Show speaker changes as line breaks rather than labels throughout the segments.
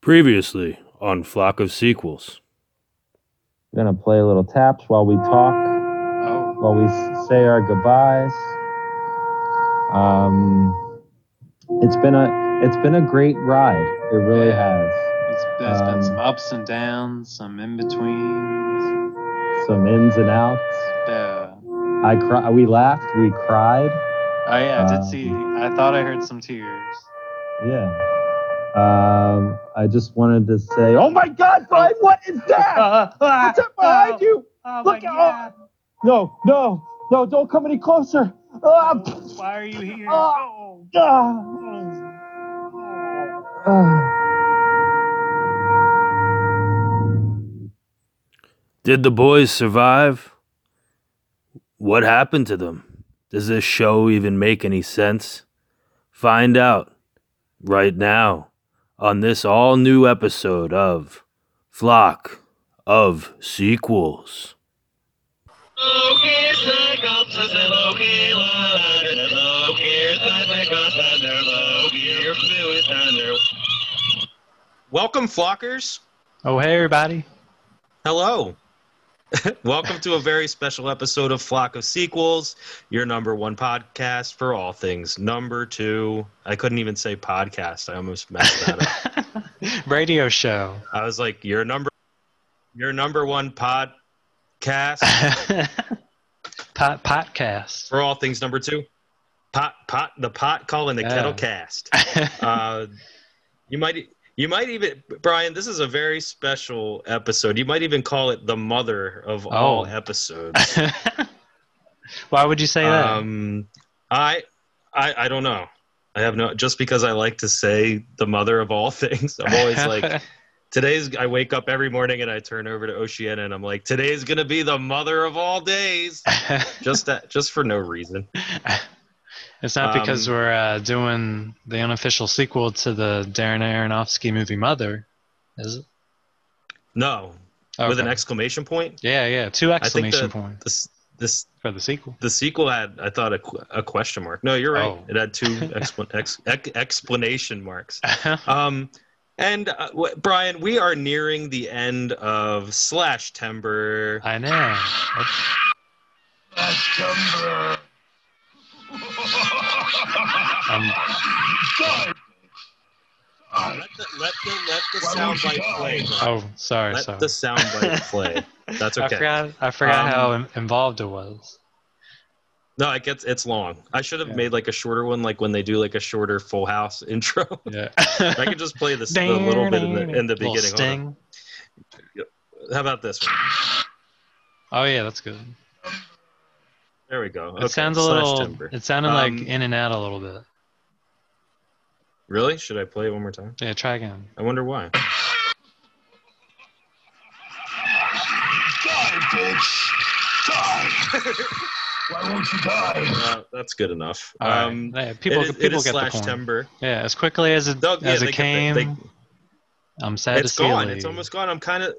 Previously on Flock of Sequels.
Gonna play a little taps while we talk,
Oh,
while we s- say our goodbyes. Um, it's been a it's been a great ride. It really has.
it's, there's
Um,
been some ups and downs, some in betweens.
Some ins and outs.
Yeah.
I cry. We laughed. We cried.
Oh yeah, I did see.
Um,
I thought I heard some tears.
Yeah. Um, I just wanted to say, oh my God, Brian, what is that? What's up behind you?
Oh
Look out! No, no, no! Don't come any closer. Ah,
Why are you here?
Oh. ah. Ah.
Did the boys survive? What happened to them? Does this show even make any sense? Find out right now on this all new episode of Flock of Sequels.
Welcome, flockers.
Oh hey everybody.
Hello. Welcome to a very special episode of Flock of Sequels, your number one podcast for all things. Number two, I couldn't even say podcast. I almost messed that up.
Radio show.
I was like, your number, your number one podcast
Pot podcast.
for all things. Number two, pot pot the pot calling the
Yeah.
kettle cast. Uh, you might you might even Brian, this is a very special episode. You might even call it the mother of all
Oh.
episodes.
Why would you say
Um, I, I, I don't know. I have no. Just because I like to say the mother of all things, I'm always like, today's. I wake up every morning and I turn over to Oceana and I'm like, today's gonna be the mother of all days. Just that, just for no reason.
It's not because
Um,
we're uh, doing the unofficial sequel to the Darren Aronofsky movie Mother, is it?
No, with an exclamation point.
Yeah, yeah, two exclamation
the-
points
This, this,
for the sequel.
the sequel had. I thought a, qu- a question mark. No, you're right.
Oh.
It had two expla- ex, ex, explanation marks. Um, and uh, w- Brian, we are nearing the end of slash timber.
I know. Um,
Let the let the let the soundbite play. Brian.
oh, sorry,
let
sorry.
the soundbite play. That's
I
okay.
forgot. I forgot
Um,
how in- involved it was.
No, it gets it's long. I should have
Yeah.
made like a shorter one, like when they do like a shorter Full House intro.
Yeah.
I could just play this a little bit in the in the
Little
beginning. Hold on.
Sting.
How about this one?
Oh yeah, that's good.
There we go.
It sounds a
slash
little.
timber.
It sounded like
Um,
in and out a little bit.
Really? Should I play it one more time?
Yeah, try again.
I wonder why.
Die, bitch! Die! Why won't you die?
Uh, that's good enough.
All right.
Um,
Yeah, people
it is, it
people
is
get the
slash
point.
timber.
Yeah, as quickly as it
No, yeah,
as it
they get the-
came,
they-
I'm sad
it's
to see
gone.
it.
It's
leave.
almost gone. I'm kind of,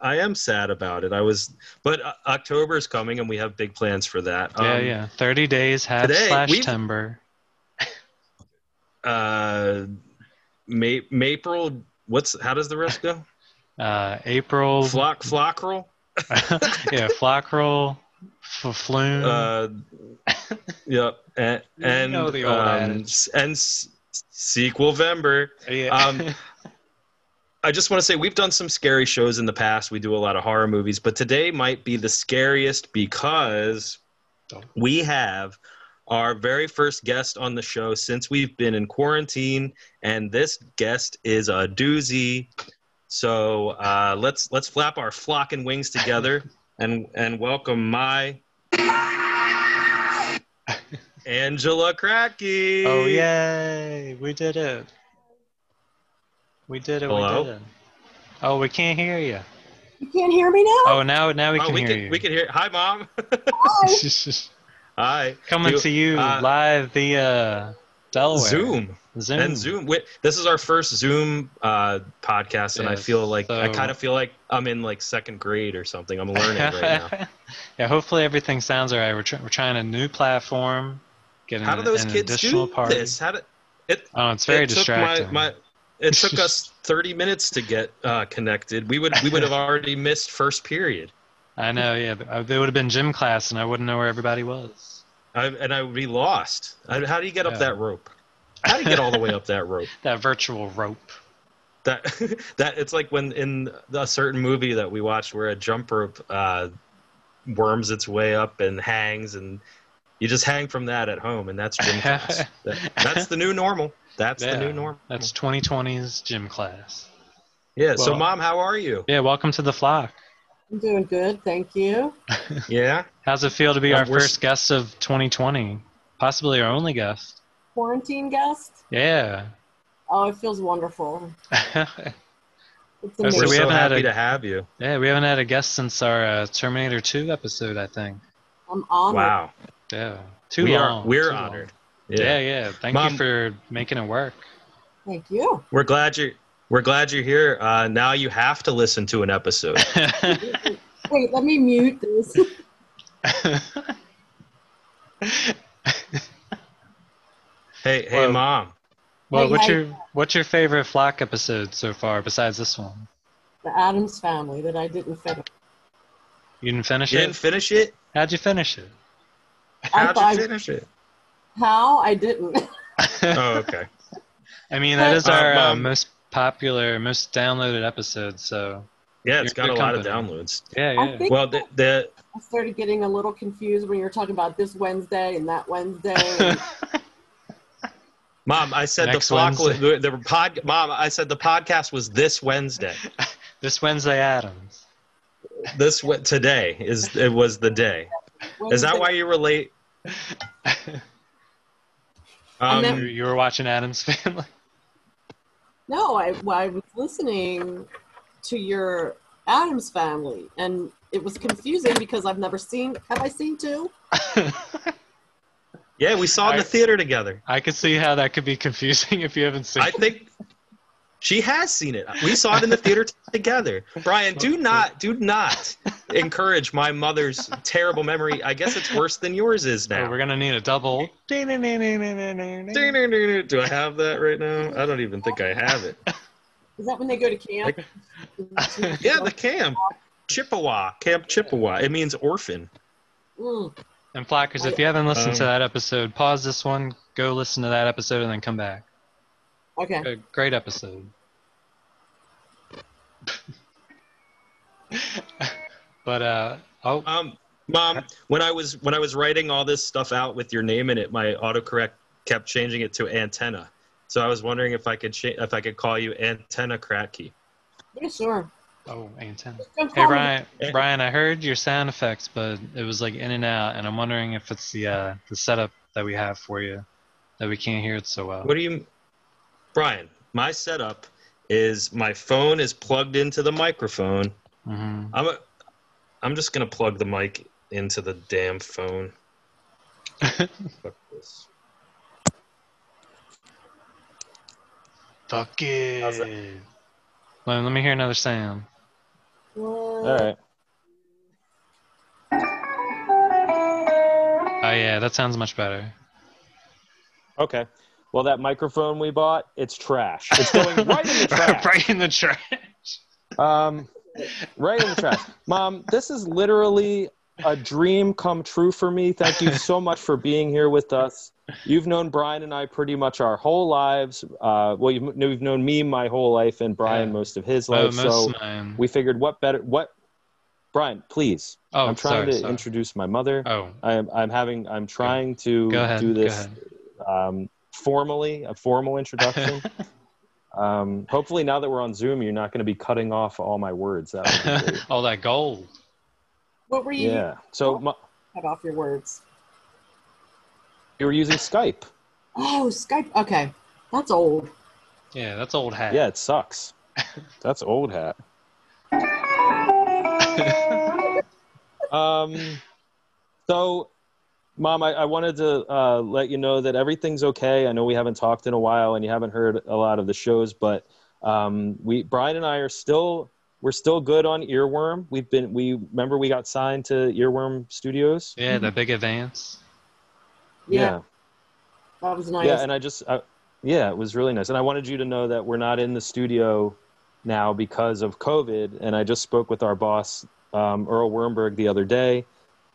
I am sad about it. I was, but uh, October's coming and we have big plans for that.
yeah,
Um,
yeah. Thirty days half
today,
slash
we've-
timber.
Uh, Ma- Maple. What's how does the rest go?
Uh, April.
Flock flockerel.
yeah, flockerel, f- flume.
Uh, yep. And
You
and
know the old
um,
adage.
s- and s- sequel Vember.
yeah.
um, I just want to say we've done some scary shows in the past. We do a lot of horror movies, but today might be the scariest because
Oh.
we have our very first guest on the show since we've been in quarantine, and this guest is a doozy. So uh, let's let's flap our flock and wings together and and welcome my Angela Kracky.
oh yay! We did it. We did it.
Hello?
We did it. Oh, we can't hear you.
You can't hear me now?
Oh, now now we
Oh,
can
we
hear
can
you.
we can hear. Hi, mom.
Hi.
Hi.
Coming
You-
to you
uh,
live via Delaware.
Zoom.
Zoom.
and Zoom. Wait, this is our first Zoom uh, podcast, and I
Yes,
feel like I
so-
kind of feel like I'm in like second grade or something. I'm learning right now.
yeah, hopefully everything sounds all right. We're, tr- we're trying a new platform. Getting
How do those
an
kids
additional
do
party.
this? How do,
Oh, it's very
it took
distracting.
My, my,
It took us 30 minutes to get uh, connected. We would we would have already missed first period.
I know, yeah. but, uh, They would have been gym class, and I wouldn't know where everybody was.
I, and I would be lost. I, how do you get up
Yeah.
that rope? How do you get all the way up that rope?
That virtual rope.
That that it's like when in a certain movie that we watched where a jump rope uh, worms its way up and hangs, and you just hang from that at home, and that's gym class. That- that's the new normal. That's
Yeah,
the new normal.
That's 2020's gym class.
yeah. so,
well-
mom, how are you?
Yeah, welcome to the flock.
I'm doing good, thank you.
Yeah.
How's it feel to be
Yeah,
our
we're s-
first guest of 2020? Possibly our only guest.
Quarantine guest?
Yeah.
Oh, it feels wonderful. It's
Oh, so
We're
amazing.
we
so
haven't had
happy
a-
to have you.
yeah, we haven't had a guest since our uh, Terminator 2 episode, I think.
I'm honored.
Wow.
Yeah. Too
we
long.
Are, we're
too long.
honored.
Yeah, yeah. Thank
Mom-
you for making it work.
Thank you.
We're glad you're we're glad you're here. Uh, now you have to listen to an episode.
Wait, let me mute this.
hey, hey,
Well-
mom.
well,
Hey,
what's
hey.
your what's your favorite flock episode so far besides this one?
the Adams family that I didn't finish.
You didn't finish
You didn't
it?
finish it.
How'd you finish it?
I
How'd
thought-
you finish it?
How? I didn't.
Oh, okay.
I mean, that is
Uh,
our uh,
Mom-
most popular, most downloaded episode. So
Yeah, it's
You're
got a
good
lot of
company.
downloads.
yeah,
I
yeah.
think
Well, the, the
I started getting a little confused when you were talking about this Wednesday and that Wednesday.
mom, I said
Next
the flock was,
Wednesday.
the, the pod. Mom, I said the podcast was this Wednesday.
this Wednesday, Adams.
This Wed- today is it was the day. Is that why you were late?
I
Um,
meant-
You, you were watching Adams Family.
No, I, well, I was listening to your Adams family, and it was confusing because I've never seen. Have I seen two?
yeah, we saw it in the
I-
theater together.
I could see how that could be confusing if you haven't seen.
I think she has seen it. We saw it in the theater together. Brian, do not, do not encourage my mother's terrible memory. I guess it's worse than yours is
Oh,
now.
we're gonna need a double.
Do I have that right now? I don't even think I have it.
Is that when they go to camp?
Yeah, the camp. Chippewa. Camp Chippewa. It means orphan.
Mm.
And Flockers, if you haven't listened to
Um,
that episode, pause this one, go listen to that episode, and then come back.
Okay.
A great episode. but uh oh,
Um, Mom, when I was when I was writing all this stuff out with your name in it, my autocorrect kept changing it to antenna. So I was wondering if I could cha- if I could call you antenna cracky.
Yeah, sure.
oh, antenna.
Don't
Hey
call me-
Brian, Brian, I heard your sound effects, but it was like in and out, and I'm wondering if it's the uh, the setup that we have for you that we can't hear it so well.
What do you, Brian? My setup is my phone is plugged into the microphone.
hmm
I'm a, I'm just gonna plug the mic into the damn phone. Fuck this.
Fuck
How's that?
it. Let, let me hear another sound.
What?
All right.
Oh yeah, that sounds much better.
Okay. Well, that microphone we bought, it's trash. It's going right in the trash.
right in the trash.
Um, right in the trash. Mom, this is literally a dream come true for me. Thank you so much for being here with us. You've known Brian and I pretty much our whole lives. Uh, well, you've, you've known me my whole life and Brian
Yeah.
most of his
Oh,
life.
most
so
of mine.
we figured what better, what, Brian, please.
oh,
I'm trying
sorry,
to
sorry.
introduce my mother.
Oh,
I'm, I'm having, I'm trying to
go ahead.
do
go
this
ahead.
um, formally, a formal introduction. um, hopefully, now that we're on Zoom, you're not going to be cutting off all my words. That would be great.
All that gold.
What were you?
yeah. So mu-
Cut off your words.
you were using Skype.
Oh, Skype. Okay, that's old.
Yeah, that's old hat.
Yeah, it sucks. That's old hat. um, so, Mom, I, I wanted to uh, let you know that everything's okay. I know we haven't talked in a while, and you haven't heard a lot of the shows, but um, we Brian and I are still we're still good on Earworm. We've been we remember we got signed to Earworm Studios.
Yeah, the big advance.
Yeah, that was nice.
yeah and i just I, Yeah, it was really nice. And I wanted you to know that we're not in the studio now because of COVID. And I just spoke with our boss, um, Earl Wurmberg, the other day.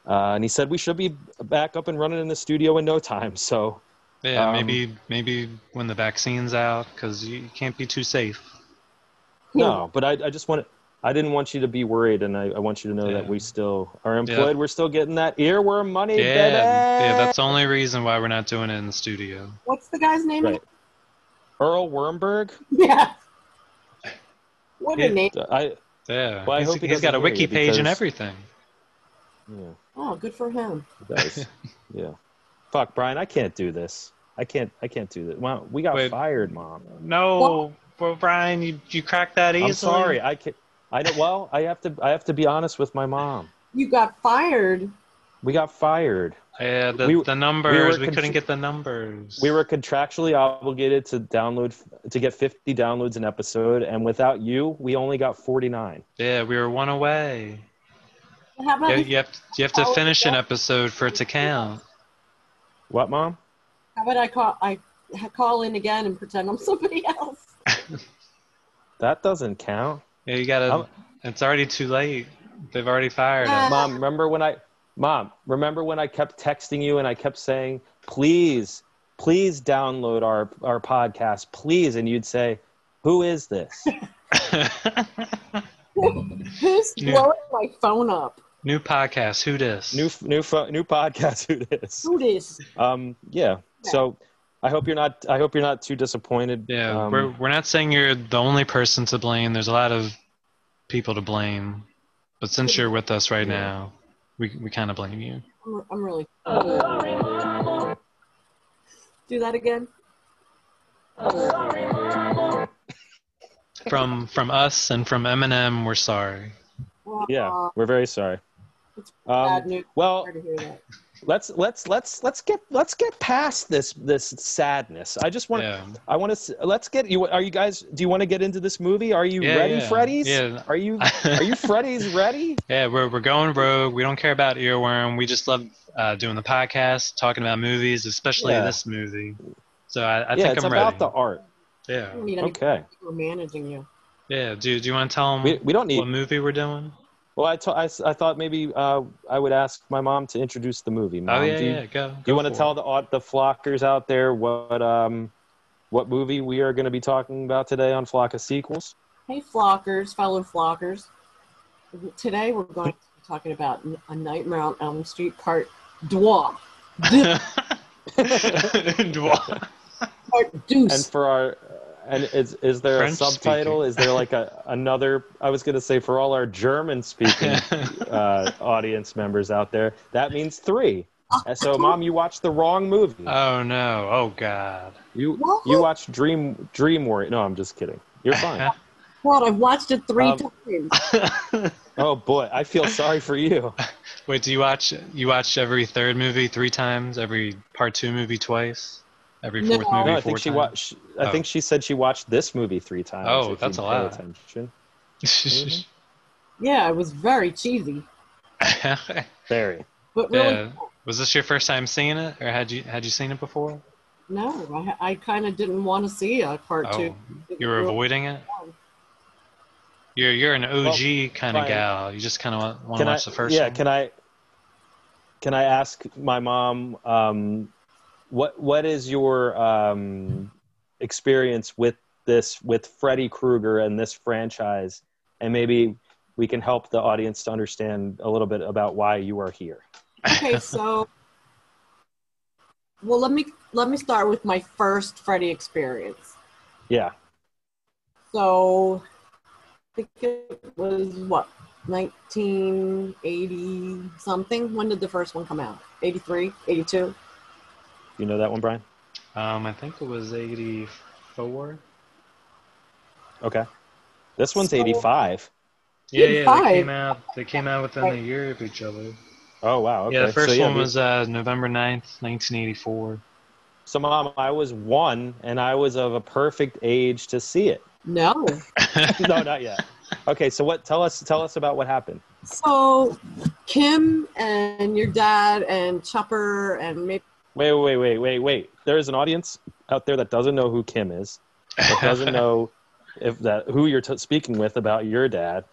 Uh, and he said we should be back up and running in the studio in no time. So
Yeah,
Um,
maybe maybe when the vaccine's out, because you, you can't be too safe. Hmm.
no, but I, I just want I didn't want you to be worried, and I, I want you to know that
Yeah.
we still are employed. We're still getting that earworm money,
Yeah, yeah,
baby!
that's the only reason why we're not doing it in the studio.
What's the guy's name?
Right. Earl Wurmberg.
Yeah. What a name.
I
Yeah,
Well, I
he's-
hope he
he's got a
doesn't hear you
wiki page and
because-
everything.
yeah,
Oh, good for him.
it does. yeah. Fuck, Brian, I can't do this. I can't. I can't do this. Wow, we got
Wait.
fired, mom.
No, well, Brian, you you cracked that easily.
I'm sorry. I can I don't. Well, I have to. I have to be honest with my mom.
You got fired.
We got fired.
Yeah, the,
We- we
the numbers. We,
confu-
couldn't get the numbers.
We were contractually obligated to download to get 50 downloads an episode, and without you, we only got 49.
Yeah, we were one away.
How about
You,
if,
you have you have to finish an episode for it to count.
What, mom?
how about I call I ha- call in again and pretend I'm somebody else?
That doesn't count.
Yeah, you gotta. It's already too late. They've already fired
Ah.
us.
Mom, remember when I, mom, remember when I kept texting you and I kept saying, please, please download our our podcast, please, and you'd say, who is this?
Who's
Yeah.
blowing my phone up?
new podcast. Who dis?
new new pho- new podcast? Who this?
Who this?
Um, yeah. So, I hope you're not. I hope you're not too disappointed.
Yeah,
Um,
we're we're not saying you're the only person to blame. There's a lot of people to blame, but since you're with us right
Yeah.
now, we we kind of blame you.
I'm, I'm really. Do that again.
From from us and from Eminem, we're sorry.
Wow,
yeah. We're very sorry.
It's
Um,
bad news.
well,
Sorry to hear that.
let's let's let's let's get let's get past this this sadness. I just want to
Yeah,
I want to let's get you. Are you guys? Do you want to get into this movie? Are you
Yeah,
ready,
yeah.
Freddy's?
Yeah.
Are you are you Freddy's ready?
yeah, we're we're going rogue. We don't care about earworm. We just love uh, doing the podcast, talking about movies, especially
Yeah.
this movie. So I, I
yeah,
think
it's
I'm
about
ready.
the art.
I
yeah,
don't need any
Okay.
people managing you.
yeah. Do do you want to tell them
We, we don't
what
need.
movie we're doing?
Well, I, t- I, s- I thought maybe uh, I would ask my mom to introduce the movie. Mom,
oh yeah,
do you,
yeah. Go.
Do
go
you want to
for
tell
it.
the au- the flockers out there what um what movie we are going to be talking about today on Flock of Sequels?
Hey, flockers, fellow flockers. Today we're going to be talking about N- A Nightmare on Elm Street Part Dwa.
Dwa-
Part
And
Deuce.
for our and is is there
French
a subtitle?
speaking.
Is there like a another? I was going to say for all our German speaking uh, audience members out there, that means three. And So, mom, you watched the wrong movie.
oh no! Oh god!
you
What?
you watched Dream Dream Warrior. No, I'm just kidding. You're fine.
God, I've watched it three
Um,
times.
oh boy, I feel sorry for you.
Wait, do you watch you watch every third movie three times, every part two movie twice, every
No.
fourth
No,
movie
No, I
four
think she
times?
watched. I
Oh.
think she said she watched this movie three times.
Oh,
if
that's
you
a
pay
lot.
Attention. Mm-hmm.
Yeah, it was very cheesy,
Very.
but really,
yeah. Was this your first time seeing it, or had you had you seen it before?
no, I, I kind of didn't want to see a part
Oh,
two.
you were avoiding it. You're you're an OG kind of
Brian-
gal. You just kind of want to
Can I?
watch the first
yeah.
one.
Can I? Can I ask my mom? Um, what What is your um, experience with this with Freddy Krueger and this franchise? And maybe we can help the audience to understand a little bit about why you are here.
okay, so well, let me let me start with my first Freddy experience.
Yeah.
So I think it was what 1980 something. When did the first one come out? 83, 82.
You know that one, Brian?
Um, I think it was eighty four.
Okay. This one's
So-
85.
Yeah, yeah.
85.
They came out. They came out within a year of each other.
Oh wow. Okay.
Yeah, the
So,
first
yeah,
one
we-
was uh, November 9th, 1984.
So, mom, I was one, and I was of a perfect age to see it.
No.
no, not yet. Okay, so what? Tell us, tell us about what happened.
So Kim and your dad and Chopper and maybe
Wait, wait, wait, wait, wait. There is an audience. out there that doesn't know who Kim is, that doesn't know if that who you're t- speaking with about your dad.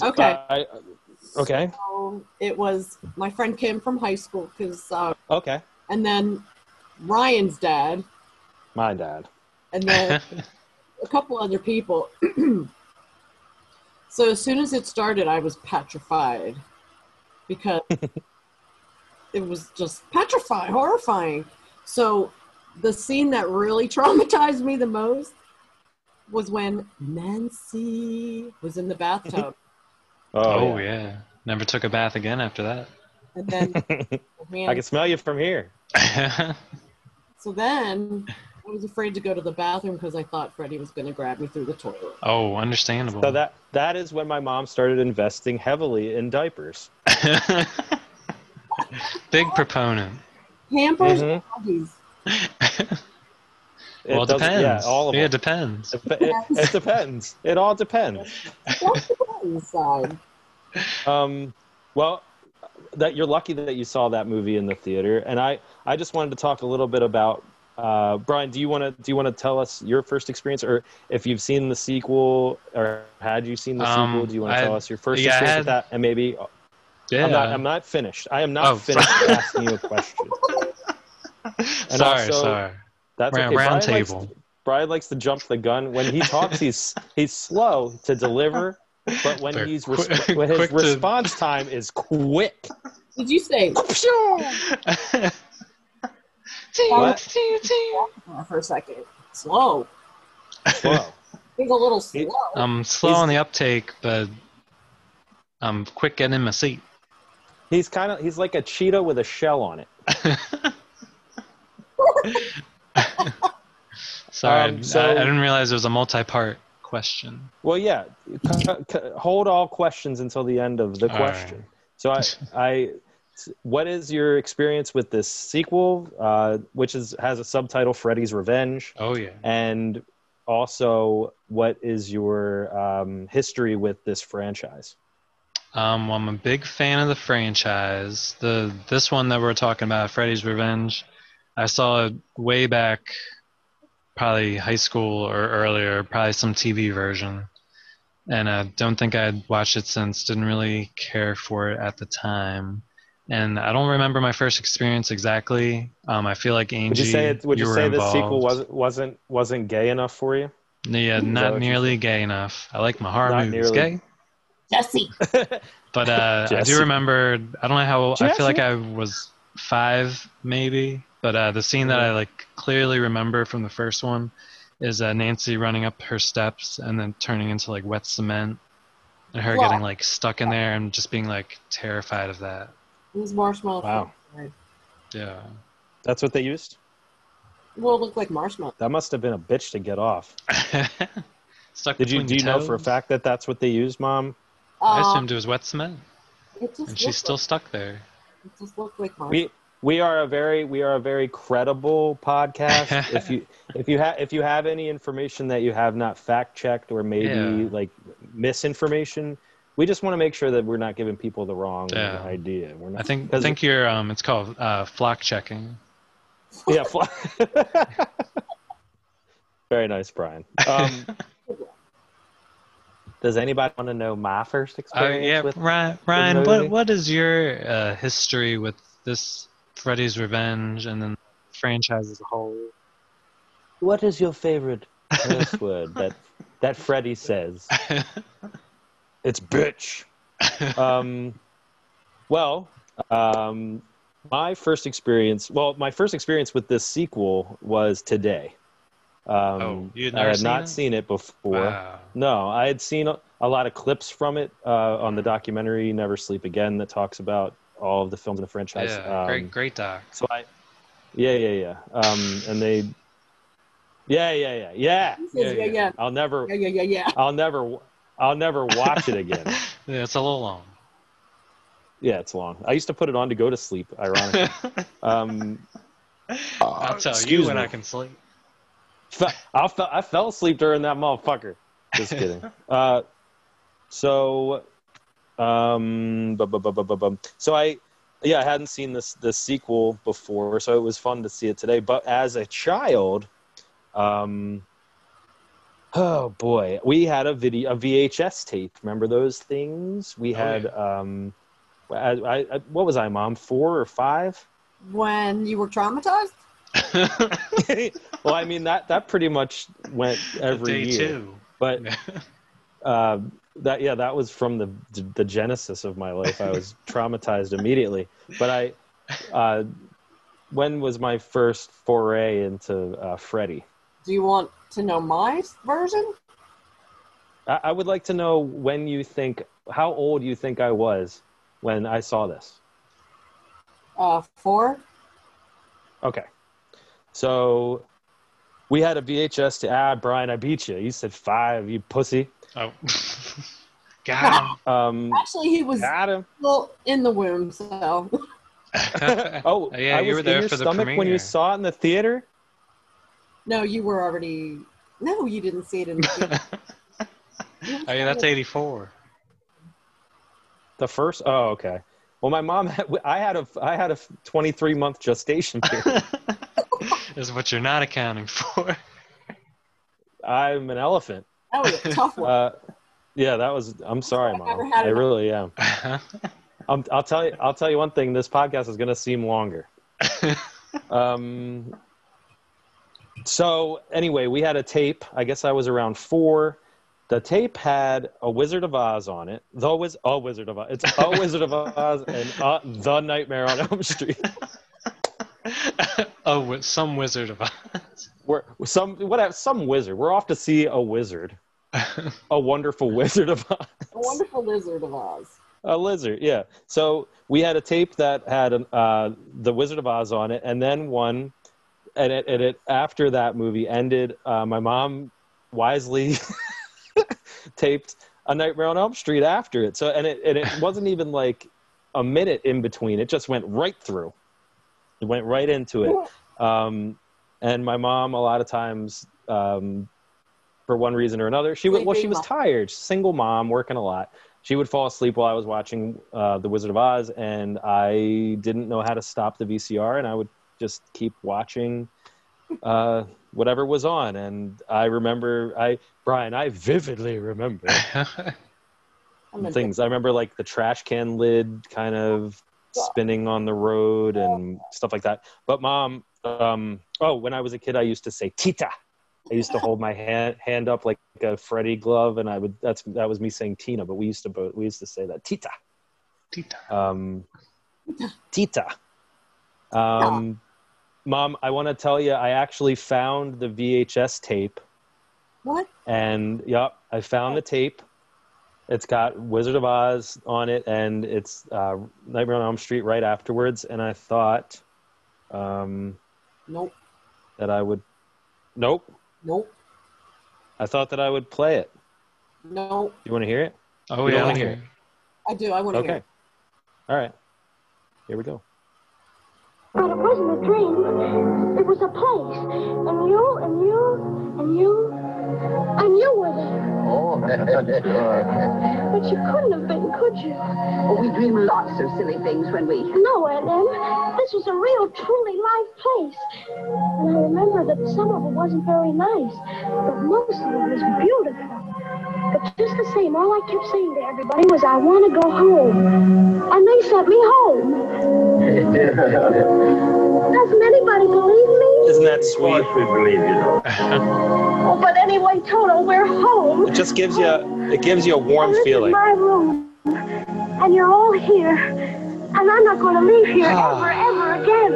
Okay.
Uh,
I, okay.
So it was my friend Kim from high school, because uh,
Okay.
and then Ryan's dad,
My dad.
and then a couple other people. so as soon as it started, I was petrified because it was just petrified, horrifying. So the scene that really traumatized me the most was when Nancy was in the bathtub,
oh yeah. Never took a bath again after that.
and then oh,
I can smell you from here.
So then I was afraid to go to the bathroom because I thought Freddie was going to grab me through the toilet.
oh, understandable.
So that that is when my mom started investing heavily in diapers.
Big proponent.
Pampers
Mhm.
or Huggies?
well, it
doesn't-
depends.
Yeah, all of
yeah,
them.
it depends.
It- it, it depends. It all depends.
That's the button side.
Um, well, that you're lucky that you saw that movie in the theater, and I, I just wanted to talk a little bit about uh, Brian. Do you want to do you want to tell us your first experience, or if you've seen the sequel, or had you seen the
Um,
sequel? Do you want to
I-
tell us your first
yeah, I
experience
had-
with that? And maybe uh,
Yeah.
I'm not I'm not finished. I am not
Oh,
finished
sorry.
asking you a question. and
sorry,
also-
sorry.
That's
Round,
okay.
round
Brian likes-
table.
Brian likes to jump the gun. When he talks, he's he's slow to deliver, but when
They're
he's
quick-
resp- when his
quick to-
response time is quick.
Did you say
Oh, What?
uh, for a second? Slow.
Slow.
He's a little slow.
He-
I'm slow
He's-
on the uptake, but I'm quick getting in my seat.
He's kind of he's like a cheetah with a shell on it.
Sorry,
Um,
I-
so-
I, I didn't realize it was a multi-part question.
Well, yeah. C- c- hold all questions until the end of the
All
question. So I, I, what is your experience with this sequel, uh, which is has a subtitle Freddy's Revenge,
Oh yeah.
and also what is your um, history with this franchise?
Um, well, I'm a big fan of the franchise. The this one that we're talking about, Freddy's Revenge, I saw it way back, probably high school or earlier, probably some TV version, and I don't think I'd watched it since. Didn't really care for it at the time, and I don't remember my first experience exactly. Um, I feel like Angie,
Would you say it, would you,
were
say this
involved.
sequel wasn't wasn't wasn't gay enough for you?
Yeah,
that what
not
you
nearly gay enough. I like my horror
Not
movies
nearly.
gay.
Jesse.
But uh, I
Jesse.
do remember. I don't know how. I
Jesse.
feel like I was five, maybe. But uh, the scene that I like clearly remember from the first one is uh, Nancy running up her steps and then turning into like wet cement, and her
Yeah.
getting like stuck in there and just being like terrified of that.
He's marshmallow.
Wow.
Yeah.
That's what they used.
Will look like marshmallow.
That must have been a bitch to get off.
stuck.
Did you
between
do
your
you know for a
toes.
fact that that's what they used, mom?
I
Um,
assumed it was wet cement,
it just
and she's
looked
still stuck there.
Like, it just looked like marshmallow.
We we are a very we are a very credible podcast. if you if you have if you have any information that you have not fact checked or maybe
Yeah.
like misinformation, we just want to make sure that we're not giving people the wrong
Yeah.
idea. We're
I
not.
think. I
'cause-
think you're. Um, it's called uh, flock checking.
Yeah. fl- very nice, Brian. Um, does anybody want to know my first
Uh,
experience?
yeah,
with-
Ryan. Ryan, what
movie.
what is your uh, history with this Freddy's Revenge and then franchise as a whole?
Oh, What is your favorite curse word that that Freddy says? It's bitch. um, well, um, my first experience. Well, my first experience with this sequel was today. Um,
Oh, you had never
I had
seen
not
it?
seen it before.
wow.
No, I had seen a, a lot of clips from it uh, on the documentary "Never Sleep Again" that talks about all of the films in the franchise.
Yeah,
Um,
great, great doc.
So I, yeah, yeah, yeah. Um, and they, yeah, yeah, yeah, yeah.
He says, yeah, yeah.
I'll never,
Yeah, yeah, yeah, yeah.
I'll never, I'll never watch it again.
Yeah, it's a little long.
Yeah, it's long. I used to put it on to go to sleep. Ironically, um,
I'll tell you
excuse
when
me.
I can sleep.
fe- I, fell, I fell asleep during that motherfucker. Just kidding. Uh, so, um, bu- bu- bu- bu- bu- bum. so I yeah, I hadn't seen this the sequel before, so it was fun to see it today. But as a child, um, oh boy, we had a video, a VHS tape. Remember those things? We
Oh,
had. Um, I, I, I- what was I, mom? Four or five?
When you were traumatized?
well, I mean that that pretty much went every
Day
year.
two.
But uh, that yeah, that was from the the genesis of my life. I was traumatized immediately. But I, uh, when was my first foray into uh, Freddy?
Do you want to know my version?
I, I would like to know when you think how old you think I was when I saw this.
Uh, four.
Okay, so we had a VHS to ah Brian, I beat you. You said five, you pussy.
Oh. God.
Um,
Actually, he was
got him.
still in the womb, so
Oh,
yeah,
I
you
was
were
in
there
your
for the
stomach when
premiere.
you saw it in the theater.
no, you were already. No, you didn't see it in.
oh,
the
yeah, that's 84.
The first. Oh, okay. Well, my mom. Had, I had a. I had a 23 month gestation period.
is what you're not accounting for.
I'm an elephant.
That was a tough one.
Uh, yeah, that was. I'm sorry,
I've never
mom.
had
I
an-
really am. I'm, I'll tell you. I'll tell you one thing. This podcast is going to seem longer. Um. So anyway, we had a tape. I guess I was around four. The tape had a Wizard of Oz on it. The was a Wizard of Oz. It's a Wizard of Oz and uh, the Nightmare on Elm Street.
oh, wi- some Wizard of Oz.
We're some what some wizard. We're off to see a wizard, a wonderful wizard of Oz.
a wonderful Lizard of Oz.
a lizard. Yeah. So we had a tape that had an, uh, the Wizard of Oz on it, and then one, and it, and it after that movie ended. Uh, my mom wisely taped a Nightmare on Elm Street after it. So and it and it wasn't even like a minute in between. It just went right through. It went right into it um, and my mom a lot of times um, for one reason or another she would well she was
Sleeping
tired single mom working a lot she would fall asleep while i was watching uh, the wizard of oz and i didn't know how to stop the vcr and i would just keep watching uh, whatever was on and i remember i brian i vividly remember
I'm a
things. I remember like the trash can lid kind of spinning on the road and stuff like that. But mom, um, oh, when I was a kid, I used to say Tita. I used to hold my hand hand up like a Freddy glove, and I would that's that was me saying Tina, but we used to both we used to say that Tita,
Tita.
um, Tita. Um, mom, I want to tell you, I actually found the VHS tape
What?
and yep, I found the tape. It's got Wizard of Oz on it, and it's uh, Nightmare on Elm Street right afterwards. And I thought um,
Nope.
that I would, nope,
Nope.
I thought that I would play it.
Nope.
You want to hear it?
Oh,
We
yeah.
don't
I
wanna hear
hear.
I do. I want to
Okay.
hear.
All right. Here we go.
But it wasn't a dream. It was a place. And you, and you, and you, and you were there.
Oh,
But you couldn't have been, could you?
Oh, we dream lots of silly things when we.
No, Aunt Em. This was a real, truly live place. And I remember that some of it wasn't very nice, but most of it was beautiful. But just the same, all I kept saying to everybody was, I want to go home. And they sent me home. Doesn't anybody believe me?
Isn't that sweet?
believe you, though.
Oh, but anyway, Toto, we're home.
It just gives you, it gives you a warm
And this
feeling.
is my room, and you're all here, and I'm not going to leave here
Ah.
ever, ever again,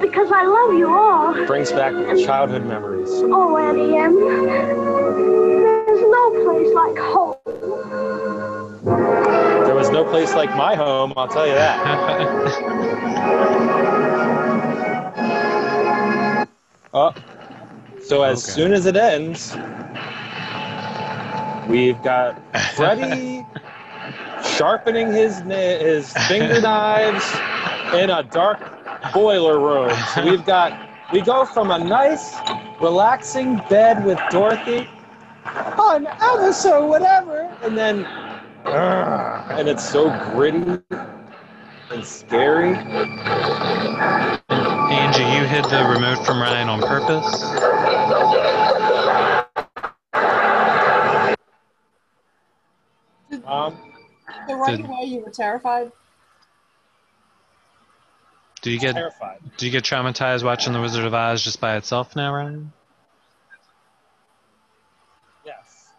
because I love you all.
Brings back childhood memories.
Oh, Auntie Em, there's no place like home.
There was no place like my home. I'll tell you that. Oh, so as
Okay.
soon as it ends, we've got Freddy sharpening his na- his finger knives in a dark boiler room. So we've got we go from a nice, relaxing bed with Dorothy on Alice or whatever, and then "Ugh," and it's so gritty. and scary.
Angie, you hid the remote from Ryan on purpose.
Um,
The right
Did-
way you were terrified.
Do you get
terrified.
do you get traumatized watching The Wizard of Oz just by itself now, Ryan?
Yes.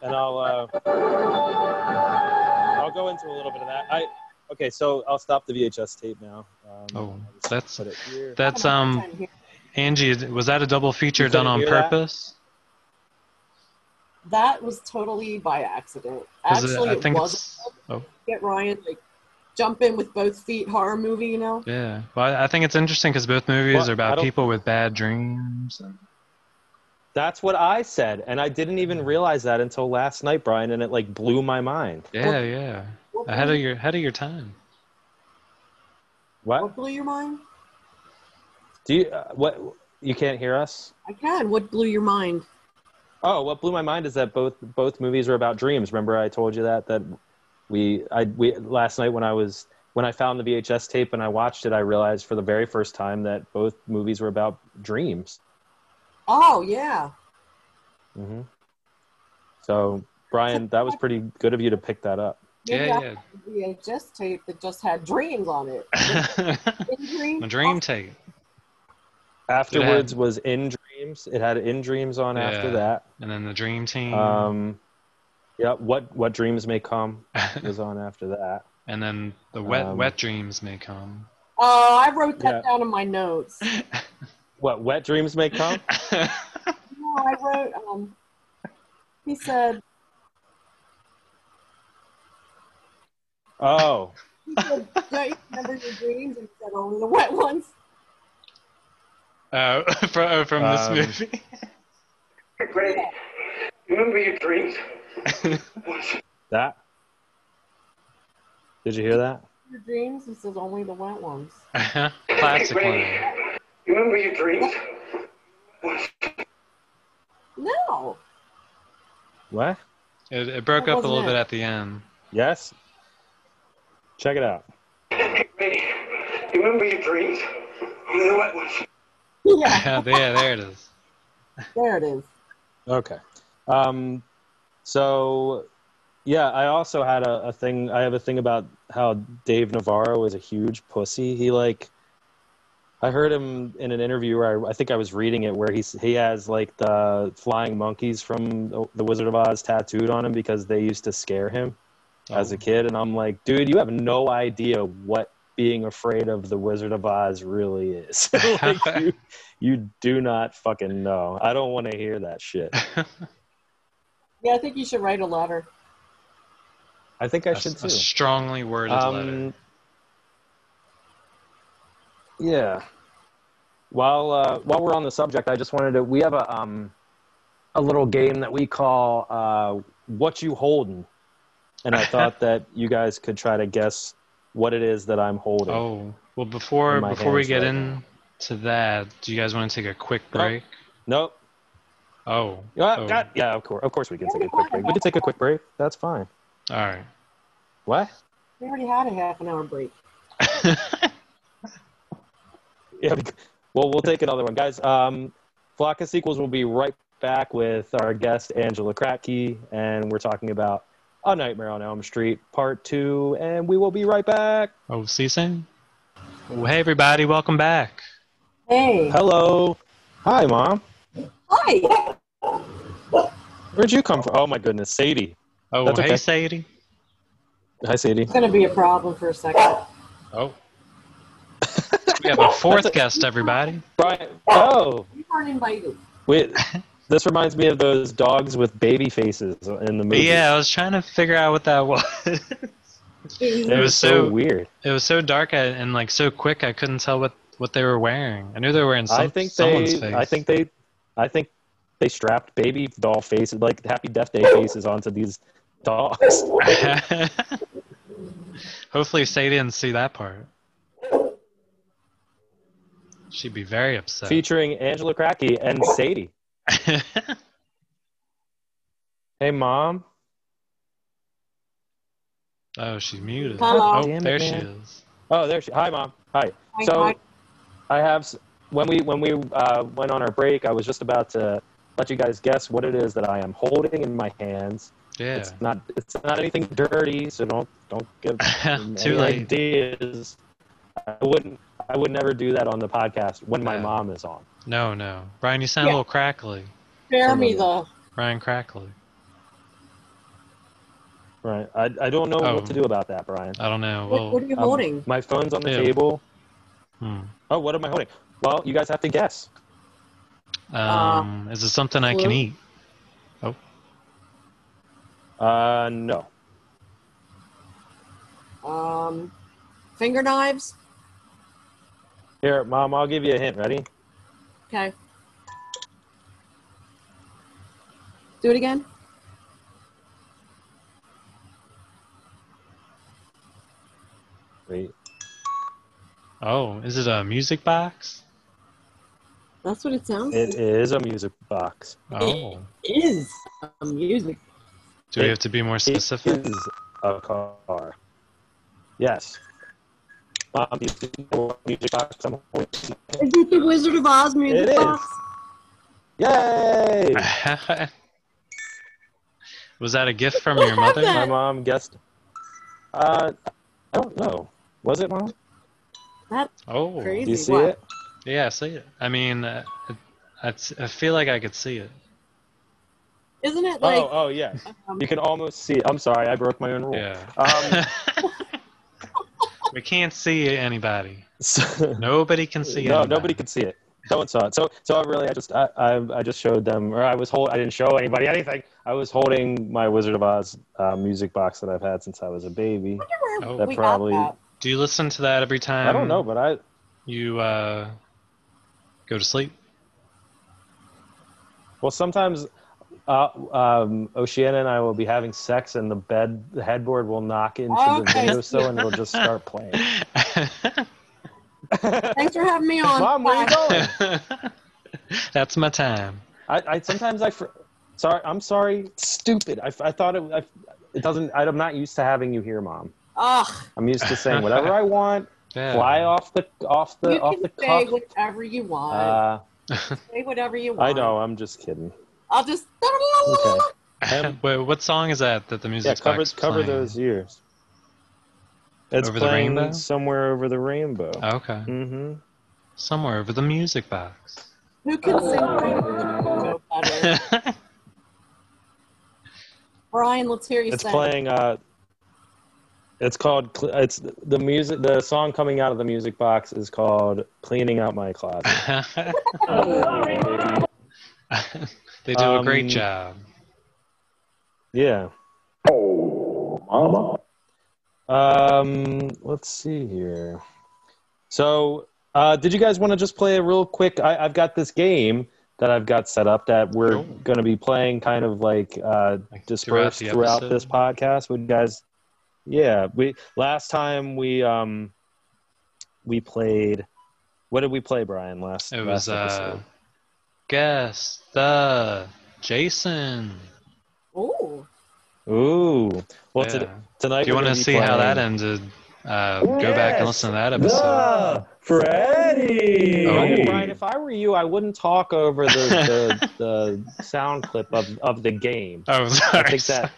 And I'll uh, I'll go into a little bit of that. I okay, so I'll stop the VHS tape now. Um,
Oh,
I'll just
that's-
put it here.
That's um Angie. Was that a double feature
You
done
couldn't
on
hear that?
purpose?
That was totally by accident.
'Cause uh,
Actually, it, wasn't.
it's- oh.
Get Ryan like jump in with both feet horror movie. You know.
Yeah, well, I- I think it's interesting because both movies
Well,
are
I
about
don't-
people with bad dreams. And
That's what I said, and I didn't even realize that until last night, Brian, and it like blew my mind.
yeah, yeah,
What
ahead
blew-
of your ahead of your time.
What
what blew your mind?
do you? Uh, what you can't hear us?
I can. What blew your mind?
Oh, what blew my mind is that both both movies are about dreams. Remember, I told you that that we I we last night when I was when I found the VHS tape and I watched it, I realized for the very first time that both movies were about dreams.
Oh yeah.
hmm So, Brian, that was pretty good of you to pick that up.
Maybe I
Yeah,
had a VHS tape that just had dreams on it.
yeah.
In dream-
My dream tape.
Oh. Afterwards was In Dreams. It had In Dreams on after
Yeah.
that.
And then the dream team.
Um, yeah, what what dreams may come was on after that.
and then the wet
um,
wet dreams may come.
Oh, I wrote that
Yeah.
down in my notes.
What wet dreams may come?
No, I wrote. Um, he said.
Oh,
He said, "Don't you remember your dreams?" And he said, "Only the wet ones."
uh, from, uh, from
Um,
this movie.
Great. Remember your dreams.
that. Did you hear that?
Your dreams. He says, "Only the wet ones."
Classic one.
Remember your dreams.
No.
What?
It, it broke
That
up a little
wasn't
bit
it.
at the end.
Yes. Check it out.
Great. Remember your dreams. Only the wet ones.
Yeah,
yeah, there, there it is.
there it is.
Okay. Um, so, yeah, I also had a, a thing. I have a thing about how Dave Navarro is a huge pussy. He like, I heard him in an interview where I, I think I was reading it where he's he has like the flying monkeys from the, the Wizard of Oz tattooed on him because they used to scare him as a kid, and I'm like, dude, you have no idea what being afraid of the Wizard of Oz really is. like, you, you do not fucking know. I don't want to hear that shit.
Yeah, I think you should write a letter.
I think I
A-
should
a,
too.
strongly worded letter.
Um, yeah. While uh, while we're on the subject, I just wanted to. We have a um, a little game that we call uh, "What You Holding," and I thought that you guys could try to guess what it is that I'm holding.
Oh well,
In
before
my
before we
hands
get
right now.
into that, do you guys want to take a quick break?
Nope.
Oh,
Yeah,
oh,
God- Uh, yeah, of course, of course, we can take a quick break. We can take a quick break. That's fine.
all right.
What?
We already had a half an hour break.
Yeah. bec- Well, we'll take another one, guys. Um, Flock of Sequels will be right back with our guest Angela Kratke, and we're talking about A Nightmare on Elm Street Part Two, and we will be right back.
Oh, see you soon. Well, hey everybody, welcome back.
Hey.
Hello. Hi, Mom.
Hi.
Where'd you come from? Oh my goodness, Sadie.
Oh,
That's
hey
okay.
Sadie.
Hi, Sadie.
It's gonna be a problem for a second.
Oh, we have a fourth
That's a-
guest, everybody.
Brian. Oh,
You aren't invited.
wait. This reminds me of those dogs with baby faces in the movie.
Yeah, I was trying to figure out what that was.
They
It
were
was
so
so-
weird.
it was so dark I- and like so quick, I couldn't tell what what they were wearing. I knew they were wearing some,
I think
someone's
they.
face.
I think they. I think they strapped baby doll faces, like Happy Death Day faces, onto these dogs.
Hopefully, Sadie didn't see that part. She'd be very upset.
Featuring Angela Cracky and Sadie. Hey, mom.
Oh, she's muted.
Hello.
Oh,
Damn it,
there she
man.
is.
Oh, there she. Hi, mom. Hi.
Hi,
So
hi.
I have s- when we when we uh, went on our break, I was just about to let you guys guess what it is that I am holding in my hands.
Yeah.
It's not it's not anything dirty, so don't don't give
Too
any
late.
ideas. I wouldn't I would never do that on the podcast when my
Yeah.
mom is on.
No, no. Brian, you sound
Yeah.
a little crackly.
Spare me the.
Brian Crackly.
Right. I I don't know
Oh.
what to do about that, Brian.
I don't know.
What,
Well,
what are you
Um,
holding?
my phone's on the
Ew.
table.
hmm.
Oh, what am I holding? Well, you guys have to guess.
um,
Uh,
is it something I can
Blue?
eat?
Uh, no.
Um, finger knives.
Here, mom, I'll give you a hint. Ready?
Okay. Do it again.
Wait.
Oh, is it a music box?
That's what it sounds.
It is a music box.
Oh,
it is a music.
do we have to be more
It
specific?
is a car. Yes. Mom, you see what music box I'm holding?
Is it the Wizard of Oz music
It is.
box?
Yay!
Was that a gift from your mother?
My mom guessed. Uh, I don't know. Was it mom?
That's
Oh,
Do you
crazy.
see
What?
it?
yeah, I see it. I mean, uh, I, I feel like I could see it.
Isn't it like?
oh, oh yeah.
um,
You can almost see it. I'm sorry, I broke my own rule.
Yeah.
Um,
we can't see anybody.
so-
Nobody can see
no,
anybody.
nobody could see it. No one saw it. So, so I really, I just, I, I, I just showed them, or I was hold, I didn't show anybody anything. I was holding my Wizard of Oz uh, music box that I've had since I was a baby.
I wonder where
Oh.
That
we
probably-
got
Do you listen to that every time
I don't know, but I,
you uh, go to sleep?
well, sometimes, uh, um, Oceana and I will be having sex, and the bed, the headboard will knock into the
Okay.
window sill, and it'll just start playing.
that. Thanks for having me on.
Mom, where are you
Bye.
going?
That's my time.
I, I sometimes I, fr- sorry, I'm sorry, stupid. I, I thought it, I, it doesn't. I'm not used to having you here, mom.
Ugh.
I'm used to saying whatever I want.
Yeah.
fly off the off the
You
off
can
the
say
cuff.
whatever you want.
Uh,
say whatever you want.
I know. I'm just kidding.
I'll just.
Okay.
Wait, what song is that that the
Um, Yeah,
music's
cover
box
cover
playing?
those ears. It's
Over the
playing
rainbow?
somewhere over the rainbow.
Oh, okay.
Mm-hmm.
Somewhere over the music box.
Who can sing
Uh,
so better? Brian, let's hear you
It's
sing.
playing. Uh, it's called. cl- It's the music. The song coming out of the music box is called "Cleaning Out My Closet."
Oh.
they do a great
Um,
job.
Yeah.
Oh, mama.
Um, let's see here. So, uh, did you guys want to just play a real quick? I, I've got this game that I've got set up that we're
Cool.
going to be playing, kind of like uh,
Like, throughout
dispersed
the
throughout,
episode.
this podcast. Would you guys? Yeah, we last time we um we played. What did we play, Brian? Last
It was
last
uh,
episode?
guess the Jason.
Ooh.
Ooh,
Yeah.
well to- tonight.
Do you want
we're
to
gonna be
see how
playing
that ended? Uh, Go back
Yes,
and listen to that episode.
The Freddy.
Oh.
Brian, if I were you, I wouldn't talk over the, the, the sound clip of, of the game.
Oh, sorry.
I think that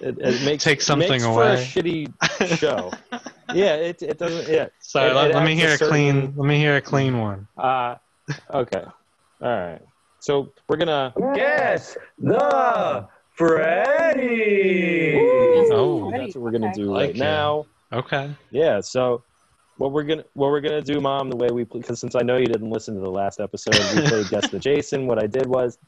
it, it makes
Take something
makes
away.
for a shitty show. yeah, it, it doesn't. Yeah.
Sorry,
It-
let,
it
let me
adds a
hear a clean.
certain-
Let me hear a clean one.
Uh, okay. All right. So we're gonna.
Yes, the Freddy.
Oh.
That's what we're gonna
Okay.
do
Like
right
it.
now.
Okay.
Yeah. So what we're gonna what we're gonna do, Mom, the way we because since I know you didn't listen to the last episode, we played Guess the Jason. What I did was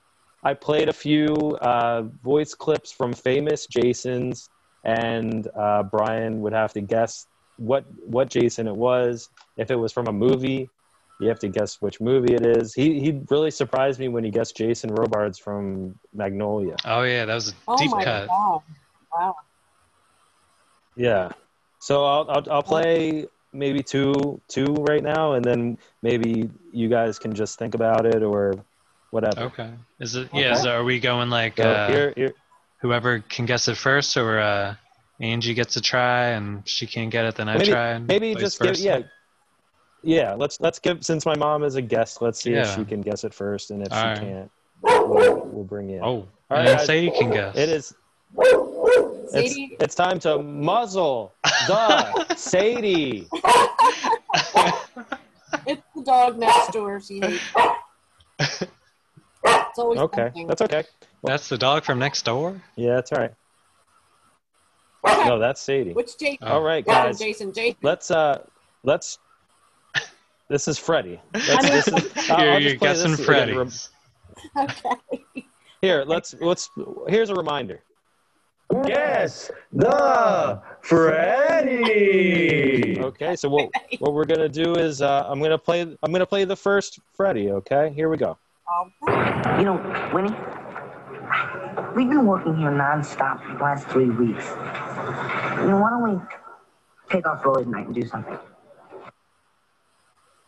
I played a few uh, voice clips from famous Jasons, and uh, Brian would have to guess what what Jason it was. If it was from a movie, you have to guess which movie it is. He he really surprised me when he guessed Jason Robards from Magnolia.
Oh yeah, that was a
Oh
deep
my
cut.
god. Wow.
Yeah. So I'll, I'll I'll play maybe two two right now, and then maybe you guys can just think about it or whatever.
Okay. Is it? Yeah. Is, are we going like
So
uh,
here, here,
whoever can guess it first, or uh, Angie gets a try and she can't get it, then I
Maybe-
try. And
Maybe
vice
just give
versa.
yeah. Yeah, let's let's give since my mom is a guest, let's see if
Yeah.
she can guess it first and if
All
she
right.
can't we'll, we'll bring you in.
Oh,
right,
and then
guys.
Sadie can guess.
It is it's,
Sadie,
it's time to muzzle the Sadie.
it's the dog next door. She hates it. It's always
Okay.
something.
That's okay.
That's the dog from next door.
Yeah, that's all right.
Okay,
No, that's Sadie.
Which Jason?
All right,
Yeah,
guys.
Jason. Jason.
Let's uh let's this is Freddie.
I mean,
That's, this is, I'll- I'll
you're
just
you're
play this
guessing
again.
Freddy.
Rem-
okay.
Here, let's let's here's a reminder.
Guess the Freddy.
Okay, so what what we're gonna do is uh, I'm gonna play I'm gonna play the first Freddy. Okay, here we go.
All right.
You know, Winnie, we've been working here nonstop for the last three weeks. You know, why don't we take off early tonight and do something?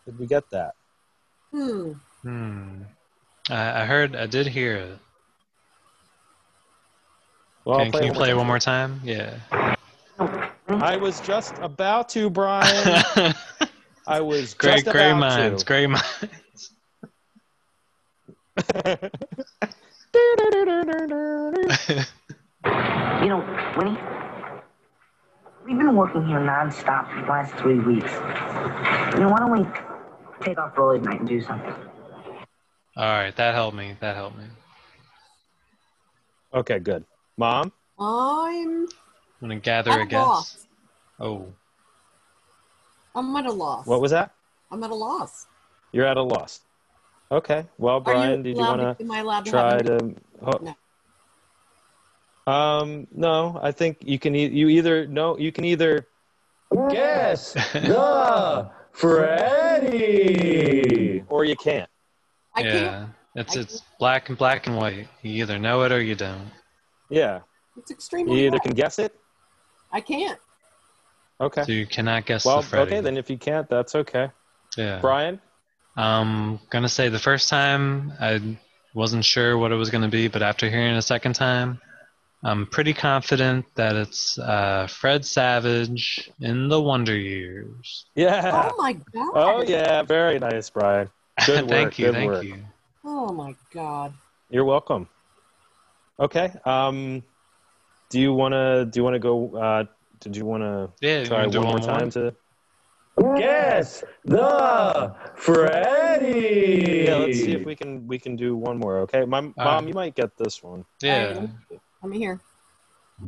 Did we get that?
Hmm.
Hmm. I, I heard. I did hear it.
Well, I'll
can, can you
it
play
one
one more time? Yeah.
more time. I was just about to, Brian. I was
Great,
just about
gray minds.
to.
Gray minds.
You know, Winnie, we've been working here nonstop for the last three weeks. You know, why don't we take off early tonight and do something?
All right, that helped me. That helped me.
Okay, good. Mom,
I'm.
I'm gonna gather
I'm
a
at a
guess.
loss.
Oh,
I'm at a loss.
what was that?
I'm at a loss.
You're at a loss. Okay. Well,
Are
Brian,
you
did you
allowed
want to
Am I allowed to have
try
an-
to? ho- Um, no. I think you can. E- you either no. You can either.
Guess the Freddy.
or you can't.
I
yeah.
can't.
It's
I
it's black and black and white. You either know it or you don't.
Yeah,
It's
you
extremely.
either
hard.
can guess it.
I can't.
Okay.
So you cannot guess
Well,
the Freddy.
okay. Then if you can't, that's okay.
yeah.
Brian.
I'm gonna say the first time I wasn't sure what it was gonna be, but after hearing it a second time, I'm pretty confident that it's uh, Fred Savage in the Wonder Years.
Yeah.
Oh my god.
Oh yeah, very nice, Brian. Good work.
thank you,
good
thank
work.
you.
Oh my god.
You're welcome. Okay. Um, do you wanna do you wanna go? Uh, did you wanna
Yeah, you
try
wanna
one
do
more
one more?
time to?
Guess the Freddy.
Yeah, let's see if we can we can do one more. Okay, my mom,
right.
you might get this one.
Uh, Yeah.
I'm here.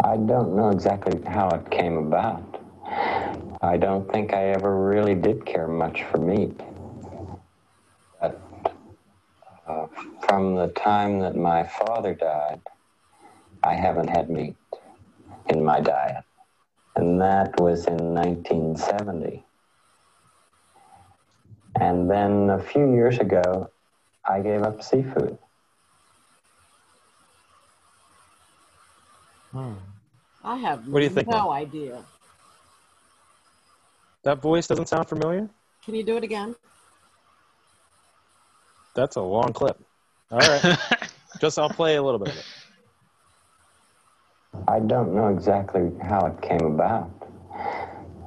I don't know exactly how it came about. I don't think I ever really did care much for meat. But uh, from the time that my father died, I haven't had meat in my diet. And that was in 1970. And then a few years ago, I gave up seafood.
Hmm.
I have
What do you think,
no idea.
That voice doesn't sound familiar.
Can you do it again?
That's a long clip. All right, just I'll play a little bit of it.
I don't know exactly how it came about.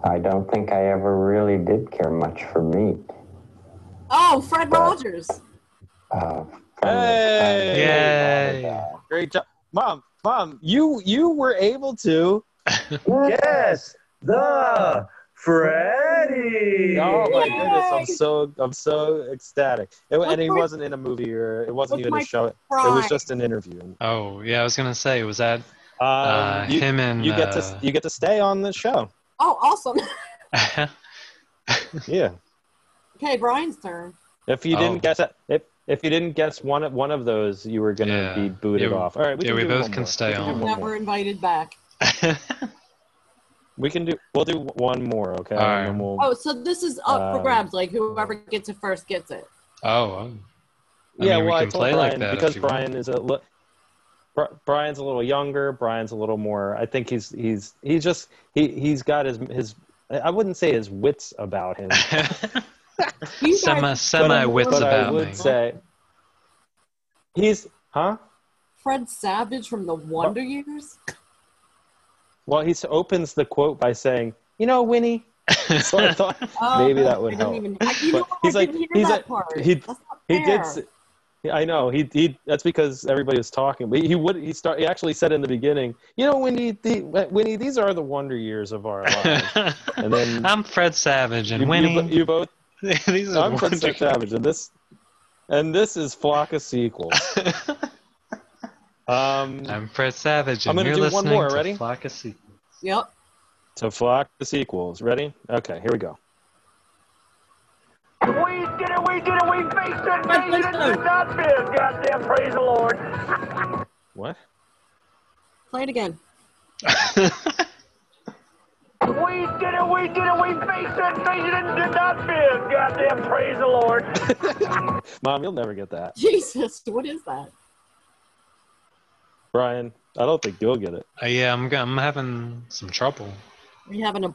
I don't think I ever really did care much for meat.
Oh, Fred Rogers.
Uh,
Hey!
Yay!
Great job, mom. Mom, you you were able to.
Guess the Freddy.
Oh my goodness, I'm
Yay!
so I'm so ecstatic. It,
What's
and he
my-
wasn't in a movie or it
what's
wasn't even a
my
show. It
Prime.
was just an interview. Um,
Oh, yeah. I was gonna say, was that uh,
you,
him and
you get
uh,
to you get to stay on the show.
Oh, awesome.
Yeah.
okay, Brian's turn.
If you
Oh.
didn't guess it, if if you didn't guess one one of those, you were gonna
Yeah.
be booted
Yeah,
off. All right, we
yeah,
can
we
do
both
one
can
more.
stay
we can
on.
Do one
Never
more.
invited back.
We can do. We'll do one more. Okay.
All right.
And then we'll,
Oh, so this is up for
Um,
grabs. Like whoever gets it first gets it.
oh, I
yeah.
mean, we
well, I
can
told
play
Brian
like that if
because
you want.
Brian is a. Li- Bri- Brian's a little younger. Brian's a little more. I think he's he's he's just he he's got his his. I wouldn't say his wits about him,
oh.
You
semi
guys,
semi wits
but I
about
would
me.
say he's huh.
Fred Savage from the Wonder Years.
Well, he s- opens the quote by saying, "You know, Winnie." So I thought maybe that would
Oh, I
help.
didn't even. I, you know,
But
what?
he's
I
like-
didn't hear
he's
that
like-
part.
he-
That's not
he did.
fair.
s- Yeah, I know he he. That's because everybody was talking. But he would he start. He actually said in the beginning, you know, Winnie, the, Winnie, these are the wonder years of our lives. and then
I'm Fred Savage and
you,
Winnie.
you, bo- you both.
These are
I'm Fred
wonderful.
Savage, and this and this is Flock of Sequels. um,
I'm Fred Savage,
I'm
and
gonna
you're
do one
listening
more,
to
ready?
Flock of Seagulls.
Yep.
to Flock of Sequels. Ready? Okay, here we go.
We did it, we did it, we faced it, faced it, did not fear. Goddamn, praise the Lord.
Uh, What?
Play it again.
We did it, we did it, we faced it, faced it, did not fear. Goddamn, praise the Lord.
Mom, you'll never get that,
Jesus, what is that?
Brian. I don't think you'll get it.
Uh, yeah, I'm, g- I'm having some trouble.
Are you having a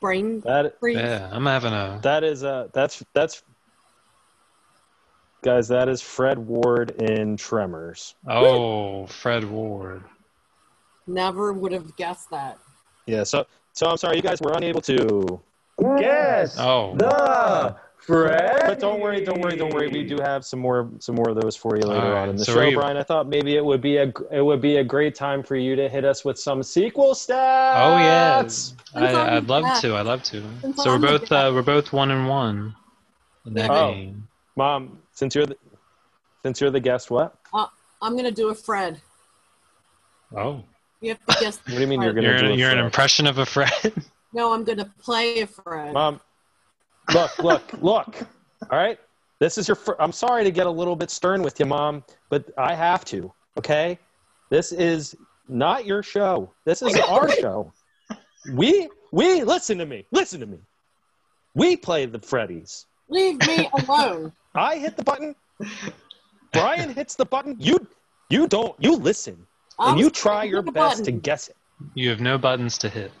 brain
That
freeze?
Yeah, I'm having a.
that is uh that's that's guys that is Fred Ward in Tremors.
Oh, Fred Ward.
Never would have guessed that.
Yeah. So so I'm sorry you guys were unable to.
Yes.
Oh,
The Fred.
But don't worry, don't worry, don't worry. We do have some more some more of those for you later
All
on in
right,
the
so
show,
are you-
Brian. I thought maybe it would be a it would be a great time for you to hit us with some sequel
Uh,
stats.
oh yes.
Since I'm
I, I'd love
back.
to. I'd love to.
Since
So
I'm
we're both
back.
uh, we're both one and one in that
Oh.
game.
Mom, since you're the since you're the guest, what?
Uh, I'm gonna do a Fred.
Oh,
You have to guess.
What do you mean you're gonna
you're
do
an,
a
you're an
Fred?
impression of a Fred.
No, I'm gonna play a Fred.
Mom, look, look, look. All right, this is your. Fir- I'm sorry to get a little bit stern with you, Mom, but I have to. Okay, this is not your show. This is our show. We we listen to me. Listen to me. We play the Freddy's.
Leave me alone.
I hit the button. Brian hits the button. You you don't. You listen
I'm
and you try
scared
your
of the
best to
button.
guess it.
you have no buttons to hit.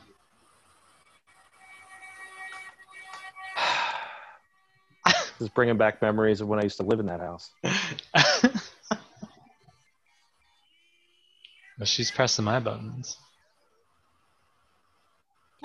This is bringing back memories of when I used to live in that house.
Well, she's pressing my buttons.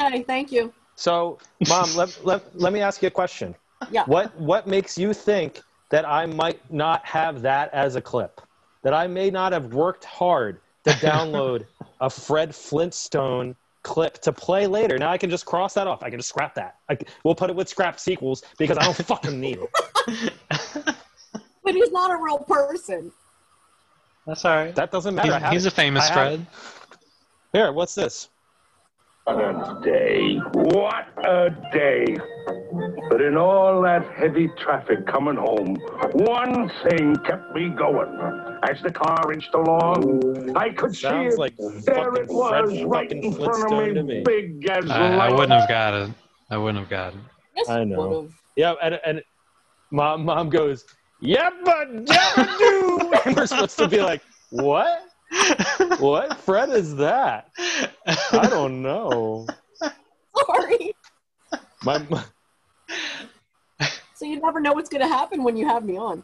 Okay, thank you.
So, mom, let, let, let me ask you a question.
Yeah.
What what makes you think that I might not have that as a clip? That I may not have worked hard to download a Fred Flintstone clip to play later. Now I can just cross that off. I can just scrap that. I c we'll put it with scrap sequels because I don't fucking need it.
But he's not a real person.
That's all right.
That doesn't matter.
He's,
I have
he's a
it.
famous
I
Fred.
have Here, what's this?
What a day. What a day. But in all that heavy traffic coming home, one thing kept me going. As the car inched along, I could
Sounds
see it.
like
there
fucking
it was,
Fred
right
fucking
in front of
Flintstone
me,
to me.
big as
I, I
life.
wouldn't have got it. I wouldn't have got it.
Yes,
I
he
know.
would've.
Yeah, and and mom mom goes, Yabba dabba doo and we're supposed to be like, What? What Fred is that? I don't know.
Sorry.
My, my-
So you never know what's gonna happen when you have me on.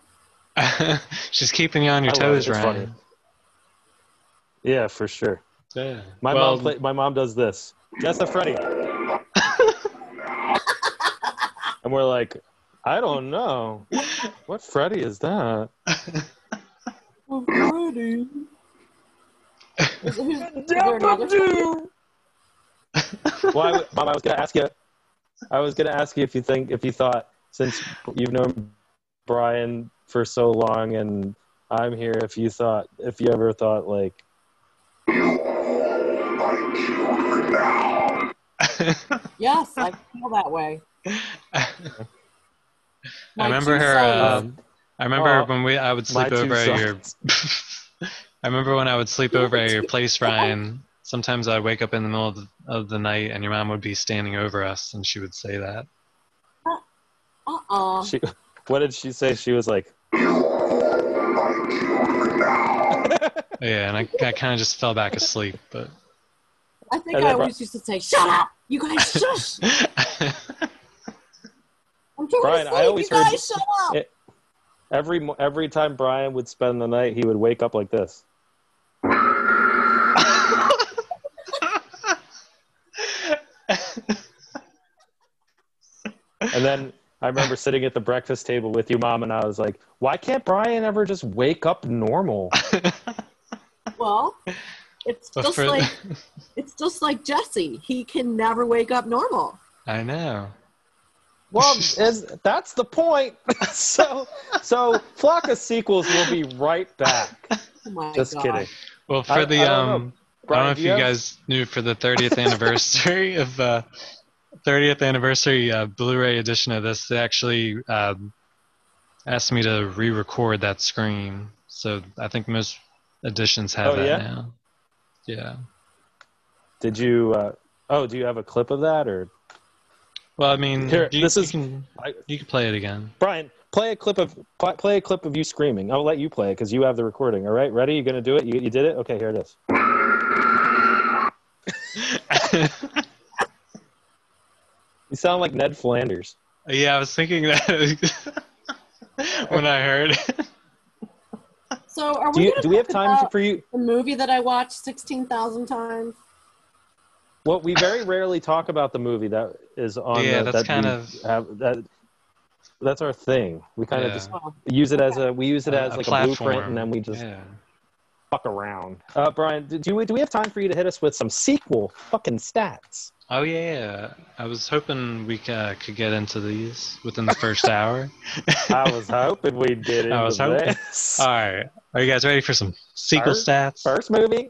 She's keeping you on
I
your
love
toes,
it. It's
Ryan.
Yeah, for sure.
Yeah.
My
well,
mom play, my mom does this. That's a Freddy. and we're like, I don't know. What Freddy is that?
Oh, Freddy. Is, who's, is there another
Well, I, w- mom, I was gonna ask you. I was gonna ask you if you think if you thought since you've known Brian for so long and I'm here, if you thought if you ever thought like
Yes, I feel that way.
I
My
remember
two
her.
sons.
Um, I remember
Oh,
when we. I would sleep
my
over
two
at your.
sons.
I remember when I would sleep
Your
over at
two
your place, Ryan. Sometimes I'd wake up in the middle of the, of the night, and your mom would be standing over us, and she would say that.
Uh-uh.
she, what did she say? She was like,
Yeah, and I, I kind of just fell back asleep, but
I think
And
I
then-
always used to say, "Shut up, you guys, shush! I'm trying
Brian,
to
I
sleep.
always
you
heard-
guys, shut up."
It- every mo- every time Brian would spend the night, he would wake up like this. And then I remember sitting at the breakfast table with you, mom, and I was like, why can't Brian ever just wake up normal?
Well, it's
But
just
for-
like it's just like Jesse. He can never wake up normal.
I know.
Well, as, that's the point. so, so Flock of Sequels will be right back.
Oh my
Just
God.
kidding.
Well, for
I-
the
I don't know.
um, I
Brian,
don't know if
do
you
have-
guys knew for the 30th anniversary of uh, 30th anniversary uh, Blu-ray edition of this, they actually um, asked me to re-record that scream. So I think most editions have
Oh,
that
yeah?
now. Yeah.
Did you? Uh, oh, do you have a clip of that or?
Well, I mean,
Here,
you,
this
you
is-
can
I-
you can play it again.
Brian, play a clip of pl- play a clip of you screaming. I'll let you play it because you have the recording. All right, ready? You gonna do it? You, you did it? Okay, here it is. You sound like Ned Flanders.
yeah, I was thinking that when I heard. it.
So are
Do
we
you,
going
do we have time
about
for you?
the movie that I watched sixteen thousand times?
Well, we very rarely talk about the movie that is on.
Yeah,
the,
that's
that
kind
we
of-
have, that. That's our thing. We kind of
Yeah.
just use it as a we use it as like a blueprint,
platform.
and then we just
Yeah.
fuck around. Uh, Brian, do, do we do we have time for you to hit us with some sequel fucking stats?
Oh yeah, I was hoping we uh, could get into these within the first hour.
I was hoping we'd get into
I was hoping.
this.
All right, are you guys ready for some sequel
First-
stats?
First movie,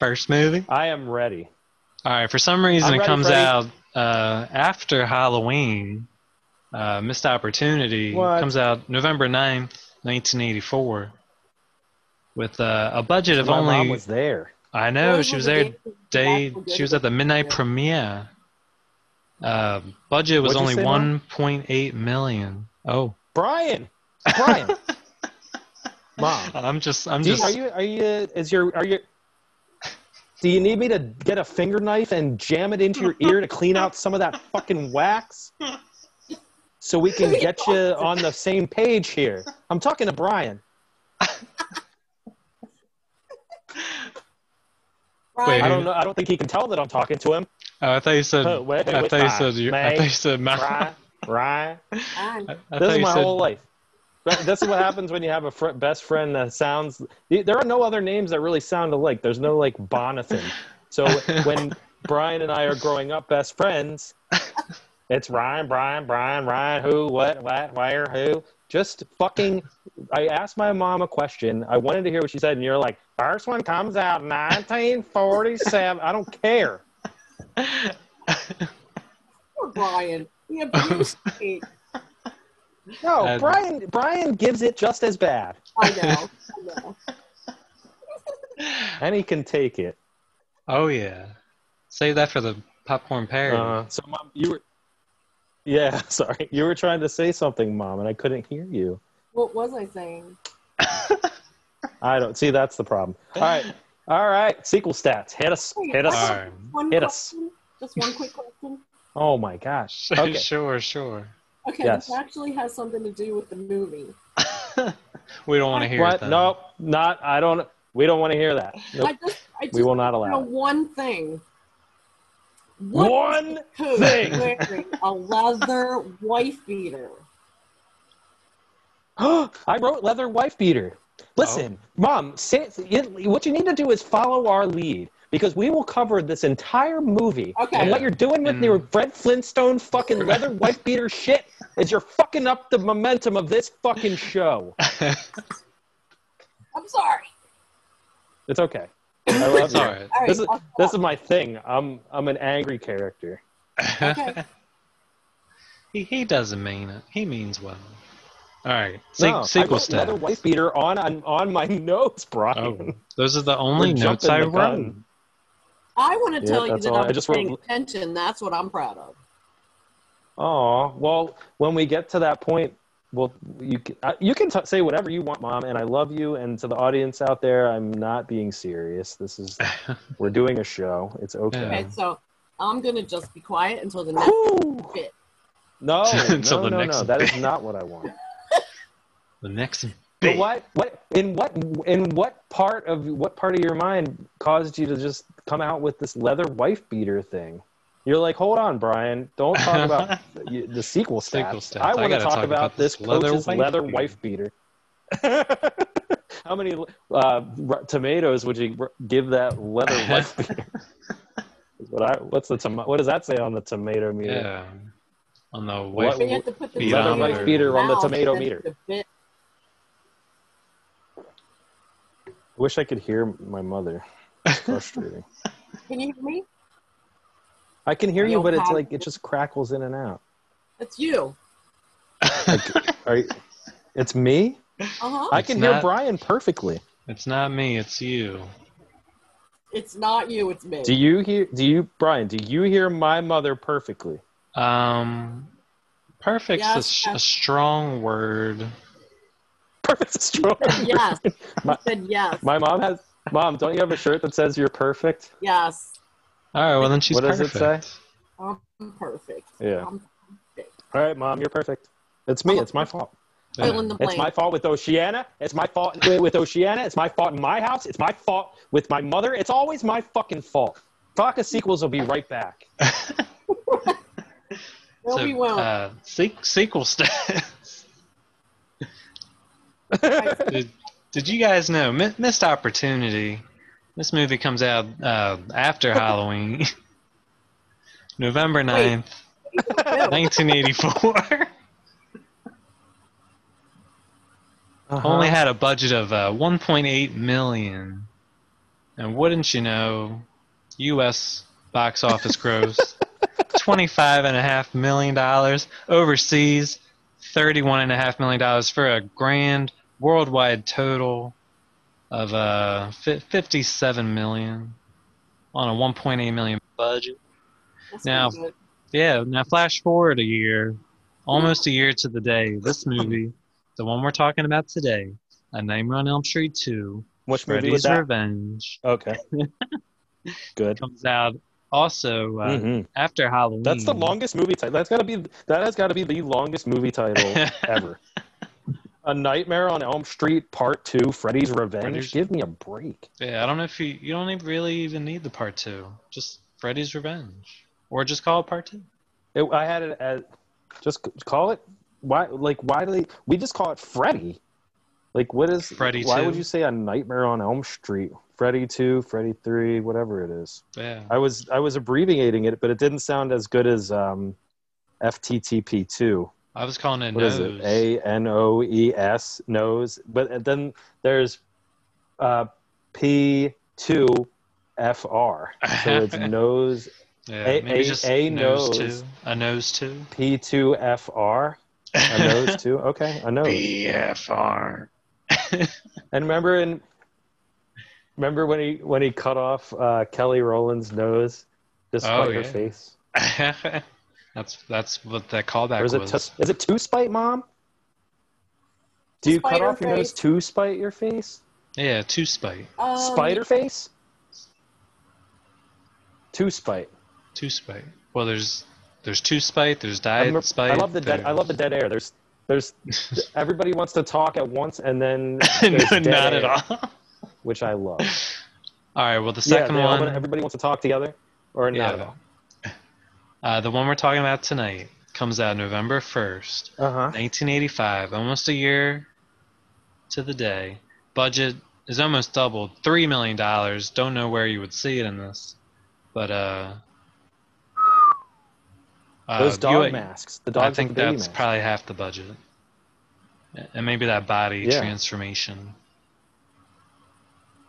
First movie.
I am ready.
All right, for some reason
I'm
it
ready,
comes
Freddy.
out uh, after Halloween. Uh, missed opportunity
What?
comes out November 9th, 1984, with uh, a budget of
My
only.
mom was there.
I know
Those
she
were
was
the
there
days when
day
Jack was
she was
good
at the midnight premiere. Uh, budget was
What'd you
only
say, Mom?
1.8 million. Oh,
Brian, Brian, mom,
I'm just I'm
do you,
just
are you are you is your are you? Do you need me to get a finger knife and jam it into your ear to clean out some of that fucking wax? So we can get you on the same page here. I'm talking to Brian.
Wait,
I
Brian,
don't know. I don't think he can tell that I'm talking to him.
Oh, I thought you said
Huh, wait,
I
wait,
thought you
wait,
said you I
mate,
thought you said my,
Brian, Brian.
Brian.
I, I
This
thought
is
you
my
said
whole life. Th- This is what happens when you have a fr- best friend that sounds. There are no other names that really sound alike. There's no like Bonathan. So when Brian and I are growing up best friends, it's Ryan, Brian, Brian, Ryan, who, what, what, where, who. Just fucking. I asked my mom a question. I wanted to hear what she said, and you're like, first one comes out 1947. I don't care.
Poor Brian. He abused me.
No,
Uh,
Brian. Brian gives it just as bad,
I know. I know.
and he can take it.
Oh yeah. Save that for the popcorn parody.
Uh, so, mom, you were. Yeah, sorry. You were trying to say something, mom, and I couldn't hear you.
What was I saying?
I don't see. That's the problem. All right, all right. Sequel stats. Hit us. Hit
All
us.
right.
One
Hit us.
question. Just one quick question.
Oh my gosh. Okay.
sure, sure.
Okay,
Yes.
this actually has something to do with the movie.
We don't want to hear it.
What?
Though.
Nope. Not. I don't. We don't want to hear that. Nope.
I just, I just
We will not
want to know
allow it.
one thing. What
One.
Who
Thing.
wearing a leather wife beater?
I wrote leather wife beater. Listen, mom. Say, you- what you need to do is follow our lead because we will cover this entire movie.
Okay.
And what you're doing with
And-
your Fred Flintstone fucking leather wife beater shit is you're fucking up the momentum of this fucking show.
I'm sorry.
It's okay. I love
It's
you.
all right.
All right.
This is
I'll
this is my thing. I'm I'm an angry character.
stop. okay.
He he doesn't mean it. He means well. All right. Se-
No, I
sequel
wrote leather
stats.
wife beater on on, on my notes, Brian.
Oh, those are the
We're
only notes
jumping
I
the gun.
wrote.
I want to
Yeah,
tell you
that's
that
all right.
I'm
I just
paying
wrote-
attention. That's what I'm proud of.
Oh well, when we get to that point, well, you can, uh, you can t- say whatever you want, mom, and I love you. And to the audience out there, I'm not being serious. This is we're doing a show. It's okay.
Yeah.
Okay, so I'm gonna just be quiet until the next
Whew.
bit.
No,
Until
no,
the
no,
next
no. That is
bit.
not what I want.
The next
But
bit.
what, what, in what, in what part of what part of your mind caused you to just come out with this leather wife beater thing? You're like, hold on, Brian. Don't talk about the the sequel stats.
Sequel stats.
I
I
want to
gotta
talk,
talk
about,
about
this
this leather
coach's
wife
leather
beater."
wife beater. How many uh, r- tomatoes would you r- give that leather wife beater? Is what I, what's the tomato? What does that say on the tomato meter?
Yeah. On the wife.
What-
But you have to put the
Leather
tomato
wife
in
beater
your
on the
mouth
tomato
and
meter.
the bit-
I wish I could hear my mother. It's frustrating.
Can you hear me?
I can hear you,
Yo,
but it's
Pat.
like it just crackles in and out.
That's you.
Are you- it's me.
Uh huh.
I
It's
can hear
not-
Brian perfectly.
It's not me. It's you.
It's not you. It's me.
Do you hear? Do you, Brian? Do you hear my mother perfectly?
Um, perfect's a
Yes,
s- a,
yes.
strong word.
Perfect stroke.
yes.
My-
I said yes.
My mom has. Mom, don't you have a shirt that says you're perfect?
yes.
All right. Well, then she's
What does it
perfect.
say?
I'm perfect.
Yeah.
I'm
All right, mom, you're perfect. It's me. It's my fault.
Yeah.
fill in the
It's
blank.
my fault with Oceana. It's my fault with with Oceana. It's my fault in my house. It's my fault with my mother. It's always my fucking fault. Vodka sequels will be right back.
no,
So,
we won't.
Uh, se- sequel stats. did, did you guys know? Mi- missed opportunity. This movie comes out uh, after Halloween, November 9th,
No.
1984. Only had a budget of uh, 1.8 million. And wouldn't you know, U.S. box office gross 25.5 million dollars. Overseas, 31.5 million dollars for a grand worldwide total of uh, fi- 57 million on a 1.8 million budget.
That's
now-
pretty good.
Yeah. Now flash forward a year, almost a year to the day. This movie, the one we're talking about today, A Nightmare on Elm Street 2,
Which movie
Freddy's
was that?
Revenge,
Okay. Good.
comes out also uh,
Mhm.
after Halloween.
That's the longest movie title. That's gotta be. That has gotta be the longest movie title
uh,
ever. A Nightmare on Elm Street Part Two: Freddy's Revenge.
Freddy's-
Give me a break.
Yeah, I don't know if you you don't even really even need the part two. Just Freddy's Revenge, or just call it part two.
It, I had it as just c- call it. Why? Like why do they? We just call it Freddy. Like what is?
Freddy
Why
2?
would you say a Nightmare on Elm Street? Freddy Two, Freddy Three, whatever it is.
Yeah,
I was I was abbreviating it, but it didn't sound as good as um, FTTP Two.
I was calling it
What is
nose.
it? A N O E S nose. But and then there's uh, P two F R. So it's nose
yeah,
A-
maybe
A-
just
A
nose,
nose.
two, a nose two.
P two F R. A nose too. Okay, a nose.
BFR.
And remember in remember when he when he cut off uh, Kelly Rowland's nose to spite
Oh,
her
yeah.
face?
that's that's what that callback
Or is it
was.
to, is it to spite mom? Do you cut
Spider
off your nose
face.
to spite your face?
yeah, two spite,
Um,
Spider face? To spite.
two spite. Well, there's there's two spite. There's
I'm
diet
a-
spite.
I love the dead. I
there's-
love the dead air. There's there's everybody wants to talk at once and then
no,
there's dead
not at
air,
all.
which I love.
All right. Well, the
yeah,
second
they all
one.
wanna- everybody wants to talk together or not at all.
Uh, the one we're talking about tonight comes out November 1st,
Uh huh.
1985, almost a year to the day. Budget is almost doubled, $3 million. Don't know where you would see it in this, but. Uh, uh,
Those dog
you-
masks. The
I
dogs
think
with the baby
that's
masks.
probably half the budget. And maybe that body
Yeah.
transformation.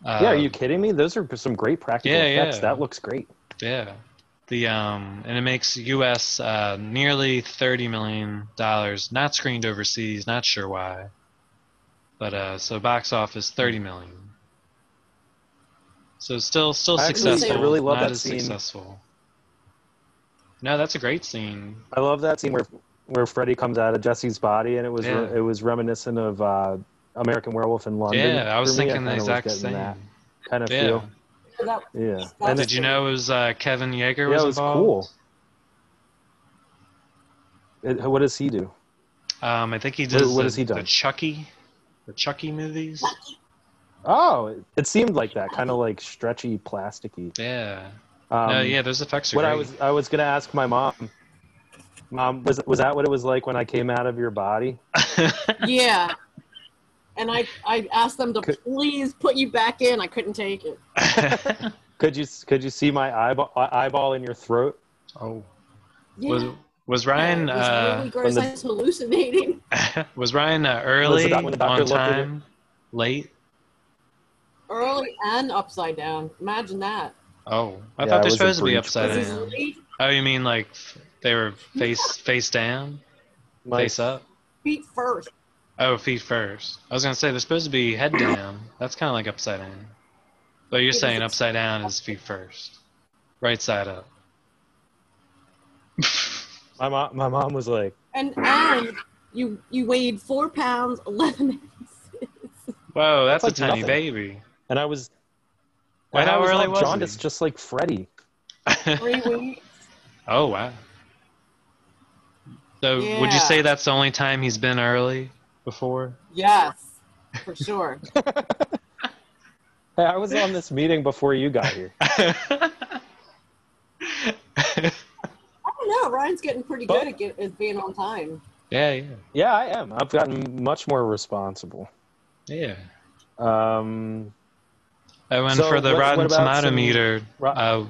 yeah,
Uh,
are you kidding me? Those are some great practical
Yeah,
effects.
yeah.
That looks great.
Yeah. The um and it makes US uh nearly 30 million dollars not screened overseas, not sure why. But uh so box office 30 million. So still still
I actually- I
successful.
really love
not
that
as
scene.
successful. No, that's a great scene.
I love that scene where where Freddy comes out of Jesse's body, and it was re-
Yeah.
it was reminiscent of uh, American Werewolf in London.
yeah, I was
For me,
thinking the
kinda was
exact
getting
same.
That kind of
yeah.
feel.
that-
Yeah.
that's-
Did you know it was uh, Kevin Yeager
Yeah,
was
it was
involved?
cool. It, what does he do?
Um, I think he
What-
does
what
the,
has he done?
the Chucky, the Chucky movies.
Oh, it, it seemed like that kind of like stretchy, plasticky.
Yeah.
Um,
No, yeah, those effects are
What I
great.
was I was gonna ask my mom. Mom, was was that what it was like when I came out of your body?
yeah. And I, I asked them to please put you back in. I couldn't take it.
Could you could you see my eyeball eyeball in your throat?
Oh,
Yeah.
was was Ryan
it was really
uh,
gross.
the-
I was hallucinating.
was Ryan uh, early
that when the doctor
on
looked at it?
time, late?
Early and upside down. Imagine that.
Oh, I
Yeah, I
thought they're
was a
supposed to be
breach,
upside
This is
down.
late,
Oh, you mean like f- they were face face down,
My-
face up?
feet first.
Oh, feet first. I was gonna say they're supposed to be head down. That's kind of like upside down. But you're
It is
saying
ups-
upside down is feet first, right side up.
my mom my mom was like,
And and you you weighed four pounds eleven ounces.
Whoa, that's,
That's
a
like
tiny
nothing.
baby.
and I was.
Wait,
and I
how
was
early
like
was
jaundice,
he?
just like Freddy.
Three weeks.
oh wow. So would
Yeah.
you say that's the only time he's been early before?
Yes, for sure.
Hey, I was on this meeting before you got here.
I don't know. Ryan's getting pretty
But-
good at, get, at being on time.
yeah, yeah,
Yeah, I am. I've gotten much more responsible.
yeah.
Um,
Oh, and
So
for the
what-
Rotten
what about
Tomato
some-
meter,
Ro-
uh,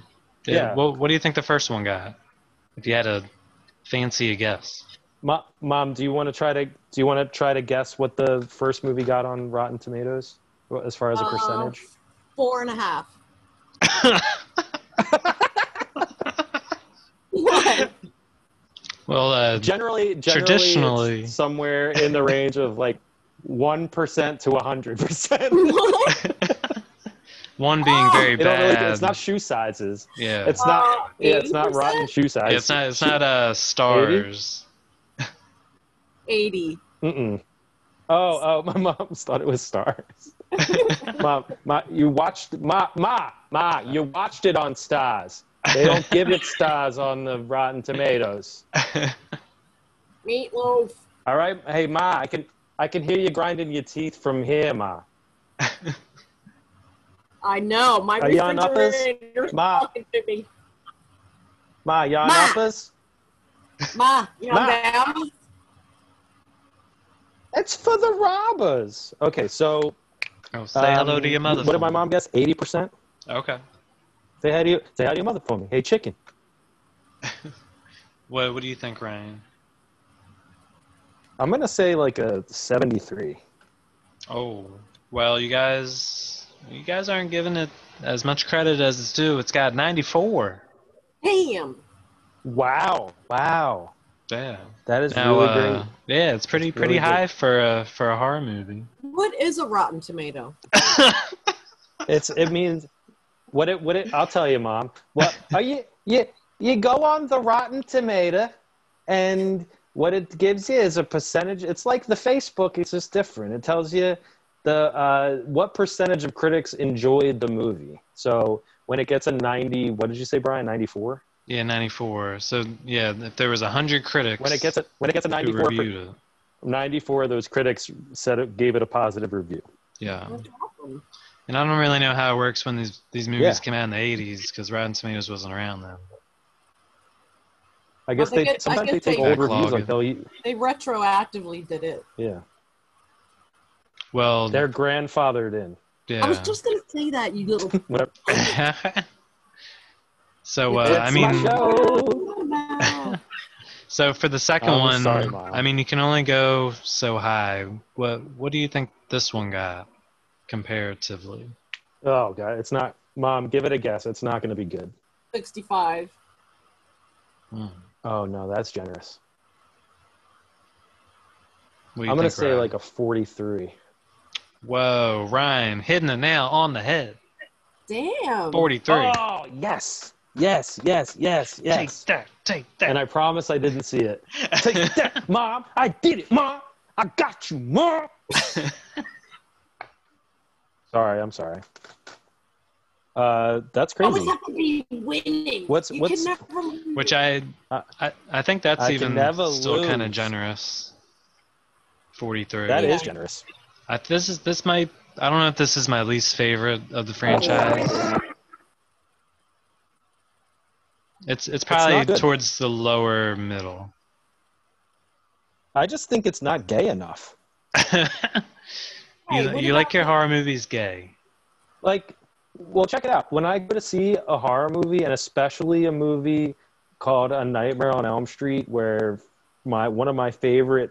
yeah,
Yeah.
What, what do you think the first one got? If you had to fancy a guess,
Mo- Mom, do you want to try to do you want to try to guess what the first movie got on Rotten Tomatoes wh- as far as a
Uh,
percentage?
Four and a half.
well, uh,
Generally, generally
Traditionally.
it's somewhere in the range of like one percent to hundred percent.
What?
one being very
It don't
bad.
really, it's not shoe sizes.
yeah,
It's not.
Uh,
Yeah, it's not
80%?
rotten shoe
Yeah,
size.
it's not. It's not uh, stars.
80.
Mm-mm. Oh, oh, my mom thought it was stars. ma, ma, you watched ma, ma, ma. You watched it on stars. They don't give it stars on the Rotten Tomatoes.
Meatloaf.
All right, hey ma, I can I can hear you grinding your teeth from here, ma.
I know. My
Are you on uppers?
refrigerator's
Ma.
talking to me.
Ma, you on
Ma.
uppers?
Ma, you
Ma.
know down?
It's for the robbers. Okay, so
Oh, say hello
um,
to your mother.
What
for
did my
me.
mom guess? Eighty percent.
Okay.
Say hi to you. Say hi to your mother for me. Hey, chicken.
What What do you think, Ryan?
I'm gonna say like a seventy-three.
Oh, well, you guys, you guys aren't giving it as much credit as it's due. It's got 94.
Damn.
Wow, wow,
Yeah.
that is
Now,
really
uh,
great.
yeah, it's pretty
It's
pretty
really
high for a for a horror movie.
What is a rotten tomato?
It's it means what it what it I'll tell you, mom. What are you you you go on the Rotten Tomato, and what it gives you is a percentage. It's like the Facebook. It's just different. It tells you the uh, what percentage of critics enjoyed the movie. So when it gets a ninety, what did you say, Brian? Ninety four.
Yeah, 94. So yeah, if there was 100 critics
When it gets a when it gets a
who
94,
reviewed it,
94 of those critics said it gave it a positive review.
yeah.
That's awesome.
And I don't really know how it works when these these movies
Yeah.
came out in the 80s because Rotten Tomatoes wasn't around then.
I guess
they
they
get- I
sometimes
guess
they
they-
take old
Backlog
reviews
it.
until you
They retroactively did it.
yeah
Well,
they're grandfathered in
yeah.
I was just going to say that, you little.
whatever.
so uh,
It's
I
It's my
mean,
show.
so for the second
I'm
one,
sorry, Mom.
I mean, you can only go so high. What What do you think this one got comparatively?
Oh god, it's not. Mom, give it a guess. It's not going to be good.
65.
Hmm.
Oh no, that's generous.
What do you
I'm going to
think,
say
Ryan?
like a 43.
Whoa, Ryan, hitting the nail on the head.
Damn.
43.
Oh yes, yes, yes, yes, yes.
that, take
And I promise I didn't see it. Take that, Mom. I did it, Mom. I got you, Mom. sorry, I'm sorry. Uh, that's
Always
crazy.
have to be winning.
What's-
you
what's-
can never lose.
Which I,
Uh,
I, I think that's
I can
even
never
still kind of
lose.
generous. 43.
That is
Yeah.
generous.
I, this is this might. I don't know if this is my least favorite of the franchise. It's it's
not
probably
good.
towards the lower middle.
I just think it's not gay enough.
you you like your horror movies gay?
like well check it out when i go to see a horror movie and especially a movie called a nightmare on elm street where my one of my favorite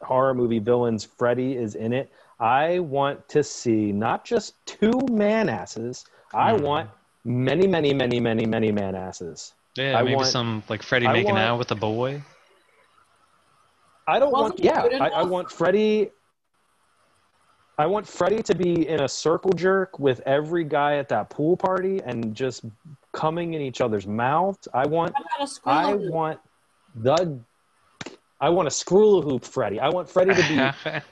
horror movie villains freddy is in it i want to see not just two man asses i
Mhm.
want many many many many many man asses
Yeah,
I
maybe
want-
some like Freddie
I
making
want-
out with a boy.
I don't
Wasn't
want. Yeah,
good
I, I
enough.
want Freddy. I want Freddy to be in a circle jerk with every guy at that pool party and just coming in each other's mouths. I want.
How about a squirrel?
I want the. I want a screw hoop Freddy. I want Freddy to be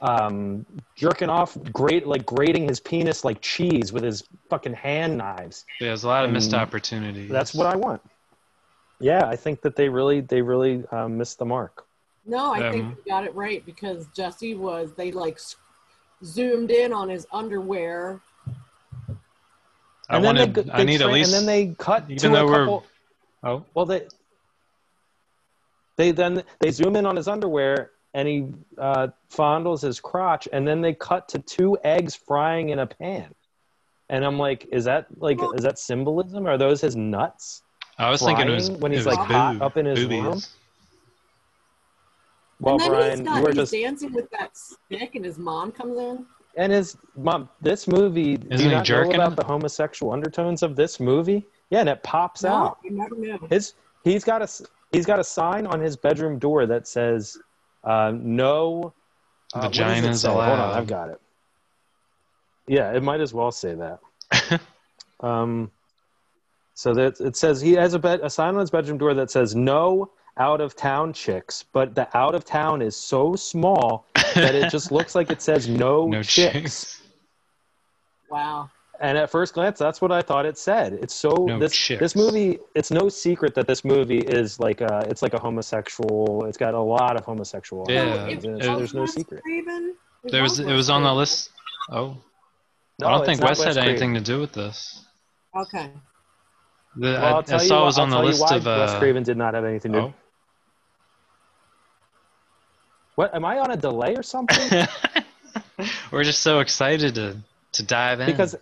um, jerking off, great like grating his penis like cheese with his fucking hand knives.
There's a lot of missed
Mm.
opportunities.
That's what I want. Yeah, I think that they really they really uh, missed the mark.
No, I
Um,
think you got it right because Jesse was they like s- zoomed in on his
I
underwear.
And then
wanted.
they-
I
they
need at
tra-
least.
And then they cut
even
to
though
a
we're-
couple.
oh,
Well, they they then they zoom in on his underwear and he uh, fondles his crotch, and then they cut to two eggs frying in a pan. And I'm like, is that like is that symbolism? Are those his nuts?
I was thinking it was
Brian, when
it
he's,
was
like, hot
boob-
up in his
boobies.
room? Well,
and then
Oh, Brian,
he's
you
not
were
he's
just
dancing with that stick, and his mom comes in.
and his mom. This movie. do
Isn't
you
he
not know
jerking
about
him?
the homosexual undertones of this movie? Yeah, and it pops out.
No, you never knew.
His he's got a s- he's got a sign on his bedroom door that says uh, no uh, what does it
Vaginas
say? Hold on,
allowed.
I've got it. Yeah, it might as well say that. um, so that it says he has a bed a sign on his bedroom door that says no out of town chicks, but the out of town is so small that it just looks like it says no,
no
chicks.
chicks.
Wow.
And at first glance, that's what I thought it said. It's so
No
this
chicks.
this movie. It's no secret that this movie is like a it's like a homosexual. It's got a lot of homosexual.
Yeah,
So
elements
it
in it,
it-
so
was
Uh, there's no
Wes
secret.
Craven, it
There was it was
Wes
on the
Craven.
list. Oh,
No,
I don't
it's
think
not
Wes had
Craven.
anything to do with this.
Okay.
The,
Well, I'll
I, I
tell you,
saw it was
I'll
on the
tell you
list
why
of. Uh,
Wes Craven did not have anything to.
oh.
What am I on a delay or something?
We're just so excited to to dive in.
because,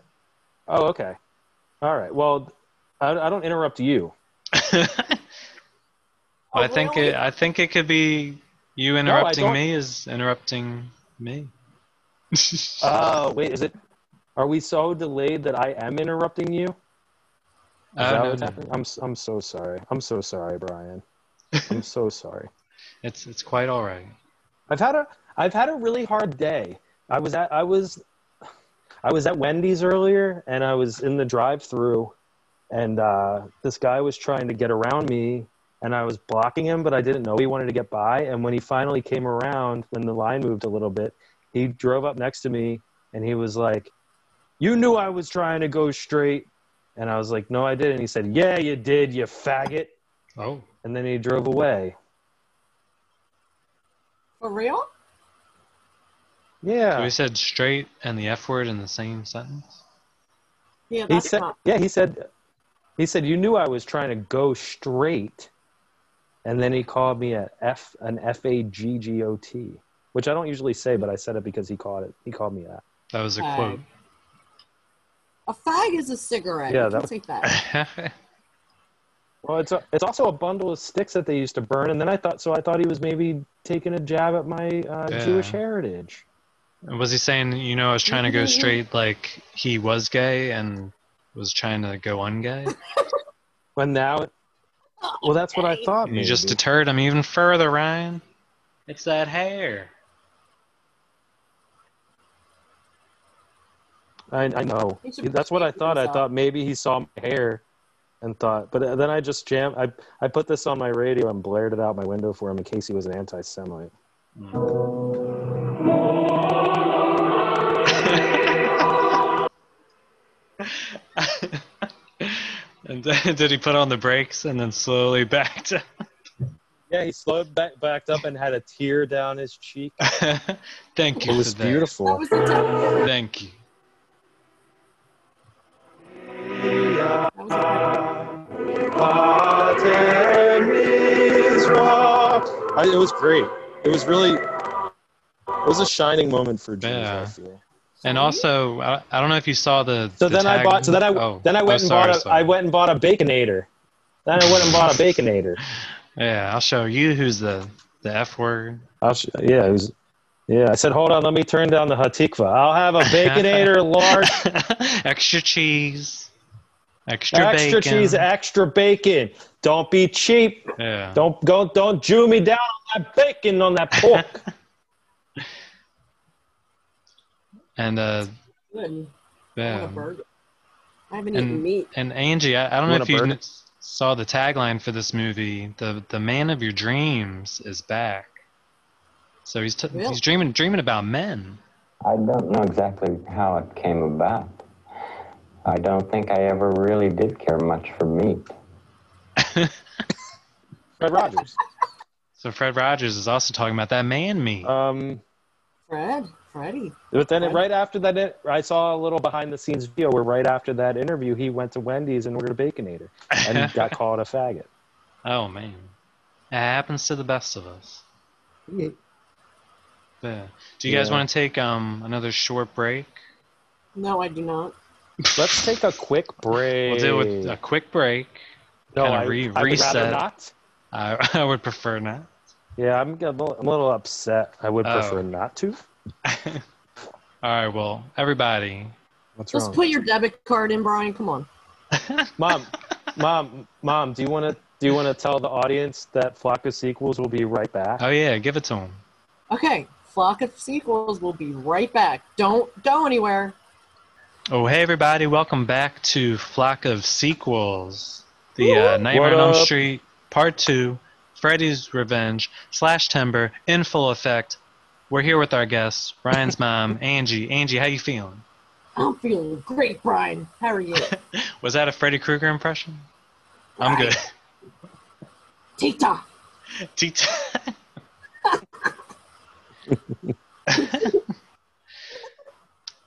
oh, okay, all right. Well, I, I don't interrupt you.
Well,
Oh,
I think
really?
it, I think it could be you interrupting
don't-
me is interrupting me.
Oh, wait, is it? Are we so delayed that I am interrupting you? Is
Oh,
that
no,
what's
no.
happening? I'm s- I'm so sorry. I'm so sorry, Brian. I'm so sorry.
It's it's quite all right.
I've had a I've had a really hard day. I was at I was I was at Wendy's earlier and I was in the drive-through and uh, this guy was trying to get around me and I was blocking him but I didn't know he wanted to get by and when he finally came around when the line moved a little bit, he drove up next to me and he was like, "You knew I was trying to go straight." And I was like, "No, I didn't." He said, "Yeah, you did, you faggot."
Oh,
And then he drove away.
For real?
Yeah.
so we said straight and the F word in the same sentence.
Yeah,
he
that's
said
not.
yeah he said he said you knew i was trying to go straight and then he called me a f an f-a-g-g-o-t which i don't usually say but i said it because he called it he called me that
That was a
Uh,
Fag.
quote.
A fag is a cigarette.
Yeah,
you can
that-
take that.
well it's a, it's also a bundle of sticks that they used to burn and then i thought so i thought he was maybe taking a jab at my uh,
Yeah.
jewish heritage
was he saying you know I was trying to go straight like he was gay and was trying to go ungay?
when now well that's what i thought
You just
maybe.
deterred him even further, Ryan. It's that hair.
I, I know.
He should
That's what I
behave
thought. I
himself.
thought maybe he saw my hair and thought, but then I just jammed. I, I put this on my radio and blared it out my window for him in case he was an anti Semite.
and then, did he put on the brakes and then slowly backed
Yeah, he slowed back, backed up and had a tear down his cheek.
up? Thank you
It was
for that.
That
beautiful.
was the tip.
Thank you.
That was the
I, it was great. It was really, it was a shining moment for James.
Yeah.
I feel.
And also, I, I don't know if you saw the.
So
the
then I
tag-
bought. So then I
Oh.
then I
Oh,
went and
sorry,
bought. A,
sorry.
I went and bought a baconator. Then I went and bought a baconator.
Yeah, I'll show you who's the the F word.
I'll sh- yeah, it was, yeah. I said, hold on, let me turn down the hatikva. I'll have a baconator large,
extra cheese, extra,
extra
bacon.
cheese, extra bacon. Don't be cheap.
yeah.
Don't go. Don't jew me down on that bacon on that pork.
And uh,
Good. I want
yeah.
a burger. I haven't eaten
And,
meat.
and Angie, I, I don't know
You want
if
a
you
burger?
kn- saw the tagline for this movie. The the man of your dreams is back. So he's t-
Really?
he's dreaming dreaming about men.
I don't know exactly how it came about. I don't think I ever really did care much for meat.
Fred Rogers.
So Fred Rogers is also talking about that man meat.
Um,
Fred, Freddy.
but then it- right after that, it- I saw a little behind the scenes video where right after that interview, he went to Wendy's and ordered a baconator and got called a faggot.
oh man, it happens to the best of us.
Mm.
Yeah. Do you guys
Yeah.
want to take um another short break?
No, I do not.
Let's take a quick break.
We'll do it with a quick break.
no,
kinda
I,
re-
I would rather
reset.
not.
I, I would prefer not.
Yeah, I'm, a little- I'm a little upset. I would
Oh.
prefer not to.
All right, well, everybody,
What's
Just
wrong?
put your debit card in, Brian. Come on.
mom, mom, mom. Do you want to do you want to tell the audience that Flock of Sequels will be right back?
oh yeah, give it to him.
Okay, Flock of Sequels will be right back. Don't go anywhere.
Oh hey everybody, welcome back to Flock of Sequels, the uh, Nightmare
What
on Elm
up?
Street Part Two, Freddy's Revenge slash Timber in full effect. We're here with our guests, Brian's mom, Angie. Angie, how you feeling?
I'm feeling great, Brian. How are you?
Was that a Freddy Krueger impression? I'm good.
Tita.
Teet-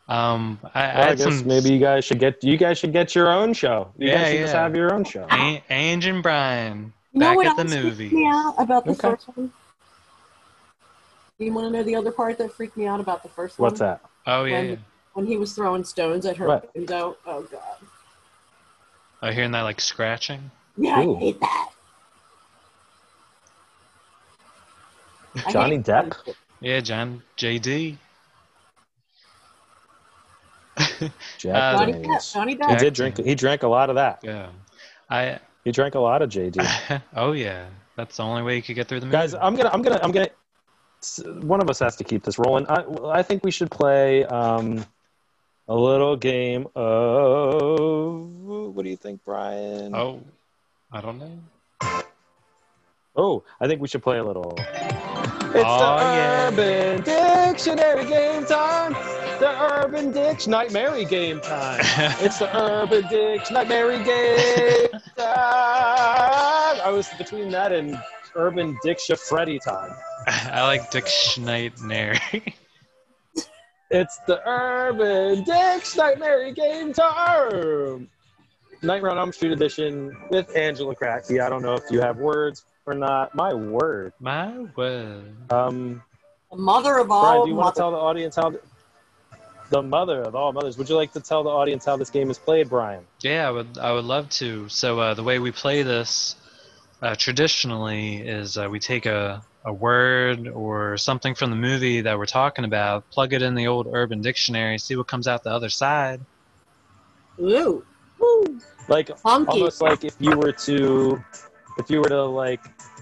um, I, I
Well, I,
had
guess
some
maybe you guys should get you guys should get your own show. You
Yeah,
guys should just
yeah.
have your own show.
An- Ange and Brian
You know
back
what
at the
else freaked
movies.
me out about the
Okay.
first one? You want to know the other part that freaked me out about the first
What's
one?
that?
Oh yeah,
When-
yeah.
When he was throwing stones at her
What?
window. Oh, God.
Oh, hearing that like scratching.
Yeah,
Ooh.
I hate that. I hate
Johnny Depp.
Yeah, John JD.
Jack
Uh,
Johnny
Daniels.
Depp. Johnny
He
Depp.
did drink. He drank a lot of that.
Yeah, I.
He drank a lot of JD.
oh yeah, that's the only way you could get through the movie.
guys i'm gonna i'm gonna i'm gonna s- one of us has to keep this rolling i, I think we should play um, a little game of what do you think brian
oh, I don't know.
Oh, i think we should play a little it's
Aw,
the
yeah.
urban dictionary game time the urban ditch nightmare game time it's the urban ditch nightmare game time i was between that and urban diction freddy time
I like Dick Schneidner.
It's the Urban Dick's Nightmare Game Time! Nightmare on Elm Street Edition with Angela Cracky. I don't know if you have words or not. My word.
My word.
Um,
The mother of
Brian,
all
do you want to
mothers.
tell the audience how th- the mother of all mothers? Would you like to tell the audience how this game is played, Brian?
Yeah, I would. I would love to. So uh, the way we play this uh, traditionally is uh, we take a a word or something from the movie that we're talking about, plug it in the old Urban Dictionary, see what comes out the other side.
Ooh. Ooh.
Like
Funky.
almost like if you were to, if you were to like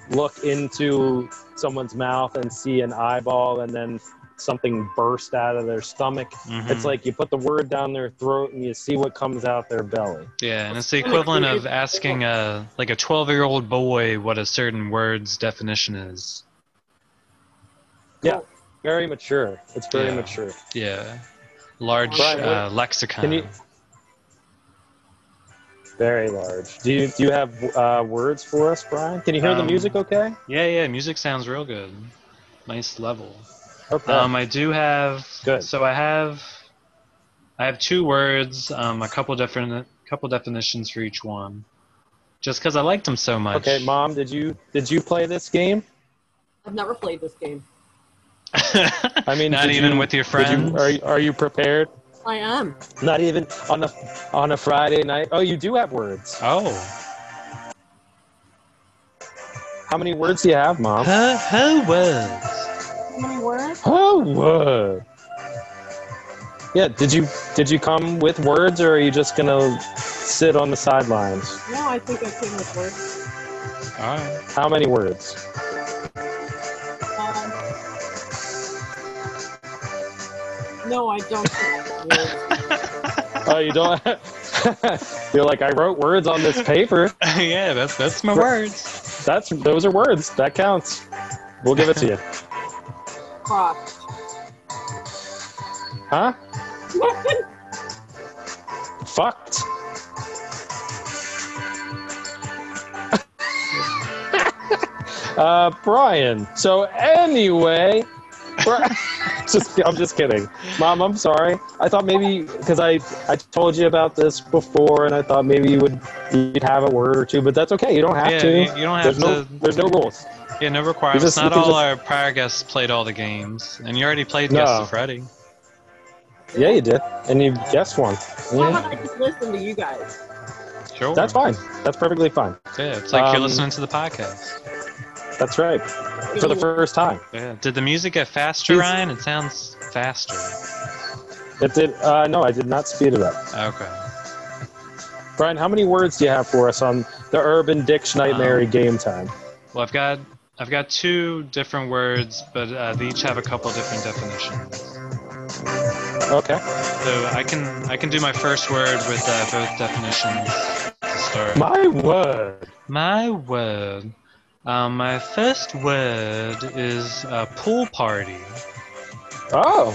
look into someone's mouth and see an eyeball and then something burst out of their stomach It's
Mhm.
like you put the word down their throat and you see what comes out their belly.
yeah, and it's the equivalent of asking a like a 12 year old boy what a certain word's definition is.
Very mature. It's very
Yeah.
mature.
Yeah, large
Brian, what-
uh, lexicon.
Can you? Very large. Do you do you have uh, words for us, Brian? Can you hear the
Um,
music? Okay.
Yeah, yeah, music sounds real good. Nice level.
Okay.
Um, I do have.
Good.
So I have. I have two words, um, a couple different, couple definitions for each one, just because I liked them so much.
okay, mom. Did you did you play this game?
I've never played this game.
I mean,
Not
did
even
you-
with your
did
friends.
You, are you- are you prepared?
I am.
Not even on a on a Friday night. Oh, you do have words.
oh.
How many words do you have, Mom?
Her, her words.
How many words?
Oh, whoa. Yeah. Did you did you come with words, or are you just gonna sit on the sidelines?
No, I think I came with words.
All right.
How many words?
Um, no, I don't. Think I came with words.
Oh, you don't. You're like I wrote words on this paper.
yeah, that's that's my
Right.
words.
That's those are words. That counts. We'll give it to you.
Crossed.
Huh? Fucked. uh, Brian. So anyway, Bri- just I'm just kidding, Mom. I'm sorry. I thought maybe because I I told you about this before, and I thought maybe you would you'd have a word or two, but that's okay. You don't have
Yeah,
to.
you, you don't have
there's no
to.
there's no rules.
yeah, no requirements.
just-
Not
you can
all
just-
our prior guests played all the games, and you already played
No.
Guest of Freddy.
Yeah, you did, and you guessed one.
Why would I just listen to you guys?
Sure.
That's fine. That's perfectly fine.
Yeah, it's like you're
Um,
listening to the podcast.
That's right. For the first time.
Yeah. Did the music get faster,
He's-
Ryan? It sounds faster.
It did. Uh, no, I did not speed it up.
Okay.
Brian, how many words do you have for us on the Urban Dictionary Nightmare
Um,
game time?
Well, I've got I've got two different words, but uh, they each have a couple different definitions.
Okay.
So I can I can do my first word with uh, both definitions to start.
My word.
My word. Um, my first word is uh, pool party.
Oh,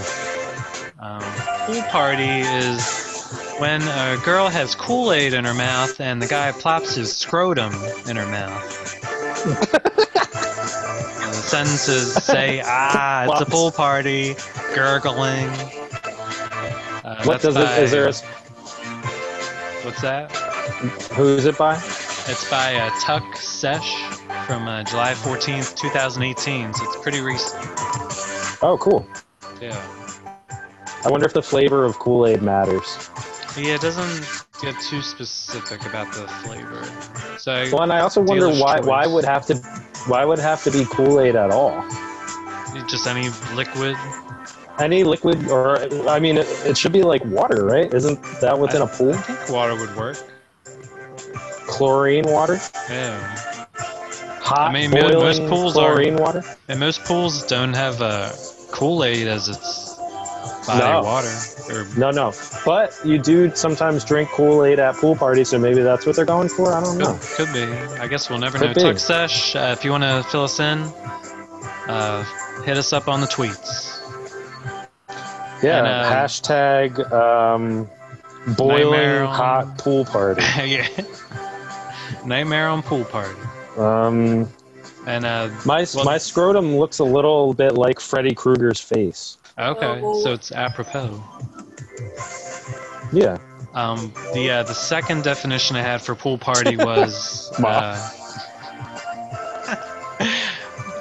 Um, pool party is when a girl has Kool Aid in her mouth and the guy plops his scrotum in her mouth. and the sentences say, ah, it's a pool party, gurgling. Uh,
what
that's
does it? Is
by-
there? A,
What's that?
who is it by?
It's by uh, Tuck Sesh from uh, July 14th, 2018, so it's pretty recent.
Oh, cool.
Yeah.
I wonder if the flavor of Kool Aid matters.
Yeah, it doesn't get too specific about the flavor. So,
Well, and I also wonder
Dealer's
why
choice.
why would have to why would have to be Kool Aid at all?
just any liquid.
Any liquid, or I mean, it, it should be like water, right? Isn't that what's in a pool?
I think water would work.
Chlorine water,
Yeah.
hot
I mean, mo-
boiling
most pools are-
chlorine water.
And most pools don't have uh, Kool Aid as its body
No.
water. Or,
No, no. But you do sometimes drink Kool Aid at pool parties, so maybe that's what they're going for. I don't know.
could, could be. I guess we'll never
Could
know.
be.
Tuck Sesh, uh, if you want to fill us in, uh, hit us up on the tweets.
Yeah.
And, uh,
hashtag um, boiling
Nightmare on-
hot pool party.
yeah. Nightmare on pool party.
Um,
And uh
my
Well-
my scrotum looks a little bit like Freddy Krueger's face.
okay,
Oh.
so it's apropos.
Yeah.
Um the uh, the second definition I had for pool party was
Ma.
uh,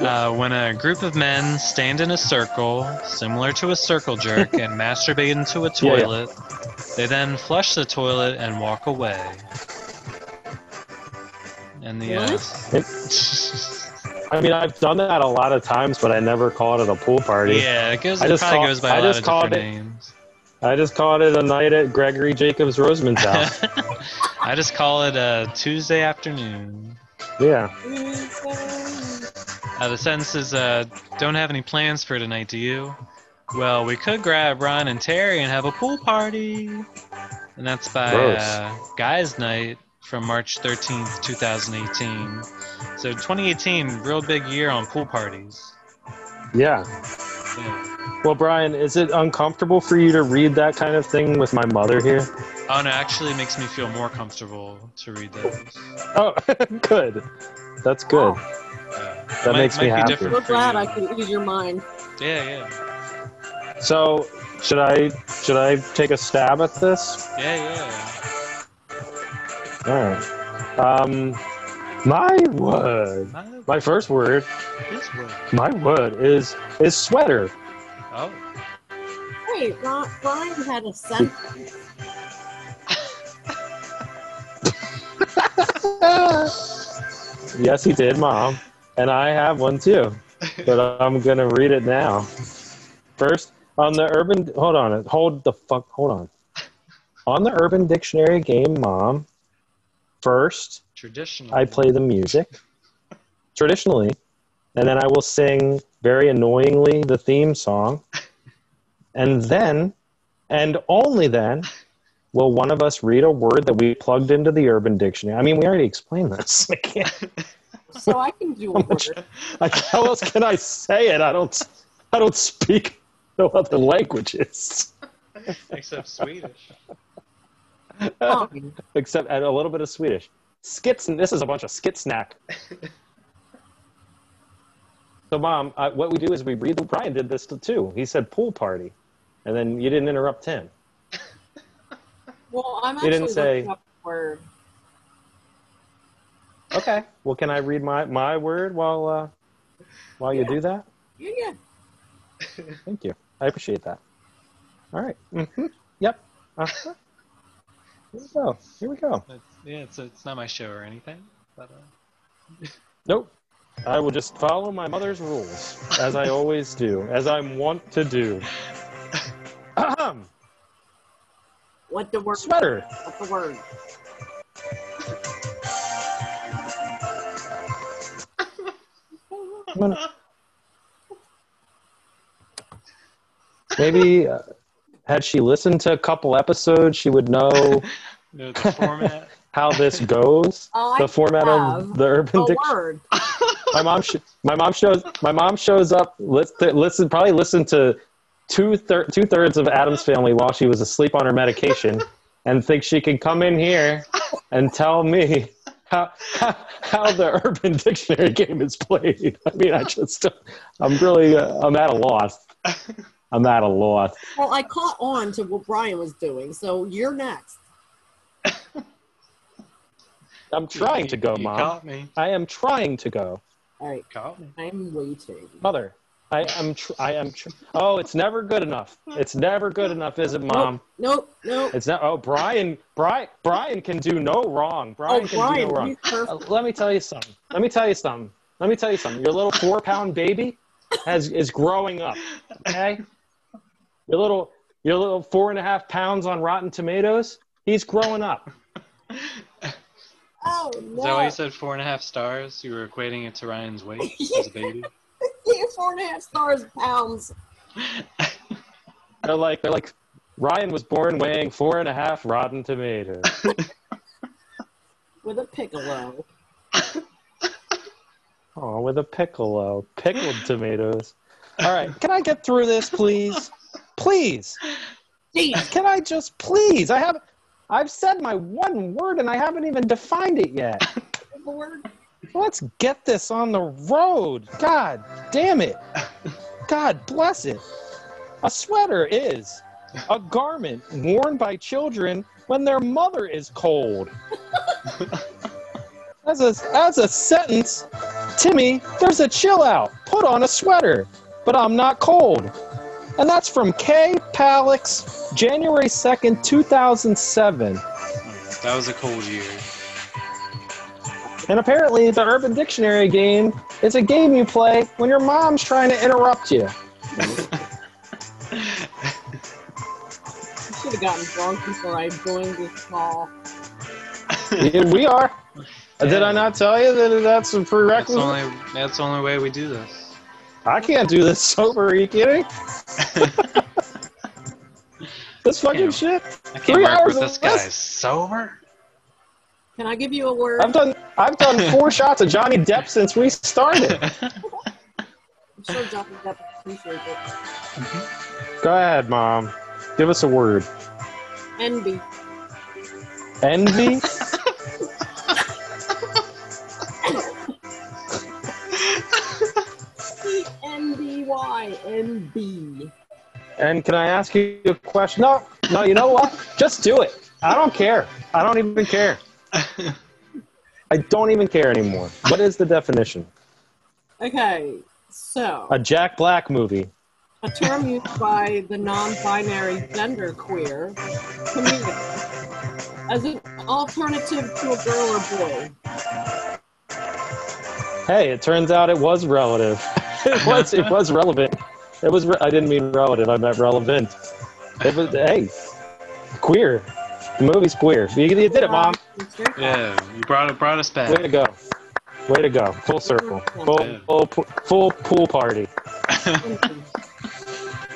uh, when a group of men stand in a circle, similar to a circle jerk, and masturbate into a
Yeah, yeah.
toilet. They then flush the toilet and walk away. And the uh,
I mean, I've done that a lot of times, but I never called it a pool party.
Yeah, it goes.
I
It
just
probably
call-
goes by
I
a lot
just
of
called
different names.
I just called it a night at Gregory Jacobs Roseman's house.
I just call it a Tuesday afternoon.
yeah.
Uh, the sentence is, uh, "Don't have any plans for tonight, do you?" Well, we could grab Ron and Terry and have a pool party, and that's by
Gross.
uh, Guys Night from March 13th, 2018. So 2018, real big year on pool parties.
Yeah.
Yeah.
Well, Brian, is it uncomfortable for you to read that kind of thing with my mother here?
Oh no, actually, it makes me feel more comfortable to read those.
Oh, good. That's good.
Uh,
That makes me
be
happy.
different
We're
for
glad
you.
I can ease your mind.
Yeah, yeah,
So, should I should I take a stab at this?
yeah, yeah.
All right. Um, My word. My first word. My word is is sweater.
Oh.
Wait, Ron, Ryan had a sense.
Yes, he did, Mom. And I have one too. But I'm going to read it now. First, on the Urban. Hold on. Hold the fuck. Hold on. On the Urban Dictionary game, Mom, first,
Traditional.
I play the music traditionally, and then I will sing very annoyingly the theme song. And then, and only then, will one of us read a word that we plugged into the Urban Dictionary. I mean, we already explained this. I can't,
So I can do a word.
I, how else can I say it? I don't. I don't speak no other languages
Except Swedish.
Fine.
except and a little bit of Swedish. Skits. This is a bunch of skit snack. so, mom, uh, what we do is we read. Brian did this too. He said pool party, and then you didn't interrupt him.
Well, I'm
He
actually
didn't say-
looking up the word.
Okay. Well, can I read my my word while uh, while you do that?
Yeah, yeah.
Thank you. I appreciate that. All right. Mhm. Yep. Uh-huh. Here we go. Here we go.
But, yeah, it's, it's not my show or anything. But, uh,
Nope. I will just follow my mother's rules, as I always do, as I'm wont to do. Uh-huh. Ahem.
What the word?
Sweater.
What the word?
I'm gonna- Maybe uh, had she listened to a couple episodes, she would know
you know, the format.
how this goes.
Oh, I
the format
have
of the Urban
A
Dictionary.
word.
my mom sh- my mom shows my mom shows up listen, listen probably listened to two thir- two thirds of Adam's family while she was asleep on her medication and thinks she can come in here and tell me how, how how the urban dictionary game is played i mean i just don't- i'm really uh, i'm at a loss i'm at a loss
Well, I caught on to what Brian was doing, so you're next.
i'm trying to go
You
mom
caught me.
i am trying to go
All right,
Caught me.
I'm waiting.
mother i am tr- i am tr- oh it's never good enough it's never good enough is it mom
Nope, nope.
It's not. Oh, Brian, Brian, Brian can do no wrong. Brian
oh,
can
Brian,
do no wrong.
you perf-
Uh, let me tell you something. Let me tell you something. Let me tell you something. Your little four-pound baby has is growing up. Okay. Your little your little four and a half pounds on Rotten Tomatoes. He's growing up.
Oh
Is that why
no!
you said four and a half stars? You were equating it to Ryan's weight as a baby.
Yeah, Four and a half stars pounds.
They're like they're like Ryan was born weighing four and a half Rotten Tomatoes.
with a piccolo.
Oh, with a piccolo, pickled tomatoes. All right. Can I get through this, please? Please.
Jeez,
Can I just please? I have I've said my one word and I haven't even defined it yet.
Lord.
Let's get this on the road. God damn it. God bless it. A sweater is a garment worn by children when their mother is cold. As a, as a sentence, Timmy, there's a chill out. Put on a sweater, but I'm not cold. And that's from K. Palix, January 2nd, 2007.
That was a cold year.
And apparently, the Urban Dictionary game is a game you play when your mom's trying to interrupt you.
I should have gotten drunk before I joined this call.
Yeah, we are. Did I not tell you that that's a
That's the
prerequisite?
only that's the only way we do this.
I can't do this sober. Are you kidding? this fucking
Yeah.
shit.
I can't work
Three
with
hours of
this guy
this?
sober.
Can I give you a word?
I've done. I've done four shots of Johnny Depp since we started.
I'm sure Johnny Depp appreciates it.
Go ahead, mom. Give us a word.
Envy.
Envy.
E-N-B-Y. Envy.
And can I ask you a question? No, no, you know what? Just do it. I don't care. I don't even care. I don't even care anymore. What is the definition?
Okay, so
A Jack Black movie.
a term used by the non-binary gender queer community as an alternative to a girl or boy.
Hey, it turns out it was relative. it was it was relevant. It was re- I didn't mean relative. I meant relevant. It was hey, queer. The movie's queer. You, you did it, mom.
Yeah, you brought brought us back.
Way to go. Way to go. Full circle. Full full, pu- full pool party.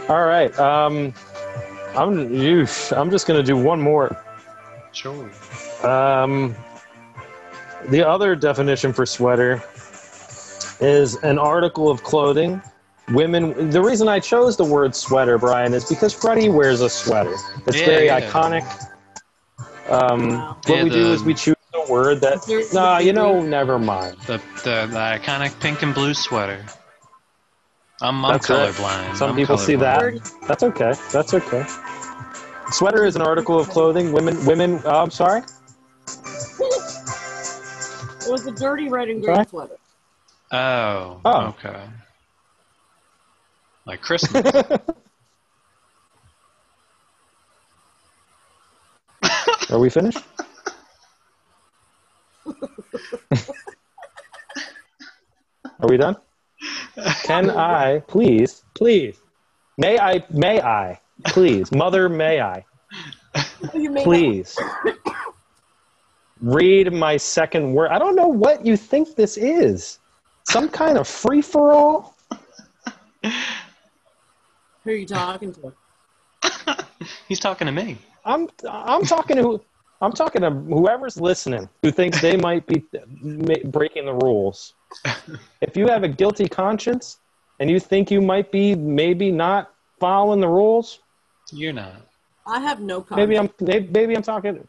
All right. Um, I'm you. I'm just gonna do one more.
Sure.
Um, the other definition for sweater is an article of clothing. Women. The reason I chose the word sweater, Brian, is because Freddie wears a sweater. It's
Yeah,
very
yeah.
iconic. Um, what
Yeah,
we do
the-
is we choose a word that. Nah, you know, never mind.
The, the the iconic pink and blue sweater. I'm, I'm
That's right.
colorblind.
Some
I'm
people see
colorblind.
that. That's okay. That's okay. Sweater is an article of clothing. Women, women. Uh, I'm sorry.
It was a dirty red and green
Sorry?
sweater.
Oh,
Oh.
Okay. Like Christmas.
Are we finished? Are we done? Can I please, please? May I? May I? Please, mother, may I?
You mean
Please read my second word. I don't know what you think this is. Some kind of free for all.
who are you talking to?
He's talking to me.
I'm I'm talking to who- I'm talking to whoever's listening who thinks they might be ma- breaking the rules. If you have a guilty conscience and you think you might be maybe not following the rules,
You're not.
I have no
maybe
comment.
I'm may- maybe I'm talking.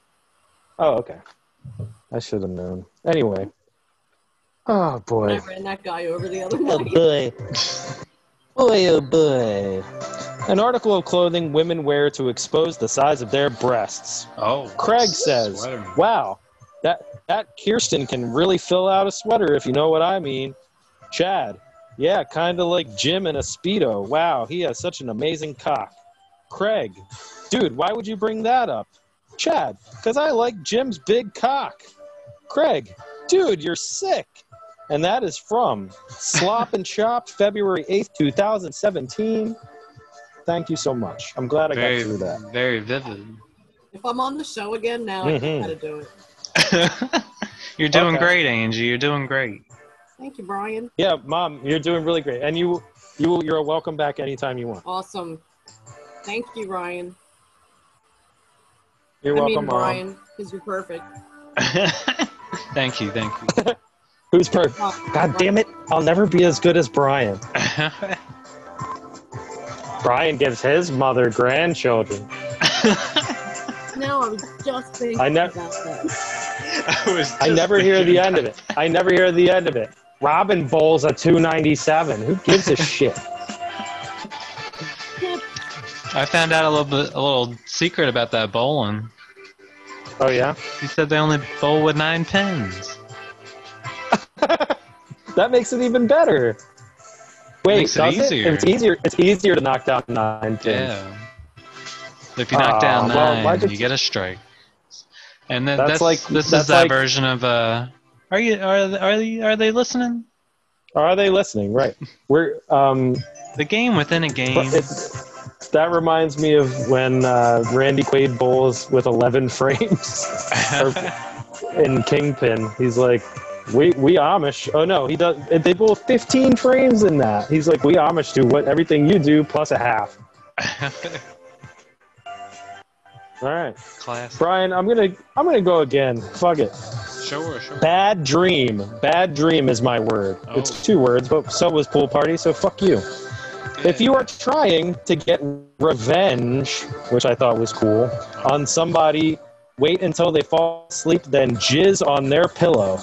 Oh, okay. I should have known. Anyway. Oh
I
boy.
ran that guy over the other
Oh
night.
boy. Boy, oh boy. An article of clothing women wear to expose the size of their breasts.
Oh.
Craig says,
sweater.
"Wow, that that Kirsten can really fill out a sweater if you know what I mean." Chad, yeah, kind of like Jim in a speedo. Wow, he has such an amazing cock. Craig, dude, why would you bring that up? Chad, because I like Jim's big cock. Craig, dude, you're sick. And that is from Slop and Chop, February 8th, 2017. Thank you so much. I'm glad I
Very
got through that.
very vivid.
If I'm on the show again now, I
Mhm.
know how to do it.
You're doing
Okay.
great, Angie. You're doing great.
Thank you, Brian.
Yeah, mom, you're doing really great, and you you you're welcome back anytime you want.
Awesome. Thank you, Ryan.
You're
I
welcome,
mean,
mom.
Brian, because you're perfect.
thank you, thank
Who's perfect?
Oh,
God damn it! I'll never be as good as Brian.
you.
Brian gives his mother grandchildren.
No, I was just thinking
I nev-
about that.
I, was
I
just
never hear
thinking
the end of it. I never hear the end of it. Robin bowls a 297. Who gives a shit?
about- I found out a little bit, a little secret about that bowling.
Oh yeah,
He said they only bowl with nine pins.
that makes it even better. Wait,
Makes it
does it?
easier.
It's easier. It's easier to knock down nine pins.
Yeah. But if you knock down
Ah, well,
nine,
why did
you
you-
get a strike. And then
That's
that's,
like-
this
that's
is that
like-
version of uh, are you are they- are they are they listening?
Are they listening? Right. We're um,
The game within a
But
game.
it's- that reminds me of when uh, Randy Quaid bowls with 11 frames or- in Kingpin. He's like, we we Amish. Oh no, he does. They bowl 15 frames in that. He's like, we Amish do what everything you do plus a half. All right,
Class.
Brian, I'm gonna I'm gonna go again. Fuck it.
Sure, sure.
Bad dream. Bad dream is my word. It's
Oh.
two words, but so was pool party. So fuck you. If you are trying to get revenge, which I thought was cool, on somebody, wait until they fall asleep, then jizz on their pillow.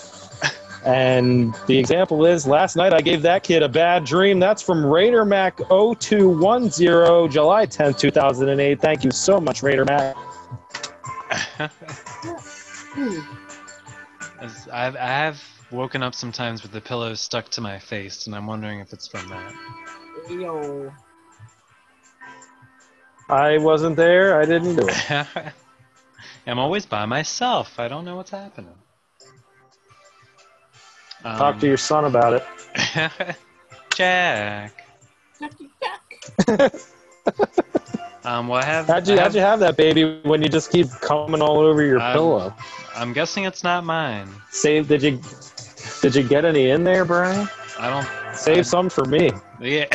And the example is last night I gave that kid a bad dream. That's from oh Raider Mac 0210, July 10th, 2008. Thank you so much, Raider Mac.
Hmm.
As I've, I have woken up sometimes with the pillow stuck to my face, and I'm wondering if it's from that.
Yo.
I wasn't there. I didn't do it.
I'm always by myself. I don't know what's happening. Um,
Talk to your son about it.
your Jack. Um, well, I have.
How'd you,
I
how'd you have that baby when you just keep coming all over your
Um,
pillow?
I'm guessing it's not mine.
Save did you did you get any in there, Brian?
I don't.
Save some for me.
Yeah.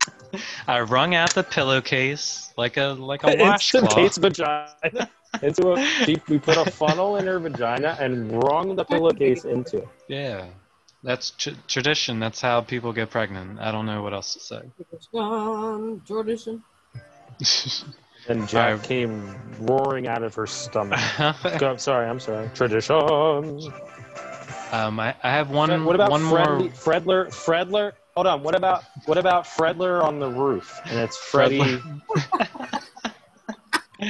I wrung out the pillowcase like a like a
Into Kate's
washcloth.
vagina. Into a she, we put a funnel in her vagina and wrung the pillowcase into it.
Yeah, that's tr- tradition. That's how people get pregnant. I don't know what else to say.
Um, Jordan.
And
I-
Jack came roaring out of her stomach. Go- I'm sorry, I'm sorry. Tradition.
um, I, I have one.
What about
one
Fredly,
more?
Fredler? Fredler? Hold on. What about what about Fredler on the roof? And it's Freddy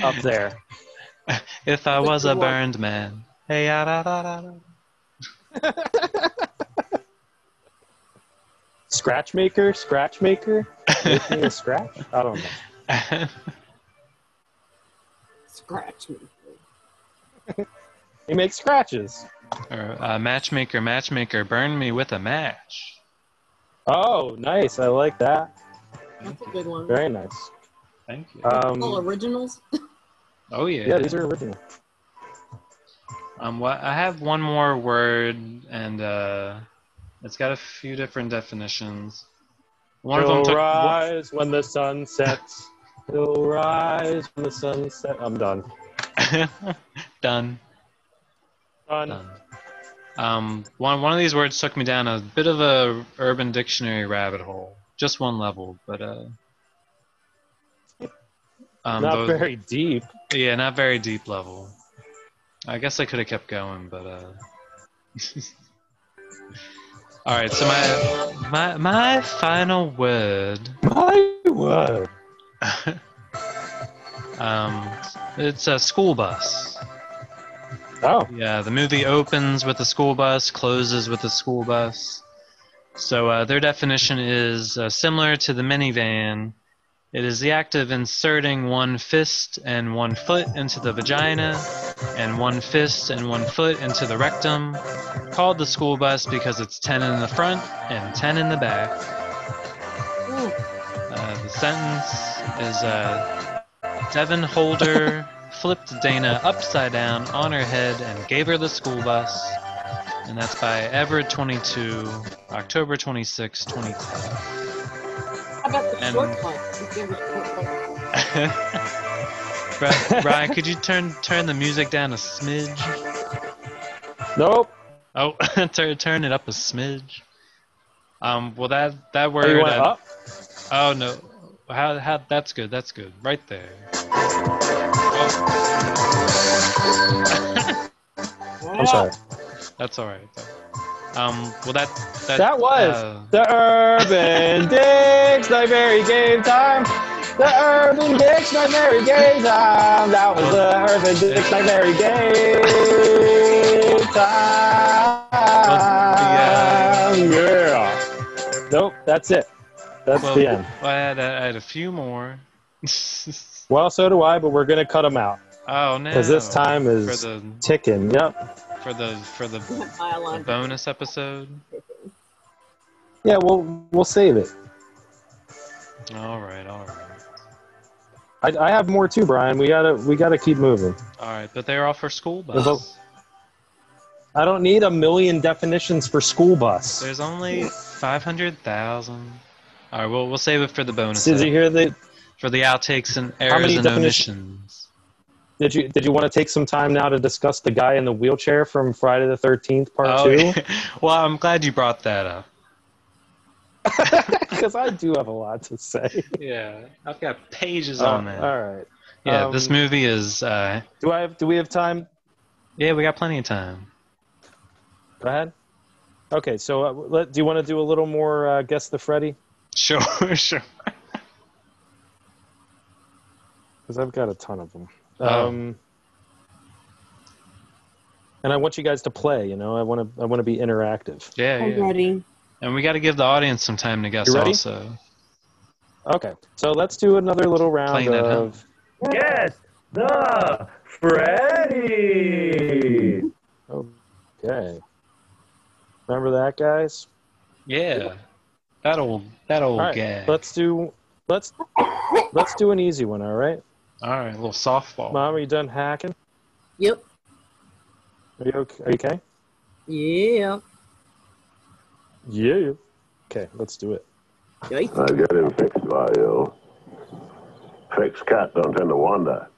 up there.
If I
That's a
was a
good one.
burned man. Hey, ah, da, da, da, da.
Scratch maker, scratch maker, Make me a scratch. I don't know.
Scratch me.
He makes scratches.
or uh, matchmaker, matchmaker, burn me with a match.
Oh, nice. I like that.
That's a good one.
Very nice.
Thank you.
All
Um,
originals.
oh yeah.
yeah, these are original.
Um, what I have one more word, and uh, it's got a few different definitions. One of them
He'll
took. one-
rise when the sun sets. He'll rise when the sun sets. I'm done.
Done.
Done.
Done. Um, one one of these words took me down a bit of a Urban Dictionary rabbit hole. Just one level, but uh. Um,
Not
both-
very deep.
Yeah, not very deep level. I guess I could have kept going, but uh. All right, so my my my final word.
My word.
um, it's a school bus.
Oh,
Yeah, the movie opens with a school bus, closes with a school bus. So uh, their definition is uh, similar to the minivan. It is the act of inserting one fist and one foot into the vagina, and one fist and one foot into the rectum, called the school bus because it's 10 in the front and 10 in the back.
Ooh,
Uh, the sentence is uh, Devin Holder flipped Dana upside down on her head and gave her the school bus. And that's by Everett 22, October 26, 2010.
how about the
And-
short one? You gave us short one.
Ri- Ryan, could you turn turn the music down a smidge?
nope.
Oh, turn turn it up a smidge. Um, well that that
Oh,
word.
you went
uh,
up?
Oh no, how how that's good. That's good. Right there.
I'm sorry.
That's all right. Um, well that that,
That was
uh,
the Urban Dicks Nightmare Game Time. The Urban Dicks Nightmare Game Time. That was the Urban Dicks Nightmare Game Time. Ah, Yeah. Nope, that's it. That's
uh, Well,
the end.
I, had, I had a few more.
Well, so do I, but we're going to cut them out
oh no!
because this time
for
is
the
ticking. Yep.
for the for the,
You
the
have my laundry.
bonus episode.
Yeah, we'll, we'll save it.
All right, all right,
I, I have more too, Brian. We gotta we gotta keep moving.
all right. But they're all for school
There's
bus.
I don't need a million definitions for school bus.
There's only five hundred thousand. All right, well we'll save it for the bonus
Did you
ep-
hear the?
for the outtakes and
How
errors
many
and
definition-
omissions.
Did you did you want to take some time now to discuss the guy in the wheelchair from Friday the Thirteenth Part
Oh,
Two?
well, I'm glad you brought that up.
Because I do have a lot to say.
Yeah, I've got pages
Uh,
on that.
all right.
Yeah,
um,
this movie is. Uh,
Do I have? Do we have time?
yeah, we got plenty of time.
Go ahead. Okay. So, uh, let, do you want to do a little more? Uh, Guess the Freddy.
Sure, sure.
Because I've got a ton of them.
Oh.
Um, and I want you guys to play. You know, I want to I want to be interactive.
Yeah,
I'm
yeah.
ready.
And we got to give the audience some time to guess
You ready?
also.
Okay, so let's do another little round
Playing that, huh?
of.
Yes, the Freddy.
Okay. Remember that, guys.
Yeah. That old that old
All right,
gag.
let's do let's let's do an easy one. All right,
All right, a little softball.
Mom, are you done hacking?
Yep.
Are you okay? Are you okay?
Yeah.
Yeah. Okay, let's do it.
Yikes.
I got him fixed by you. Fixed cat don't tend to wander.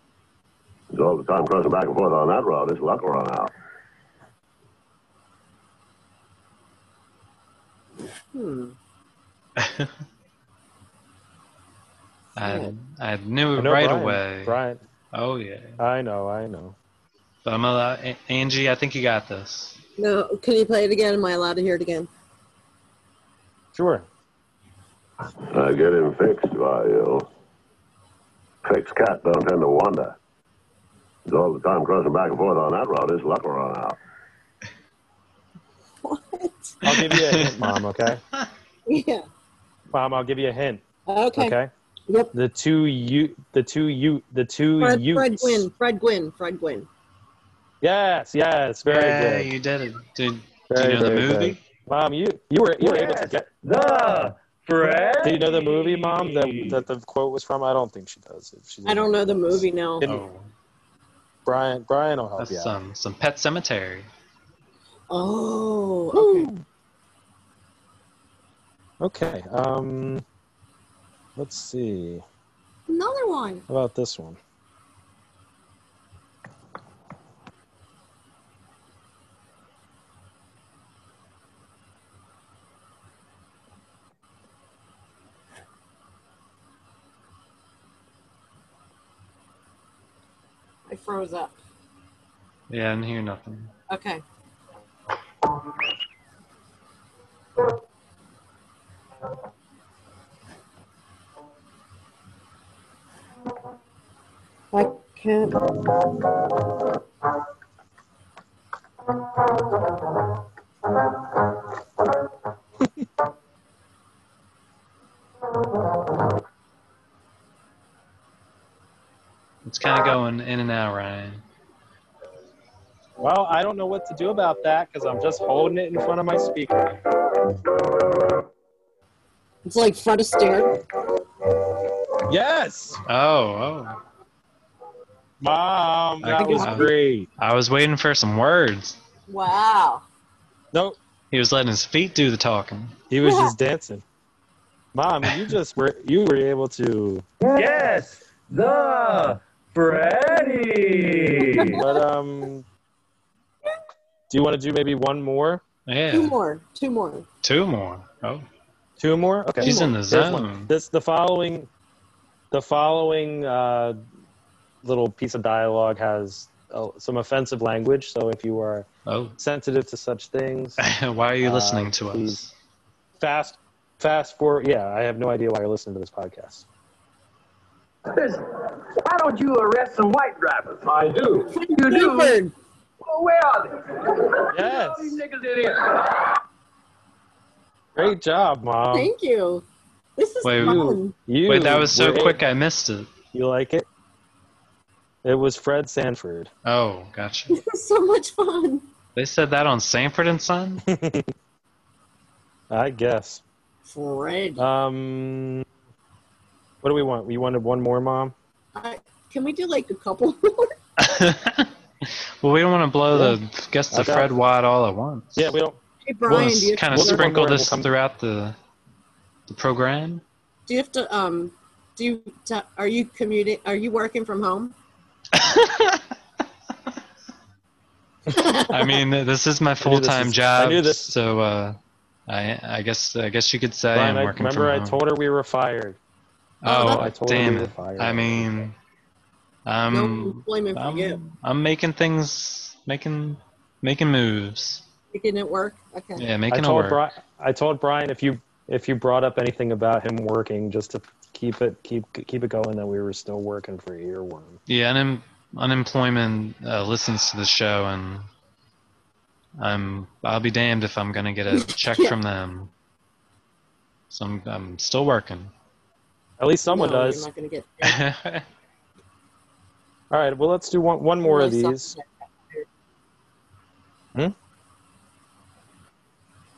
He's all the time crossing back and forth on that road. His luck will run out.
Hmm.
I, I knew
I
it
know
right
Brian-
away.
Brian,
Oh yeah.
I know, I know.
But I'm allow- A- Angie, I think you got this.
No, can you play it again? Am I allowed to hear it again?
Sure.
I get him fixed by you. Fixed cat don't tend to wander. He's all the time crossing back and forth on that road. His luck will run out.
What?
I'll give you a hint, Mom. Okay,
Yeah.
Mom, I'll give you a hint.
Okay.
Okay.
Yep.
The two you, the two you, the two
Fred,
you.
Fred Gwynn. Fred Gwynn. Fred Gwynn.
Yes, yes, very
Hey,
good.
you did it. Did,
Very,
do you know the
very
movie?
good. Mom, you you were you were able to
Yes.
get.
The Freddy.
Do you know the movie, Mom? That that the quote was from? I don't think she does. If she
I don't know the movie now.
Didn't-
Oh,
Brian Brian will help
that's
you. Out.
some some Pet Cemetery.
Oh. Okay.
Okay. Um, let's see
Another one.
How about this one.
I froze up.
Yeah, I didn't hear nothing.
Okay. I can't.
It's kind of going in and out, Ryan.
Well, I don't know what to do about that because I'm just holding it in front of my speaker.
It's like Fred Astaire.
Yes,
Oh, oh.
Mom,
I
that was
got it.
great.
I was waiting for some words.
Wow.
Nope,
He was letting his feet do the talking.
he was just dancing. Mom, you just were you were able to
Yes, the Freddy.
but um do you want to do maybe one more
Yeah.
Two more. Two more.
Two more. Oh,
two more okay
she's in the
Here's one.
zone.
this the following the following uh, little piece of dialogue has uh, some offensive language so if you are
Oh,
sensitive to such things
why are you
Uh,
listening to
please.
us?
fast fast forward yeah i have no idea why you're listening to this podcast
Listen, why don't you arrest some white drivers? I do. You do?
Bluebird.
Well, where are they?
Yes.
All these niggas in here.
great job mom
Thank you. This is
Wait,
fun.
you
Wait, that was so
were-
quick I missed it.
you like it it was fred sanford
Oh, gotcha.
This is so much fun.
They said that on Sanford and Son?
i guess
Fred.
Um, what do we want? We wanted one more, mom.
I, can we do like a couple more?
well, we don't want to blow the guess the
Okay.
Fred wide all at once.
Yeah, we don't.
Hey,
we'll
Brian, do you,
kind
We'll
of
do one
sprinkle
more and
this
we'll come-
throughout the, the program.
do you have to, um, do you, t- are you commuting, are you working from home?
I mean, this is my full time
is-
job.
I knew this-
So, uh, I I guess I guess you could say
Brian, I
I'm working
remember
from
I
home.
told her we were fired.
oh,
I told her
damn
we were
it!
fired.
I mean,
No
I'm,
employment for you.
I'm I'm making things making making moves.
Making it work? Okay.
Yeah,
I
making it
told
work.
Brian. I told Brian if you if you brought up anything about him working, just to keep it keep keep it going, that we were still working for earworm.
Yeah, unem- unemployment uh, listens to the show and I'm I'll be damned if I'm gonna get a check from them. So I'm, I'm still working.
At least someone
No,
does.
You're not gonna get
All right. Well, let's do one, one more of
No,
these.
some-
Hmm?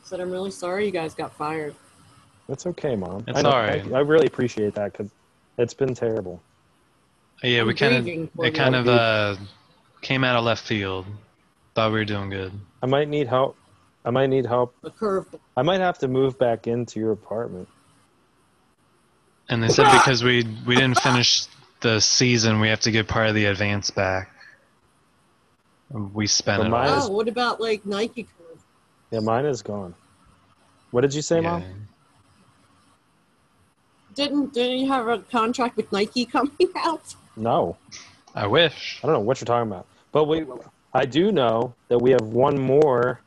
Said I'm really sorry you guys got fired.
That's okay, mom.
It's
I know-
all right.
I, I really appreciate that because it's been terrible.
Uh, yeah, we
I'm
kind
grieving
of
for
it
you.
kind of uh, came out of left field. Thought we were doing good.
I might need help. I might need help.
A curve.
I might have to move back into your apartment.
And they said because we we didn't finish the season, we have to give part of the advance back. And We spent
But
it.
mine
all.
is-
Oh, what about like Nike curve?
Yeah, mine is gone. What did you say, mom?
Yeah.
Didn't didn't you have a contract with Nike coming out?
No,
I wish.
I don't know what you're talking about. But we, I do know that we have one more.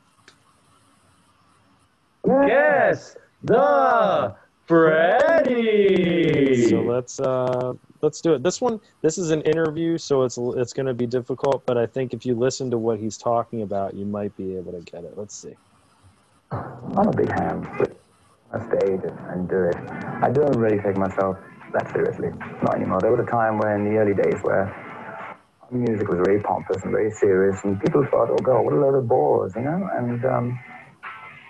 Yes, the Freddy.
So let's uh let's do it. This one, this is an interview, so it's it's going to be difficult. But I think if you listen to what he's talking about, you might be able to get it. Let's see.
I'm a big ham, but I stayed and, and do it. I don't really take myself that seriously, not anymore. There was a time when in the early days where music was very pompous and very serious, and people thought, oh God, what a load of bores, you know? And um,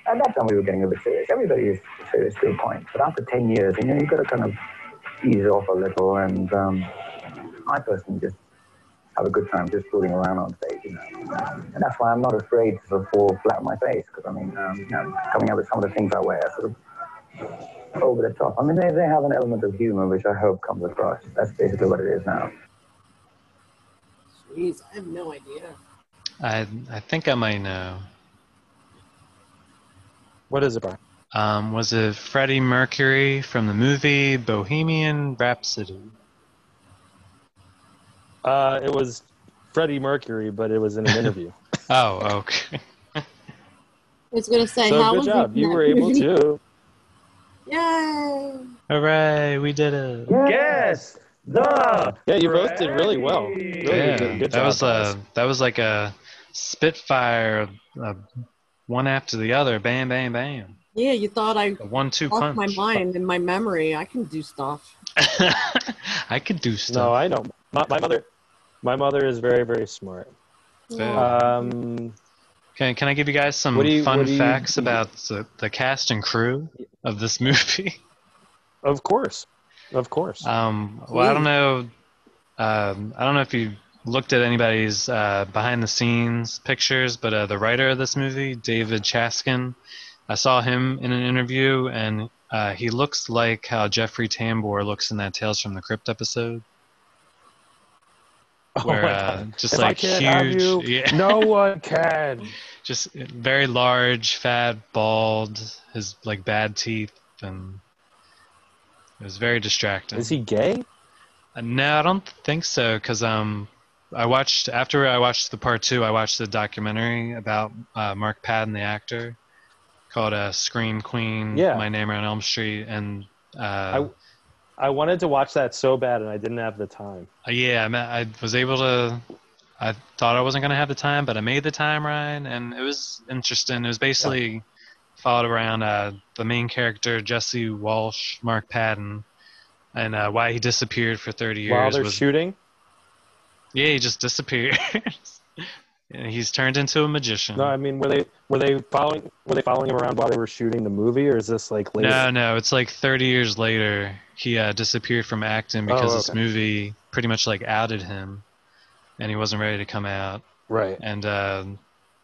at that time we were getting a bit serious. Everybody is serious to a point, but after 10 years, you know, you've got to kind of ease off a little, and um, I personally just have a good time just fooling around on stage, you know. And that's why I'm not afraid to sort of fall flat on my face, because I mean, um, you know, coming up with some of the things I wear, sort of over the top. I mean, they, they have an element of humor, which I hope comes across. That's basically what it is now.
Jeez, I have no idea.
I I think I might know.
What is it, Brian?
Um, was it Freddie Mercury from the movie Bohemian Rhapsody?
Uh, it was Freddie Mercury, but it was in an interview.
Oh, okay.
I was gonna say
so
how
good
was
job,
it
you
in
were
that
able
movie?
to.
Yay!
Hooray, we did it.
Yes, the
Yeah, you both did really well. Really
Yeah,
good, good
that
job.
was
guys.
a that was like a spitfire, uh, one after the other, bam, bam, bam,
Yeah, you thought I
a one-two
off
punch.
my mind and my memory. I can do stuff.
I could do
No,
stuff.
I know. My, my mother, my mother is very very smart.
Yeah.
Um,
Can Can I give you guys some
What do you-
fun
what do you-
facts about the, the cast and crew of this movie?
of course, of course.
Um, well, I don't know. Um, I don't know if you looked at anybody's uh, behind-the-scenes pictures, but uh, the writer of this movie, David Chaskin, I saw him in an interview, and uh, he looks like how Jeffrey Tambor looks in that Tales from the Crypt episode,
Oh
where
my
uh,
God.
just
If I
like
can't have
huge,
you,
yeah,
no one can.
just very large, fat, bald, his like bad teeth, and it was very distracting.
Is he gay?
Uh, No, I don't think so. Cause um, I watched after I watched the part two. I watched the documentary about uh, Mark Patton, the actor, called uh, "Scream Queen."
Yeah.
My Neighbor on Elm Street, and uh,
I- I wanted to watch that so bad, and I didn't have the time.
uh, yeah, I, ma- I was able to. I thought I wasn't gonna have the time, but I made the time, Ryan, and it was interesting. It was basically followed around uh, the main character Jesse Walsh, Mark Patton, and uh, why he disappeared for thirty years
While they're
was
shooting,
Yeah, he just disappears. And he's turned into a magician.
no, I mean, were they were they following were they following him around while they were shooting the movie, or is this like later?
no, no, it's like 30 years later he uh, disappeared from acting because
Oh,
this
okay.
movie pretty much like outed him, and he wasn't ready to come out.
Right.
And uh,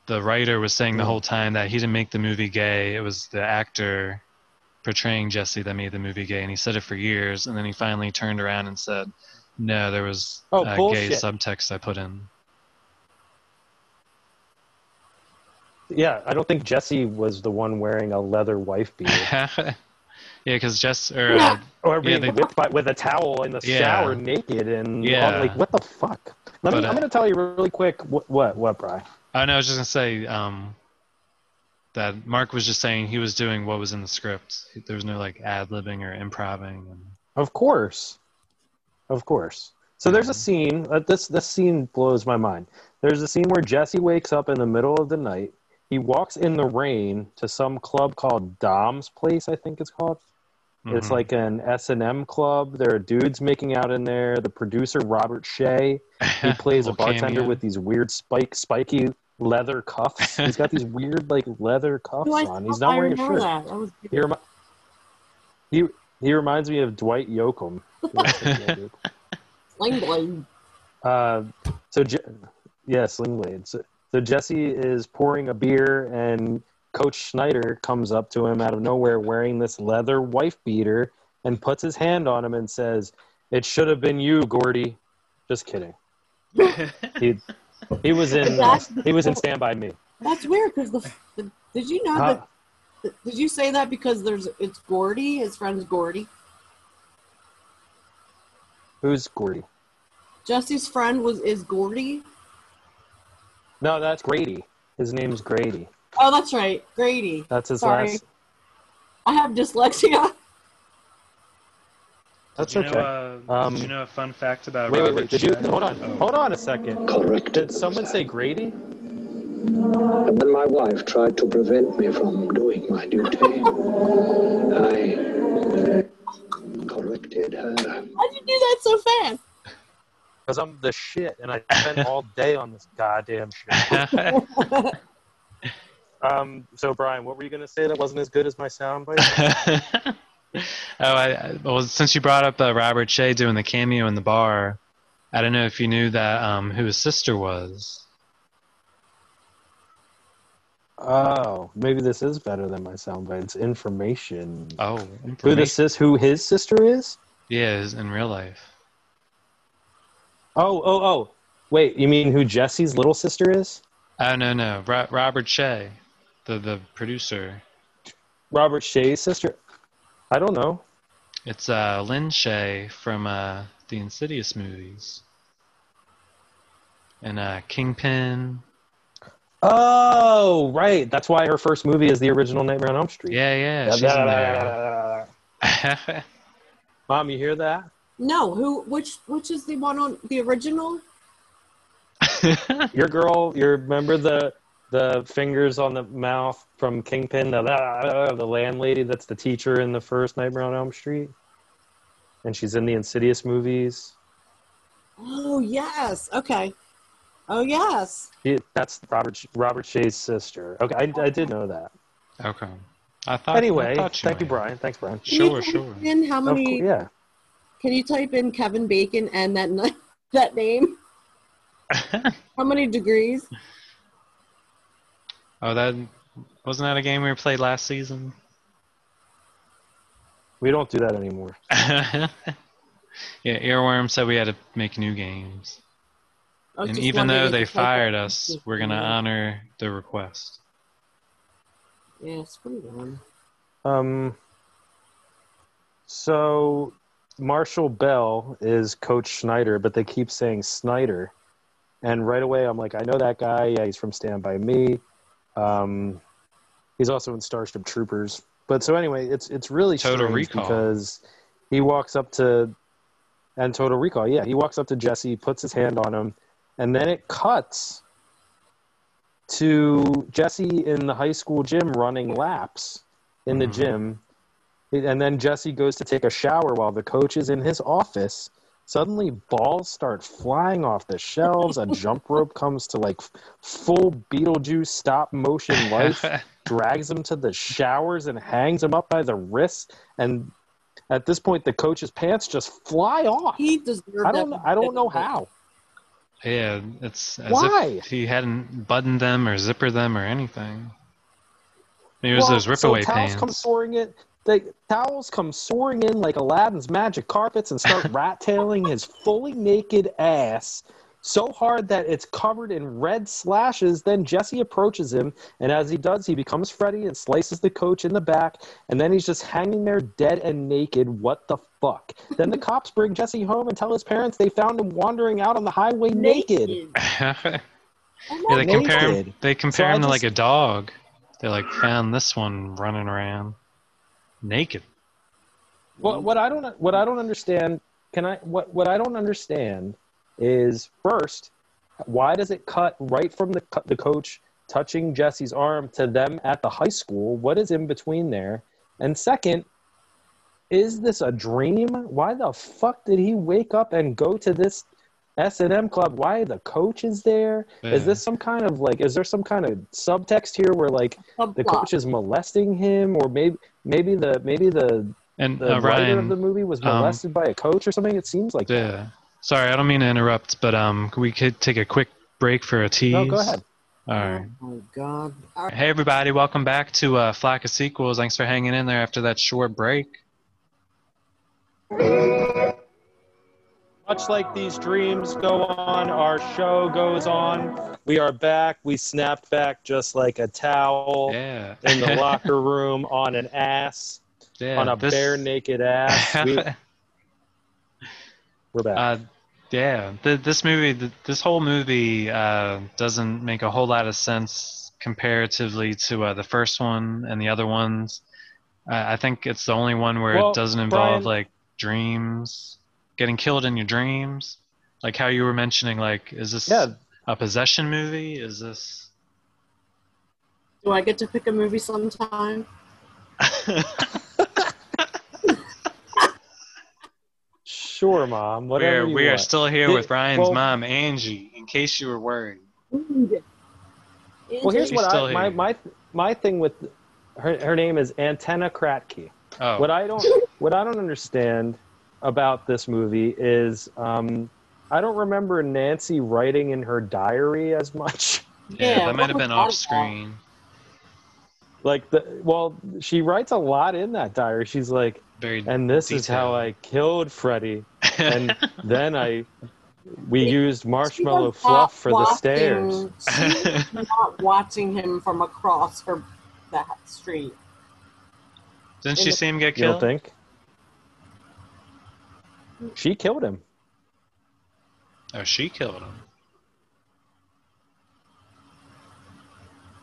the writer was saying the
Mm.
whole time that he didn't make the movie gay; it was the actor portraying Jesse that made the movie gay, and he said it for years, and then he finally turned around and said, "No, there was
Oh,
uh, gay
bullshit.
subtext I put in."
Yeah, I don't think Jesse was the one wearing a leather wife beater
yeah, because Jess or uh,
or
Yeah,
being
they-
whipped by, with a towel in the
Yeah.
shower naked and
Yeah.
I'm like, what the fuck? Let
But,
me,
uh,
I'm going to tell you really quick what what what, Bry.
I know. I was just gonna say um, that Mark was just saying he was doing what was in the script. There was no like ad libbing or improving. And,
Of course, of course. So there's
Mm-hmm.
a scene. Uh, this this scene blows my mind. There's a scene where Jesse wakes up in the middle of the night he walks in the rain to some club called Dom's Place, I think it's called. It's
Mhm.
like an S and M club. There are dudes making out in there. The producer Robert Shea, he plays a
Little
bartender
cameo.
with these weird spike, spiky leather cuffs. He's got these weird like leather cuffs
Do I-
on. He's
I
not wearing a
remember
shirt.
that. That was
He, remi- he he reminds me of Dwight Yoakam.
Sling Blade.
Uh, so, Je- yeah, Sling Blade. So, so Jesse is pouring a beer, and Coach Schneider comes up to him out of nowhere wearing this leather wife beater and puts his hand on him and says, It should have been you, Gordy. Just kidding. he, he was in he was in Stand By Me.
That's weird because the, the did you know
Huh?
that did you say that because there's it's Gordy his friend's Gordy
Who's Gordy?
Jesse's friend was is Gordy
No, that's Grady. His name's Grady.
oh that's right Grady
That's his
Sorry.
last.
I have dyslexia
That's
did you
okay.
Know, uh,
Um,
did you know a fun fact about
Wait, wait,
Robert Oh.
wait. Did you
Shea?
hold on? Hold on a second. Correct. Did someone say Grady?
And when my wife tried to prevent me from doing my duty, I corrected her.
how'd you do that so fast
Because I'm the shit, and I spent all day on this goddamn shit. um, so, Brian, what were you going to say that wasn't as good as my soundbite?
Oh, I, I- well, since you brought up uh, Robert Shea doing the cameo in the bar, I don't know if you knew that um, who his sister was.
oh, maybe this is better than my soundbite. It's information.
Oh,
Who the sis? Who his sister is?
yeah, is in real life.
Oh, oh, oh. Wait, you mean who Jesse's little sister is?
Oh no no, Ro- Robert Shea, the the producer.
Robert Shea's sister? I don't know.
It's uh, Lynn Shea from uh, the Insidious movies, and uh, Kingpin.
Oh, right. That's why her first movie is the original Nightmare on Elm Street.
Yeah yeah, she's in there.
Mom, you hear that?
no who which which is the one on the original
your girl you remember the the fingers on the mouth from kingpin the, the landlady that's the teacher in the first nightmare on elm street and she's in the insidious movies
oh yes okay oh yes
She- that's robert robert shea's sister okay i, I did know that
okay, I thought. I
anyway
thought
thank you
might.
brian thanks brian
Can you
Sure
type
sure.
in how
Of
many
cour- yeah
Can you type in Kevin Bacon and that ni- that name? How many degrees?
Oh, that wasn't that a game we played last season?
we don't do that anymore
yeah, Earworm said we had to make new games,
I was
and
just
even
wondering
though
if
they
you typed
fired
it.
us, we're gonna honor the request.
Yeah, screw them.
um so marshall bell is coach schneider but they keep saying snyder And right away, I'm like, I know that guy. Yeah, he's from Stand By Me. Um, he's also in Starship Troopers. But so anyway, it's it's really
Total
strange
Recall.
because he walks up to and Total Recall. Yeah, he walks up to Jesse, puts his hand on him, and then it cuts to Jesse in the high school gym running laps in the
Mhm.
gym. And then Jesse goes to take a shower while the coach is in his office. Suddenly, balls start flying off the shelves. A jump rope comes to like f- full Beetlejuice stop motion life, drags him to the showers and hangs him up by the wrists. And at this point, the coach's pants just fly off.
He deserved
I don't.
that.
know- I don't know how.
yeah, it's as
Why?
if he hadn't buttoned them or zippered them or anything. Maybe it was
Well,
those ripaway
so towels
pants.
come soaring in. They, towels come soaring in like Aladdin's magic carpets and start rat tailing his fully naked ass so hard that it's covered in red slashes. Then Jesse approaches him, and as he does, he becomes Freddy and slices the coach in the back. And then he's just hanging there dead and naked. What the fuck? Then the cops bring Jesse home and tell his parents they found him wandering out on the highway naked.
yeah,
I'm
they
not-
compare him.
Naked.
They compare
So I
him to
just-
like a dog. They like found this one running around naked.
What what I don't what I don't understand can I what what I don't understand is first why does it cut right from the co- the coach touching Jesse's arm to them at the high school? What is in between there? And second, is this a dream? Why the fuck did he wake up and go to this S and M club? Why the coach is there? Is
Yeah.
this some kind of like? Is there some kind of subtext here where like the coach is molesting him, or maybe maybe the maybe the
And,
the
uh,
writer
Ryan,
of the movie was
um,
molested by a coach or something? It seems like that.
Yeah. Sorry, I don't mean to interrupt, but um, we could take a quick break for a tease.
No, go ahead.
All right.
Oh God. All right.
Hey, everybody. Welcome back to uh, Flock of Sequels. Thanks for hanging in there after that short break.
Much like these dreams go on, our show goes on. We are back. We snapped back just like a towel
Yeah.
in the locker room on an ass,
Yeah,
on a
this-
bare naked ass. We, we're back.
Uh, yeah, th- this movie, th- this whole movie uh, doesn't make a whole lot of sense comparatively to uh, the first one and the other ones. I I think it's the only one where
Well,
it doesn't involve
Brian-
like dreams, getting killed in your dreams, like how you were mentioning. Like, is this
Yeah.
a possession movie? Is this?
Do I get to pick a movie sometime?
sure, mom.
We
Whatever
are
you
we are
want.
still here
Did-
with Brian's
well-
mom, Angie. In case you were worried.
Well, here's
She's
what
still
I my
here.
my my thing with her her name is Antenna Kratky.
Oh.
What I don't what I don't understand about this movie is um, I don't remember Nancy writing in her diary as much.
Yeah,
Yeah,
that might have been
what
off
was
screen.
Like the well, she writes a lot in that diary. She's like,
Very
and this is how I killed Freddy, and then I we used marshmallow
She was
fluff
not
for the
watching-
stairs.
She was not watching him from across her that street.
Didn't
in
she
the-
see him get
You don't
killed?
think? She killed him.
Oh, she killed him.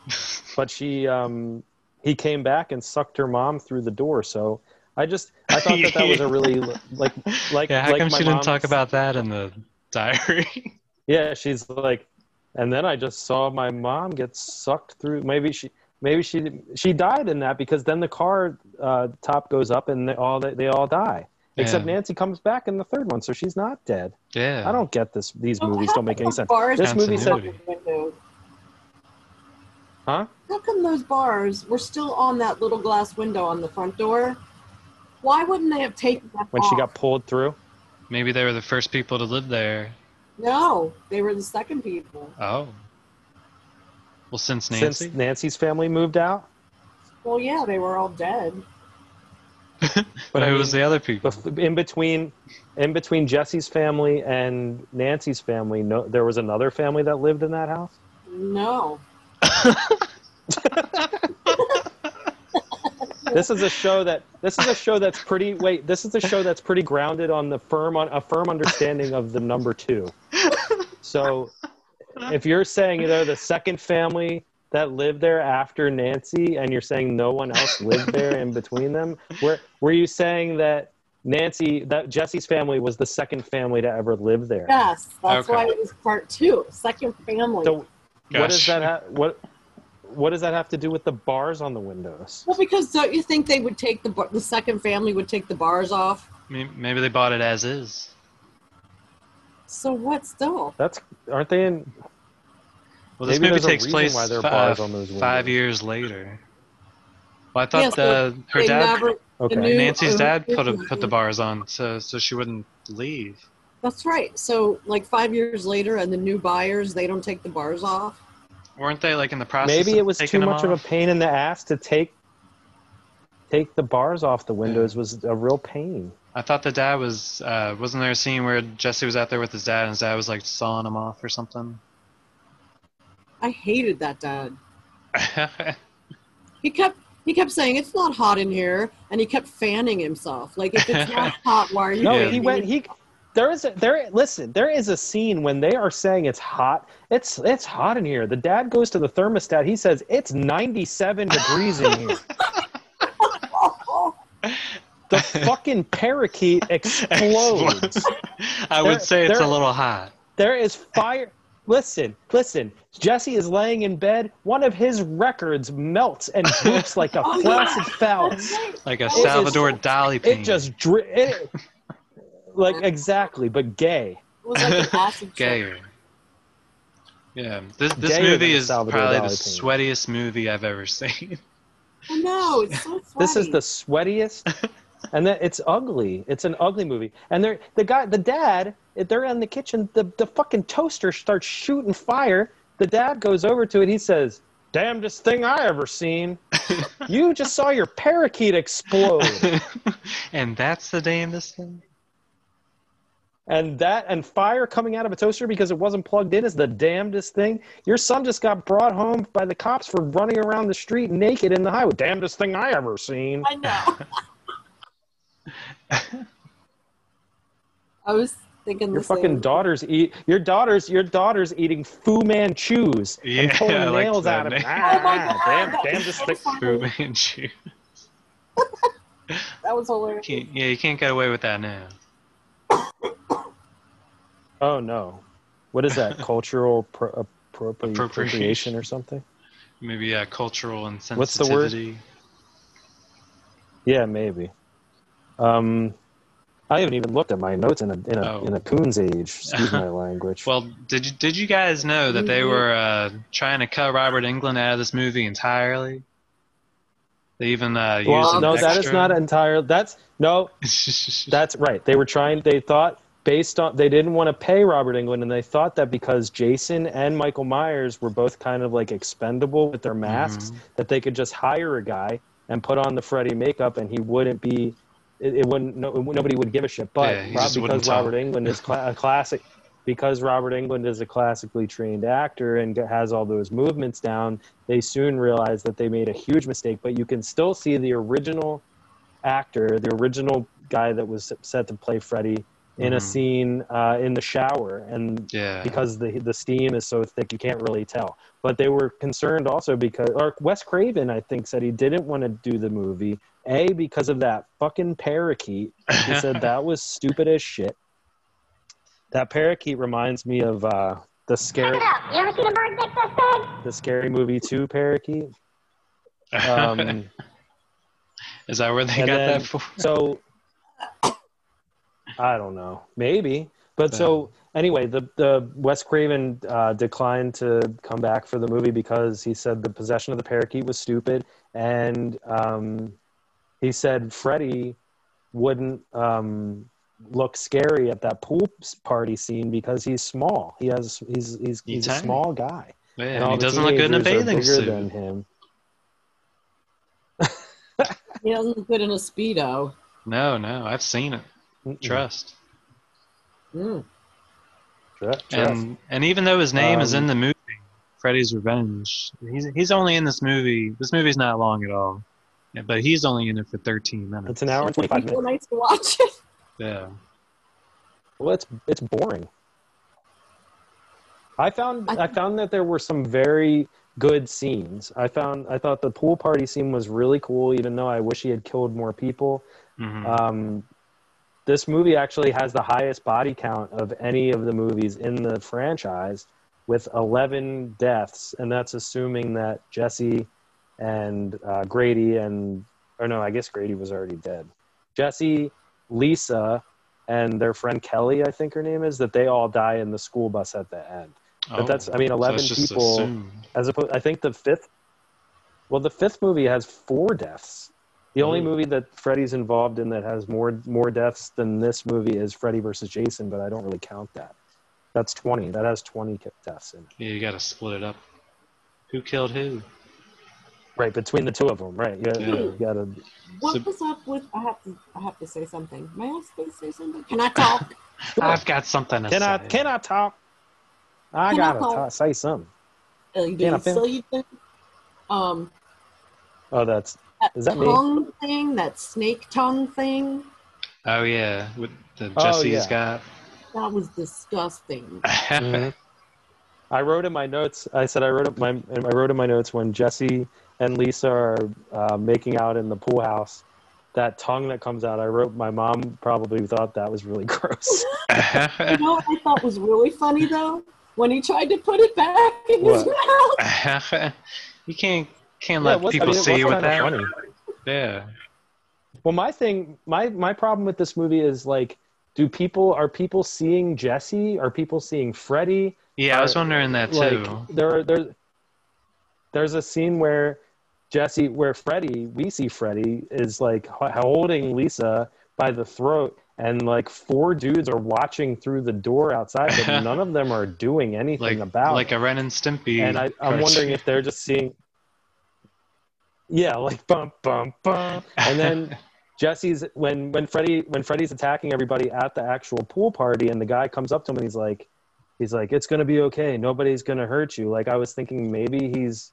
but she um he came back and sucked her mom through the door so i just i thought that that was a really like like
Yeah, how
like
come
my
she didn't
mom-
talk about that in the diary?
yeah she's like and then i just saw my mom get sucked through maybe she maybe she she died in that because then the car uh, top goes up and they all they, they all die except
Yeah.
nancy comes back in the third one so she's not dead
yeah.
i don't get this these
Well,
movies
how
don't make any
come
sense
bars
this movie
were
said
on the window?
huh
How come those bars were still on that little glass window on the front door? Why wouldn't they have taken that
when
off?
she got pulled through
Maybe they were the first people to live there.
no, they were the second people.
Oh. Well, since Nancy?
since nancy's family moved out
Well, yeah, they were all dead.
but
But
I
who was
mean-
the other people?
Bef- in between in between Jesse's family and Nancy's family, no, there was another family that lived in that house.
No.
This is a show that this is a show that's pretty wait, this is a show that's pretty grounded on the firm on a firm understanding of the number 2. So if you're saying they're the second family that lived there after Nancy and you're saying no one else lived there in between them, were were you saying that Nancy that Jesse's family was the second family to ever live there?
Yes, that's
Okay.
why it was part two, second family.
So what does
Gosh.
that ha- what what does that have to do with the bars on the windows?
well, because don't you think they would take the bar- the second family would take the bars off?
May- Maybe they bought it as is.
So what still?
That's aren't they in?
Well, this
Maybe
movie
there's a
takes
reason
place
why there are
fi-
bars on those
five
windows.
years later. Well, I thought
Yes,
the, her
they
dad,
never.
Okay.
The new
Nancy's dad, put a,
owner-
put the bars on so so she wouldn't leave.
That's right. So like five years later, and the new buyers they don't take the bars off.
Weren't they like in the process?
Maybe
of
it was
taking
too
them
much of a
off?
pain in the ass to take take the bars off the windows was a real pain.
I thought the dad was uh, wasn't there a scene where Jesse was out there with his dad and his dad was like sawing him off or something?
I hated that dad.
yeah,
He kept he kept saying it's not hot in here, and he kept fanning himself. Like if it's not hot, why are you?
No,
Yeah.
he went he there is a there listen, there is a scene when they are saying it's hot. It's it's hot in here. The dad goes to the thermostat. He says it's 97 degrees in here. The fucking parakeet explodes.
I would
They're-
say it's a
they're-
little hot.
There is fire. listen, listen. Jesse is laying in bed. One of his records melts and droops like a
Oh,
flaccid
That's
fountain.
like a
It is-
Salvador Dali painting.
It just dri- it, like exactly, but gay.
was like an acid trip.
Gayer. Yeah, this this
Gayer than
movie
the
is
Salvador
probably the
Dali
sweatiest movie I've ever seen.
I know it's so sweaty.
This is the sweatiest, and then it's ugly. It's an ugly movie. And they're the guy, the dad. They're in the kitchen. The the fucking toaster starts shooting fire. The dad goes over to it. He says, "Damnedest thing I ever seen. you just saw your parakeet explode."
and that's the damnedest thing.
And that and fire coming out of a toaster because it wasn't plugged in is the damnedest thing. Your son just got brought home by the cops for running around the street naked in the highway. Damnedest thing I ever seen.
I know. I was thinking
Your
the same. Oh
fucking daughters eat your daughters your daughters eating Fu Manchus and
Yeah,
pulling
I liked
nails
that
out of
name.
it.
Oh my God,
damn,
that
damn
was
this
so
thing.
funny.
Fu Manchu.
That was hilarious.
Can't- yeah, you can't get away with that now.
Oh no, what is that cultural pro- uh, appropri-
Appropriation.
appropriation or something?
Maybe uh, cultural insensitivity.
What's the word? Yeah, maybe. Um, I haven't even looked at my notes in a in a
Oh.
in a coon's age. Excuse my language.
Well, did you did you guys know that they were uh, trying to cut Robert England out of this movie entirely? They even uh, used
Well,
an
no, that is
extra-
not entire. That's no, that's right. They were trying. They thought based on they didn't want to pay Robert England, and they thought that because Jason and Michael Myers were both kind of like expendable with their
Mm-hmm.
masks, that they could just hire a guy and put on the Freddy makeup, and he wouldn't be. It, it wouldn't. No, nobody would give a shit. But
Yeah, he
Rob-
just wouldn't
because
tell.
Robert England is cla- a classic, because Robert England is a classically trained actor and has all those movements down, they soon realized that they made a huge mistake. But you can still see the original actor, the original guy that was set to play Freddy, in a
Mhm.
scene uh, in the shower, and
Yeah.
because the the steam is so thick, you can't really tell. But they were concerned also because, or Wes Craven, I think, said he didn't want to do the movie. A because of that fucking parakeet. He said that was stupid as shit. That parakeet reminds me of uh, the
Check
scary
it out. You ever seen a bird make this big?
the scary movie two parakeet. Um,
Is that where they
And
got
then-
that for?
so I don't know, maybe. But so anyway, the the Wes Craven uh, declined to come back for the movie because he said the possession of the parakeet was stupid, and um, he said Freddy wouldn't um, look scary at that pool party scene because he's small. He has he's he's
He's
he's a
tiny.
small guy.
Yeah,
And
and
all
he
the
doesn't look good in a
teenagers are
bathing
bigger
suit.
Than him.
He doesn't look good in a speedo.
No, no, I've seen it. Trust.
Mm.
Trust.
And and even though his name is
Um,
in the movie, Freddy's Revenge, he's he's only in this movie. This movie's not long at all, yeah, but he's only in it for 13 minutes.
It's an hour and
It
twenty-five
took me
minutes.
two nights to watch it.
Yeah.
Well, it's it's boring. I found I,
I-
found that there were some very good scenes. I found I thought the pool party scene was really cool, even though I wish he had killed more people.
hmm
Um, this movie actually has the highest body count of any of the movies in the franchise, with eleven deaths, and that's assuming that Jesse and uh, Grady and or no, I guess Grady was already dead. Jesse, Lisa, and their friend Kelly, I think her name is, that they all die in the school bus at the end.
Oh,
But that's- I mean, 11 people-
assumed.
As opposed, I think the fifth, well, the fifth movie has four deaths. The only
Ooh.
movie that Freddy's involved in that has more more deaths than this movie is Freddy versus Jason, but I don't really count that. That's twenty. That has twenty ki- deaths in it.
Yeah, you got to split it up. Who killed who?
Right between the two of them. Right. You gotta,
Yeah.
you gotta
What
So-
was up with? I have to. I have to say something. May I speak- say something? Can I talk?
I've got something to
Can I
say.
can I talk? I
Can I
gotta
talk?
ta- say something.
Uh, you
Can I
didn't
finish?
say you didn't. Um,
Oh, that's
that
Is that me?
tongue thing, that snake tongue thing,
Oh yeah, with the
Oh,
Jesse's
yeah.
that was disgusting.
got.
Mhm. I wrote in my notes. I said I wrote in my I wrote in my notes when Jesse and Lisa are uh, making out in the pool house. That tongue that comes out. I wrote my mom probably thought that was really gross.
You know what I thought was really funny though when he tried to put it back in his mouth.
you can't can't
Oh! Yeah,
let
what- I
people
mean, it
see
was
you with that.
kinda funny.
Yeah.
Well, my thing, my my problem with this movie is like, do people are people seeing Jesse? Are people seeing Freddy?
Yeah, I was wondering that
Like
too.
there, are- there, there's a scene where Jesse, where Freddy, we see Freddy is like h- holding Lisa by the throat, and like four dudes are watching through the door outside, but none of them are doing anything about
Like
it.
a Ren and Stimpy.
And I, I'm
cartoon.
wondering if they're just seeing, yeah, like bump, bump, bump, and then Jesse's when when Freddy when Freddy's attacking everybody at the actual pool party, and the guy comes up to him and he's like, he's like, it's gonna be okay, nobody's gonna hurt you. Like I was thinking maybe he's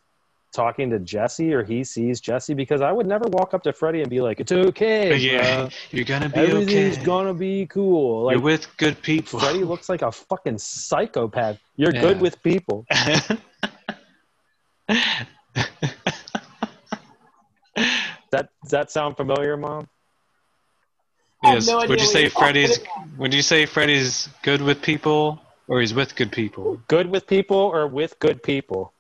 talking to Jesse or he sees Jesse because I would never walk up to Freddy and be like, it's okay,
yeah,
bruh.
you're gonna be
everything's
okay.
gonna be cool. Like
you're with good people.
Freddy looks like a fucking psychopath. You're
Yeah.
good with people. that does that sound familiar, Mom?
I have no idea
would you
what
say
you're talking
Freddy's? Would you say Freddy's good with people, or he's with good people?
Good with people or with good people?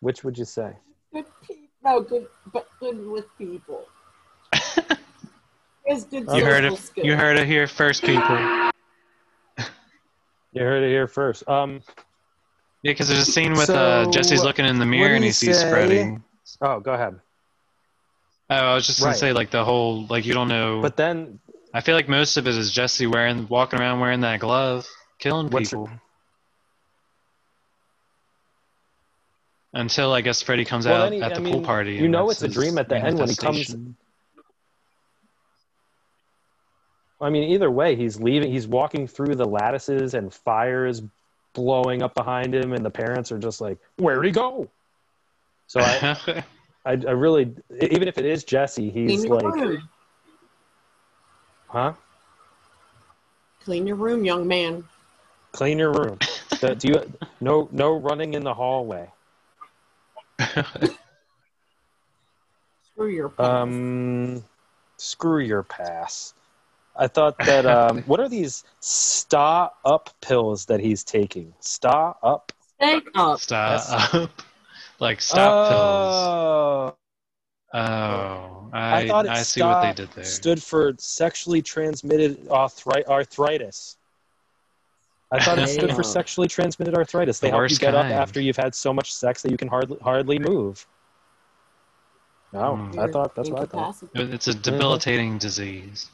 Which would you say?
Good people, no good, but good with people. He has good
You heard
social
it.
skills.
You heard it here first, people. Yeah,
You heard it here first. Um,
because there's a scene with uh,
So,
Jesse's looking in the
what
mirror
do
and he
you
sees
say?
Freddy.
Oh, go ahead.
Oh, I was just gonna
Right.
say like the whole like you don't know.
But then,
I feel like most of it is Jesse wearing walking around wearing that glove, killing people. Until I guess Freddy comes
well,
out
then he-
at
I
the
mean,
pool party.
you
and
know
that's
it's a
his
dream at the end when he comes.
manifestation.
I mean, either way, he's leaving. He's walking through the lattices and fires blowing up behind him, and the parents are just like, "Where'd he go?" So I, I, I really, e-, even if it is Jesse, he's
Clean your
like,
room.
"Huh?
Clean your room, young man.
Clean your room. Do do you no no running in the hallway?"
Screw your pants.
Um, screw your pass. I thought that. Um, what are these sta up pills that he's taking? Sta up.
Stay up.
Stop. like stop pills.
oh,
Oh, I,
I, thought it
I see what they
sta
did there.
stood for sexually transmitted arthri- arthritis. I thought it stood for
Damn.
sexually transmitted arthritis. They
The
help you
worst
get up
kind.
after you've had so much sex that you can hardly hardly move. No,
Mm.
I thought that's what I thought.
Incapacitated.
It- It's a debilitating disease.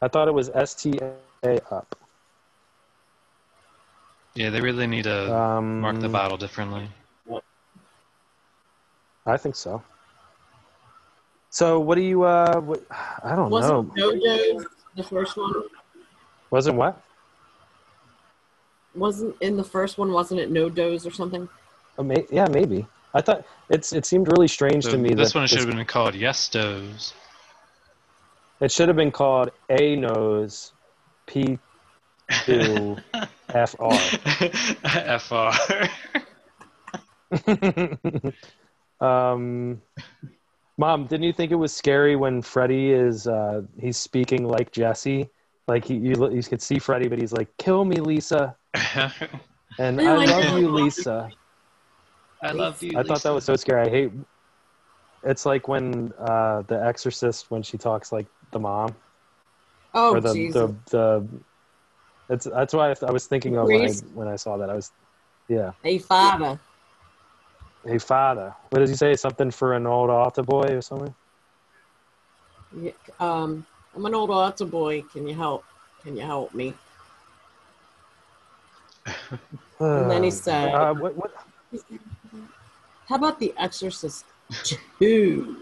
I thought it was STA up.
Yeah, they really need to
Um,
mark the bottle differently.
I think so. So what do you? Uh, what, I
Oh,
don't
Wasn't
know.
JoJo's the first one?
Wasn't what?
Wasn't in the first one? Wasn't it no doze or something?
Uh, may- Yeah, maybe. I thought it's. It seemed really strange
So
to me
this
that
one should
this-
have been called Yes Doze.
it should have been called A nose, P two, F R.
FR.
Um, Mom, didn't you think it was scary when Freddy is uh, he's speaking like Jesse? Like he, you, you could see Freddy, but he's like, "Kill me, Lisa," and
Ew,
"I
I
love
know.
you, Lisa."
I love you.
I thought that was so scary. I hate. It's like when uh, the Exorcist when she talks like the mom
Oh
or the
Jesus!
the the. It's that's why I, I was thinking of when I
Reese?
when I saw that I was, yeah.
Hey, father.
Hey, father, what did you say? Something for an old altar boy or something?
Yeah, Um, I'm an old altar boy. Can you help? Can you help me? And then he said,
Uh, what, what,
"How about The Exorcist Two?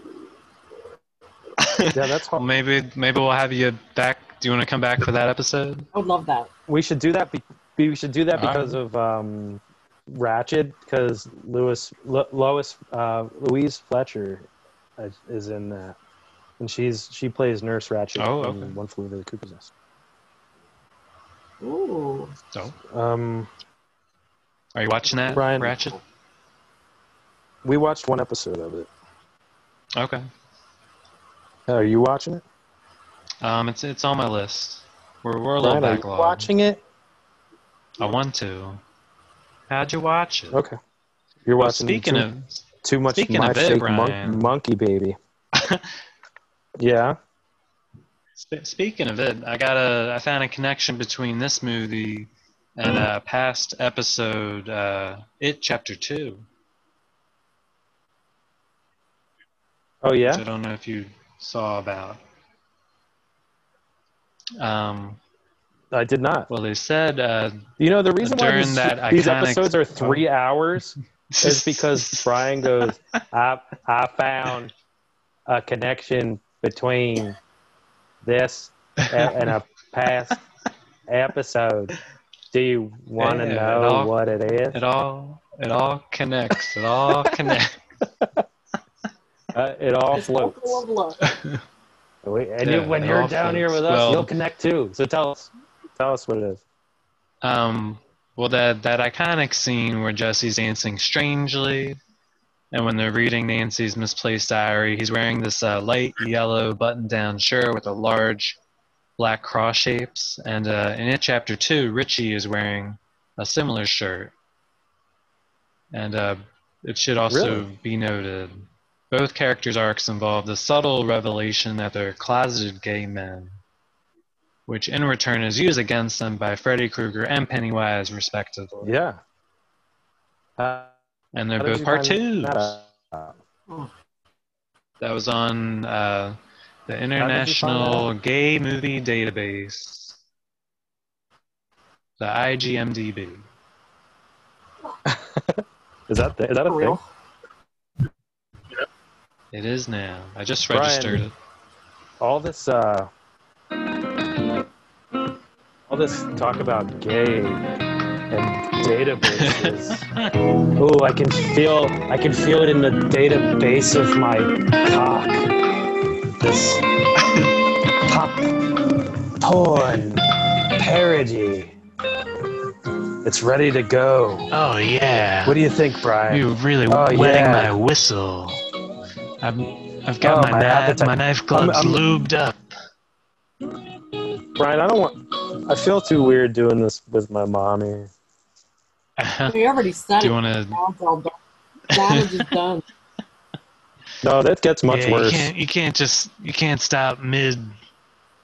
yeah, that's
Well,
hard.
maybe maybe we'll have you back. Do you want to come back for that episode?
I would love that."
We should do that. Be, be- we should do that
All right.
because of um, Ratchet, because Lewis, Lo, Lois, uh, Louise Fletcher uh, is in that, and she's she plays Nurse Ratchet
Oh,
in
okay.
One Flew Over the Cuckoo's Nest.
Ooh,
So,
Um,
are you watching that,
Brian-
Ratchet?
we watched one episode of it.
Okay.
oh, Are you watching it?
Um, it's it's on my list. We're we're a little
Brian, are you
backlogged.
watching it?
I want to. How'd you watch it?
Okay. You're
Well,
watching
speaking
too,
of-
too much
speaking of
my
it,
fake
Brian.
mon- monkey baby. yeah.
Sp- Speaking of it, I got a I found a connection between this movie and uh, past episode uh, It Chapter Two.
Oh
which I
yeah.
don't know if you saw about. Um,
I did not.
Well, they said uh,
You know the reason why
During
these,
that
these
iconic-
episodes are three hours is because Brian goes, I I found a connection between this e- and a past episode. Do you want to
Yeah, it
know
all-
what it is?
it all it all connects. It all connects.
Uh, it all
It's local
floats.
of love.
We- And
Yeah,
you, when
it
you're
all
down here
floats.
with us,
Well-
you'll connect too. So tell us, tell us what it is.
Um, well, that that iconic scene where Jesse's dancing strangely, and when they're reading Nancy's misplaced diary, he's wearing this uh, light yellow button-down shirt with a large black cross shapes, and uh, in it chapter two, Richie is wearing a similar shirt, and uh, it should also be noted. Both characters' arcs involve the subtle revelation that they're closeted gay men which in return is used against them by Freddy Krueger and Pennywise, respectively.
Yeah. Uh,
And they're
how did
both
you
part
find
twos.
that
That, uh,
out?
was on uh, the
find that
International Gay Movie Database, the IGMDB.
Is that the, is that a
For
thing?
real.
It is now. I just
Brian.
registered it.
all this uh all this talk about gay and databases oh i can feel i can feel it in the database of my cock this pop porn parody it's ready to go
Oh, yeah.
what do you think brian
You're really
Oh,
wetting
yeah.
my whistle. I'm, I've got
Oh,
my,
my
knife,
appetite.
my knife gloves
I'm-
lubed up.
brian i don't want i feel too weird doing this with my mommy
We already said
Do
it.
you want to?
Now it's all done. Damage is done.
no that gets much
yeah,
worse
You can't, you can't just you can't stop mid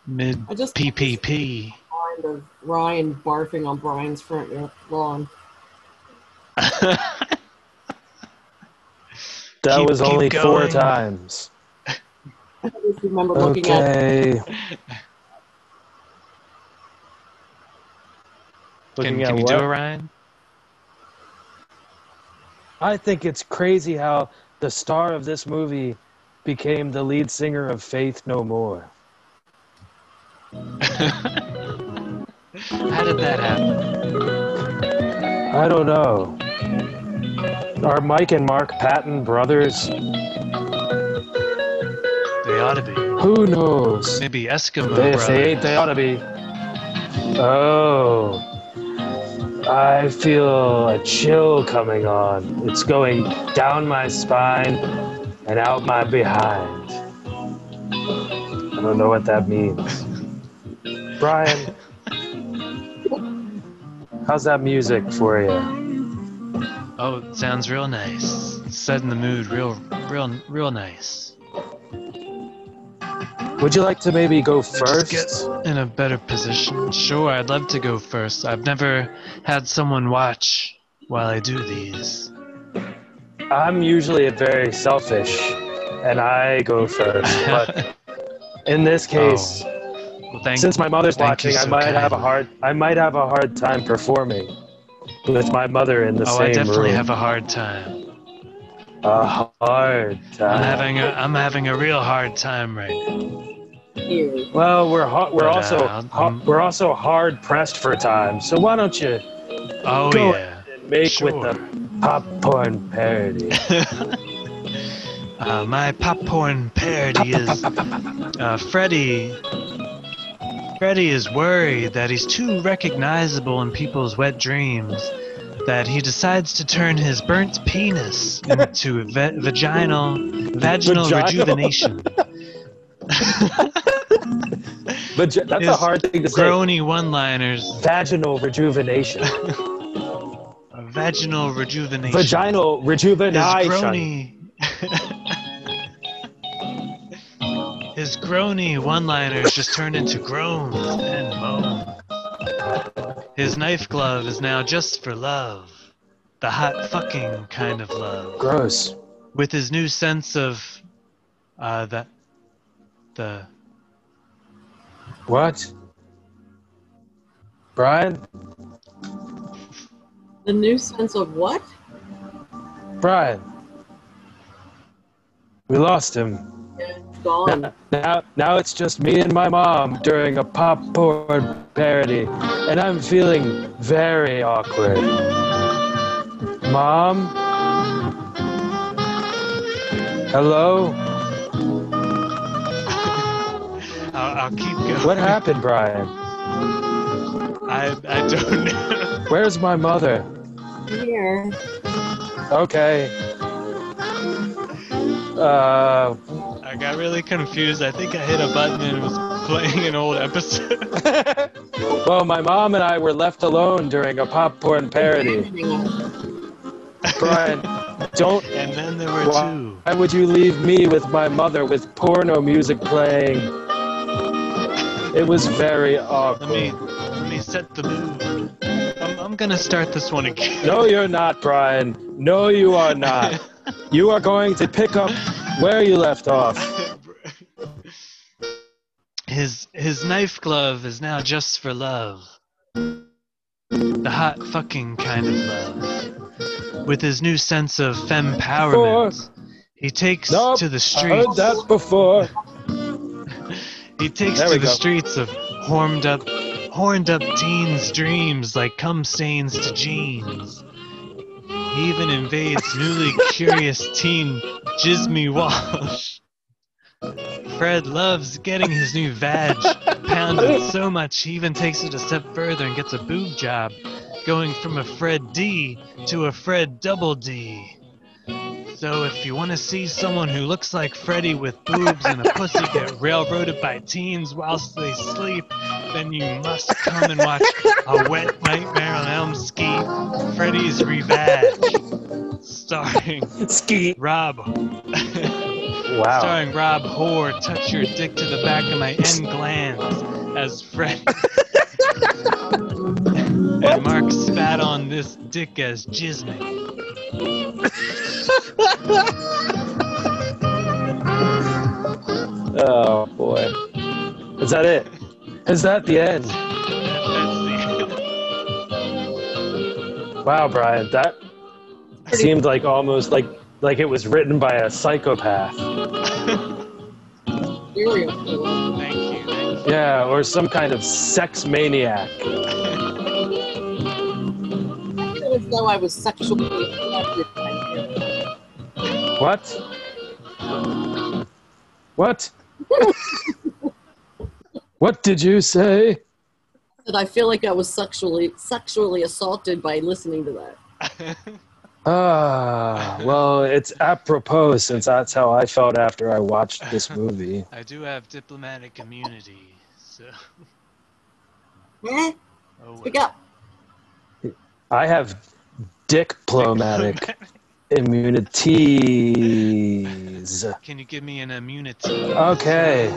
mid
I just
PPP.
find of Ryan barfing on Brian's front lawn.
That
Keep-
was
keep
only four
going.
times.
I just remember looking at
Okay.
can
Looking
can
at
you
what?
do it, Ryan?
I think it's crazy how the star of this movie became the lead singer of Faith No More.
How did that happen?
I don't know. Are Mike and Mark Patton brothers?
They ought to be.
Who knows?
Maybe Eskimo
They, if
brothers.
they ain't, they ought to be. Oh. I feel a chill coming on. It's going down my spine and out my behind. I don't know what that means. Brian, how's that music for you?
Oh, it sounds real nice. Setting the mood real real real nice.
Would you like to maybe go
Just
first?
get in a better position. Sure, I'd love to go first. I've never had someone watch while I do these.
I'm usually very selfish and I go first, but in this case,
Well, Oh, thank,
since my mother's
thank you
watching, I
so
might have a
kindly.
hard I might have a hard time performing with my mother in the
Oh,
same
I definitely
room.
have a hard time.
A hard
I'm
time.
having a I'm having a real hard time right now.
you.
well, we're ha- we're
But, uh,
also
I'll-
ha-
I'm-
we're also hard pressed for time. So why don't you
Oh
go
yeah.
and make
Sure.
with the popcorn parody?
Uh, my pop porn parody is uh, Freddy. Freddy is worried that he's too recognizable in people's wet dreams that he decides to turn his burnt penis into va- vaginal vaginal
Vaginal.
rejuvenation.
but ju- that's a
Is
hard thing to say.
Grony one-liners
Vaginal rejuvenation.
Vaginal rejuvenation.
Vaginal
His
rejuvenation.
grony. His grony one-liners just turned into groans and
um,
moans. His knife glove is now just for love, the hot fucking kind of love.
Gross.
With his new sense of, uh, the, the
What? Brian?
The new sense of what?
Brian. We lost him.
Gone.
Now, now it's just me and my mom during a pop porn parody, and I'm feeling very awkward. Mom? Hello?
I'll, I'll keep going.
What happened, Brian?
I, I don't know.
Where's my mother?
Here.
Okay. Uh,
I got really confused. I think I hit a button and it was playing an old episode.
well, my mom and I were left alone during a pop porn parody. Brian, don't.
And then there were
Why,
two.
why would you leave me with my mother with porno music playing? It was very
Let
awkward.
me let me set the mood. I'm, I'm gonna start this one again.
No, you're not, Brian. No, you are not. You are going to pick up where you left off.
His his knife glove is now just for love. The hot fucking kind of love. With his new sense of fempowerment, he takes
Nope,
to the
I heard
streets.
that before.
He takes
There
to
we
the
go.
streets of horned up, horned up teens' dreams like cum stains to jeans. He even invades newly curious teen Jismy Walsh. Fred loves getting his new vag pounded so much he even takes it a step further and gets a boob job, going from a Fred D to a Fred Double D. So if you want to see someone who looks like Freddy with boobs and a pussy get railroaded by teens whilst they sleep, then you must come and watch A Wet Nightmare on Elm Street, Freddy's Revenge, starring
Ski.
Rob,
Wow.
starring Rob Hoare. Touch your dick to the back of my end glands as Freddy. and Mark spat on this dick as Jismic.
Oh boy. Is that it? Is that the end? Wow, Brian, that seemed like almost like like it was written by a psychopath.
Serial killer.
Thank you. Thank you.
Yeah, or some kind of sex maniac.
I feel as though I was sexually abducted by him.
What? What? what did you say?
That I feel like I was sexually sexually assaulted by listening to that.
Oh,
Ah, well, it's apropos since that's how I felt after I watched this movie.
I do have diplomatic immunity, so.
Eh,
Oh,
Speak up.
I have diplomatic immunities.
Can you give me an immunity?
Okay.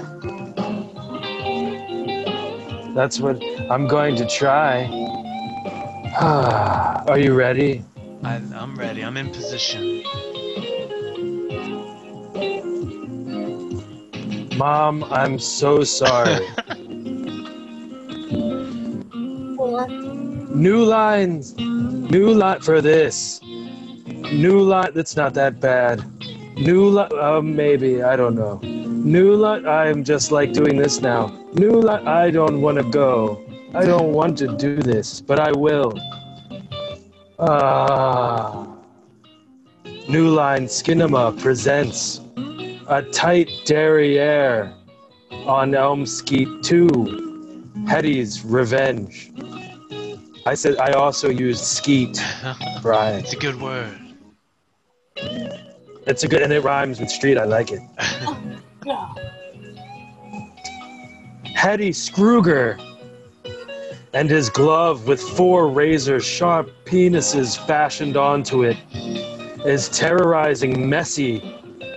That's what I'm going to try. Are you ready?
I, I'm ready. I'm in position.
Mom, I'm so sorry.
Or
new lines. New line for this. New line. That's not that bad. New line. Uh, maybe. I don't know. New line. I'm just like doing this now. New line. I don't want to go. I don't want to do this, but I will. Ah. New Line Skinema presents A Tight Derriere on Elm Street 2 Hetty's Revenge. I said I also used skeet, Brian.
It's a good word.
It's a good and it rhymes with street. I like it.
yeah.
Hetty Scrooger and his glove with four razor sharp penises fashioned onto it is terrorizing Messi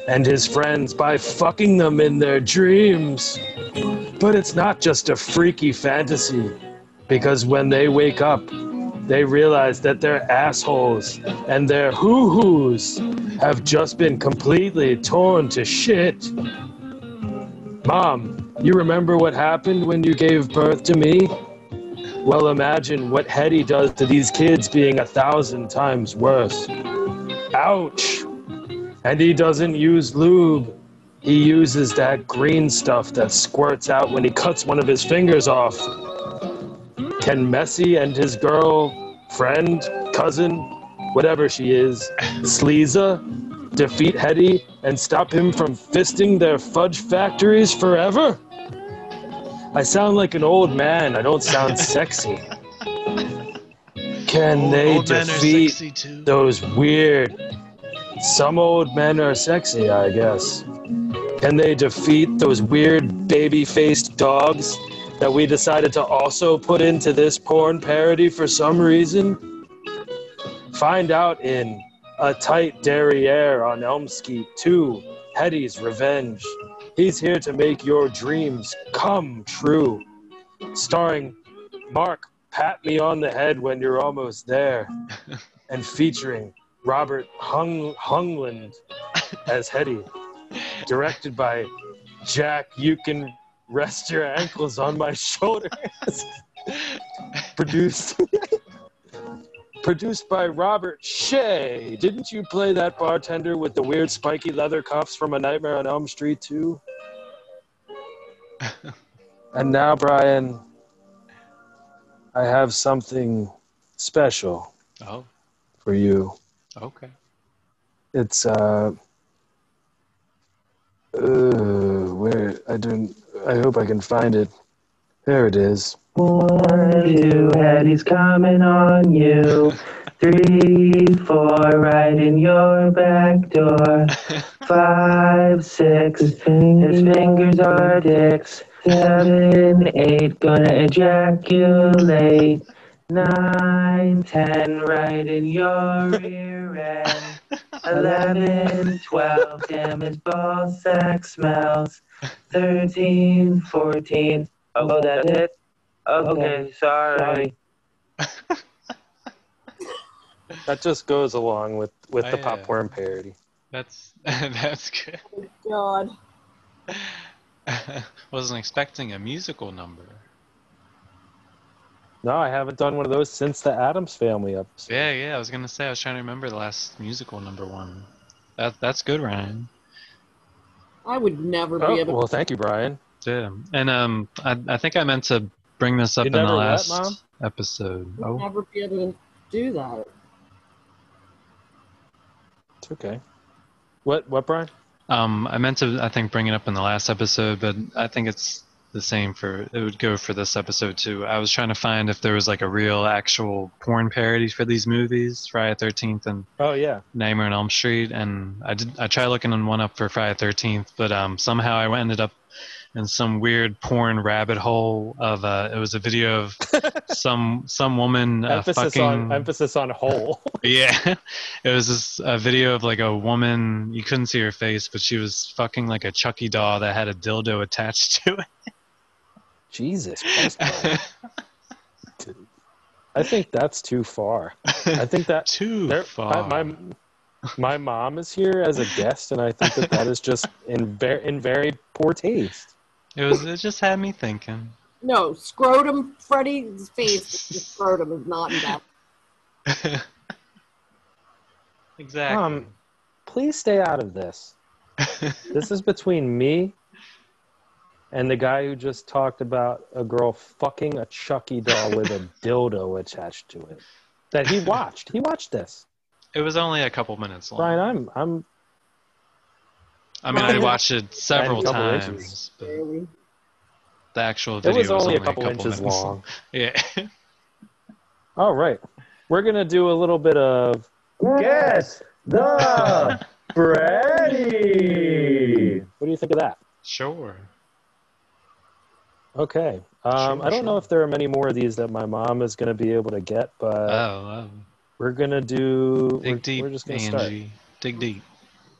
and his friends by fucking them in their dreams. But it's not just a freaky fantasy, because when they wake up, they realize that their assholes and their hoo hoos have just been completely torn to shit. Mom, you remember what happened when you gave birth to me? Well, imagine what Hetty does to these kids being a thousand times worse. Ouch! And he doesn't use lube. He uses that green stuff that squirts out when he cuts one of his fingers off. Can Messi and his girl, friend, cousin, whatever she is, Sleeza, defeat Hetty and stop him from fisting their fudge factories forever? I sound like an old man. I don't sound sexy. Can
Old-
they
old men are sexy
defeat
too.
those weird? Some old men are sexy, I guess. Can they defeat those weird baby-faced dogs that we decided to also put into this porn parody for some reason? Find out in a tight derriere on Elmsky 2, Hetty's Revenge. He's here to make your dreams come true. Starring Mark Pat Me on the Head When You're Almost There, and featuring Robert Hung- Hungland as Hetty. Directed by Jack, you can rest your ankles on my shoulders. Produced produced by Robert Shea. Didn't you play that bartender with the weird spiky leather cuffs from A Nightmare on Elm Street too? and now, Brian, I have something special
Oh,
for you.
okay.
It's uh, uh where I don't. I hope I can find it. There it is.
One, two, Eddie's coming on you. Three, four, right in your back door. Five, six, his fingers are dicks. Seven, eight, gonna ejaculate. Nine, ten, right in your rear end. Eleven, twelve, damn his ball sack smells. Thirteen, fourteen, oh, that's it. Oh, Okay, sorry.
That just goes along with with the
I, uh,
popcorn parody.
That's that's good.
Oh, God.
Wasn't expecting a musical number.
No, I haven't done one of those since the Adams Family up.
Yeah, yeah. I was gonna say I was trying to remember the last musical number one. That that's good, Ryan.
I would never
Oh,
be able.
well, thank you, Brian.
Yeah. And um, I I think I meant to bring this up
You
in the
never what,
last
Mom?
episode.
would
Oh,
never be able to do that.
It's okay. What what Brian?
Um, I meant to, I think, bring it up in the last episode, but I think it's the same for it would go for this episode too. I was trying to find if there was like a real, actual porn parody for these movies, Friday Thirteenth and
Oh yeah.
Nightmare on Elm Street, and I did. I tried looking on one up for Friday Thirteenth, but um, somehow I ended up in some weird porn rabbit hole of uh, it was a video of some some woman uh,
emphasis
fucking
on emphasis on whole.
yeah, it was this a video of like a woman. You couldn't see her face, but she was fucking like a Chucky doll that had a dildo attached to it.
Jesus Christ. Brian. I think that's too far. I think that
too
far. My, my my mom is here as a guest, and I think that that is just in very in very poor taste.
It was. It just had me thinking.
No, scrotum. Freddy's face. The scrotum is not in that.
Exactly.
Um, please stay out of this. this is between me and the guy who just talked about a girl fucking a Chucky doll with a dildo attached to it that he watched. He watched this.
It was only a couple minutes long.
Brian, I'm I'm
I mean, I watched it several
couple
times.
inches.
Really?
The actual
It
video
was only a
a
couple
couple,
inches
minutes
long.
Yeah.
All right. We're going to do a little bit of
Guess the Freddy.
What do you think of that?
Sure.
Okay. Um,
Sure,
I don't know
sure.
if there are many more of these that my mom is going to be able to get, but
Oh, wow.
We're gonna do.
Dig
we're,
deep,
we're just gonna
Angie. Dig deep.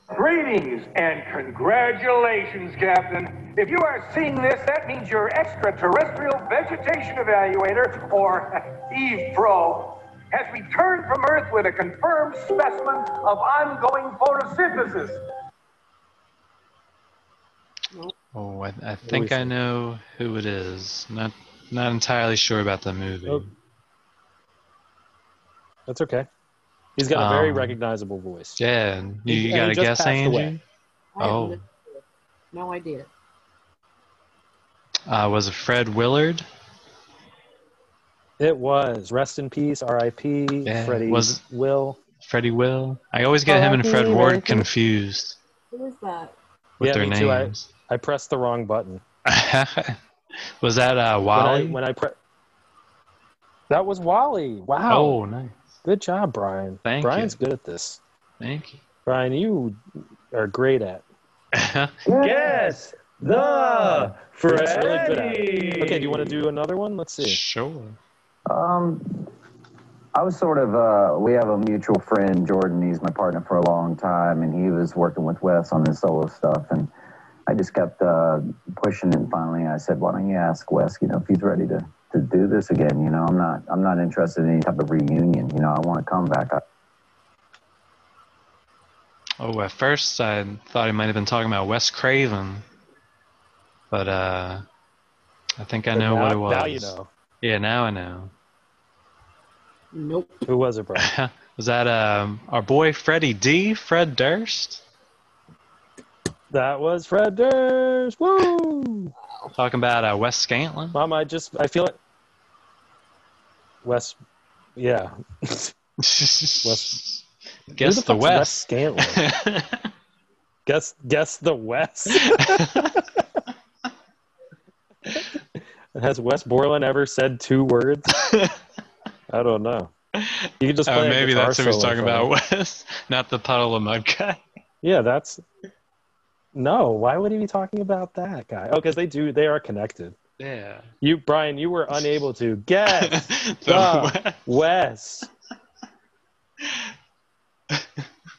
Greetings and congratulations, Captain. If you are seeing this, that means you're extraterrestrial vegetation evaluator, or Eve Pro, has returned from Earth with a confirmed specimen of ongoing photosynthesis.
Oh, I, I think I know who it is. Not not entirely sure about the movie.
Oh. start. That's okay. He's got a very
Um,
recognizable voice.
Yeah, and you,
He-
you
and
got
he
a
just
guess,
passed
Angie?
away.
I have
Oh,
No idea.
uh, was it Fred Willard?
It was. Rest in peace, R.I.P. Freddie
was-
Will.
Freddie Will? I always get
Oh,
him and
I
Fred
believe I
Ward
think-
confused
Who is that?
with
yeah,
their
me too. I,
names.
I pressed the wrong button.
was that uh, Wally?
When I, when I pre- that was Wally. Wow.
oh, nice.
Good job, Brian.
Thank you.
Brian's good at this.
Thank you.
Brian, you are great at.
Guess the
Brian's really good at it.
Freddy.
Okay, do you want to do another one? Let's see.
Sure.
Um, I was sort of, uh, we have a mutual friend, Jordan. He's my partner for a long time, and he was working with Wes on his solo stuff. And I just kept uh, pushing, and finally I said, Why don't you ask Wes, you know, if he's ready to, to do this again? You know, I'm not, I'm not interested in any type of reunion. You know, I want to come back. I,
Oh, at first I thought he might have been talking about Wes Craven, but uh, I think I
But
know
now-
what it was.
Now you know.
Yeah, now I know.
Nope.
Who was it, Brian?
was that um, our boy Freddie D, Fred Durst,
that was Fred Durst. Woo!
talking about uh, Wes Scantlin?
Mom, I just I feel like Wes. Yeah. Wes.
Guess
Who
the
fuck's Wes
West.
Scantlin. guess guess the West. Has Wes Borland ever said two words? I don't know. You can just play
oh,
a
maybe
guitar
that's who he's
solo
talking
for
about,
him.
Wes, not the puddle of mud guy.
Yeah, that's no. Why would he be talking about that guy? Oh, because they do. They are connected.
Yeah.
You, Brian, you were unable to guess
The
the Wes. All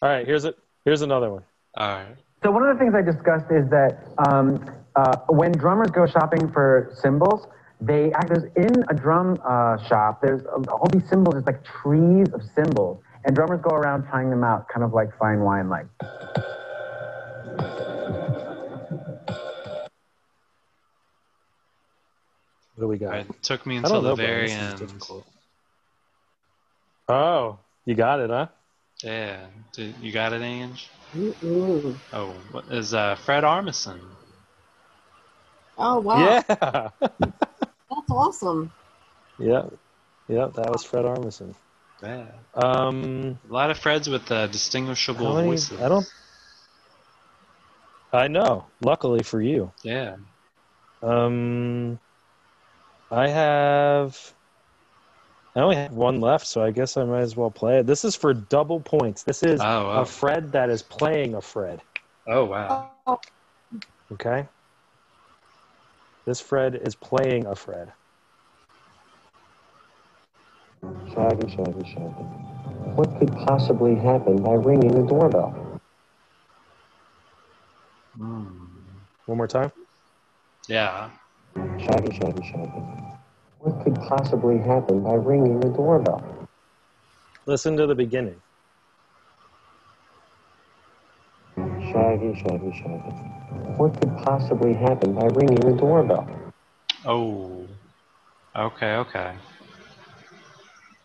right, here's a here's another one.
All right.
So one of the things I discussed is that um, uh, when drummers go shopping for cymbals, they act as in a drum uh, shop. There's all these cymbals. It's like trees of cymbals, and drummers go around trying them out, kind of like fine wine. Like
What do we got?
It took me
I
until
don't
the
know, Brian,
very
this is
end.
Oh, you got it, huh?
Yeah. Did, you got it, Ange?
Mm-mm.
Oh, what is uh, Fred Armisen?
Oh wow,
Yeah.
that's awesome.
yeah. Yeah, that was Fred Armisen.
Yeah.
Um,
A lot of Freds with uh, distinguishable
how many-
voices.
I don't. I know. Luckily for you.
Yeah.
Um, I have. I only have one left, so I guess I might as well play it. This is for double points. This is
Oh, wow.
a Fred that is playing a Fred.
Oh wow.
Okay. This Fred is playing a Fred.
Shaggy, shaggy, shaggy. What could possibly happen by ringing the doorbell?
Mm.
One more time.
Yeah.
Shaggy, shaggy, shaggy. What could possibly happen by ringing the doorbell?
Listen to the beginning.
Shaggy, shaggy, shaggy. What could possibly happen by ringing the doorbell?
Oh. Okay. Okay.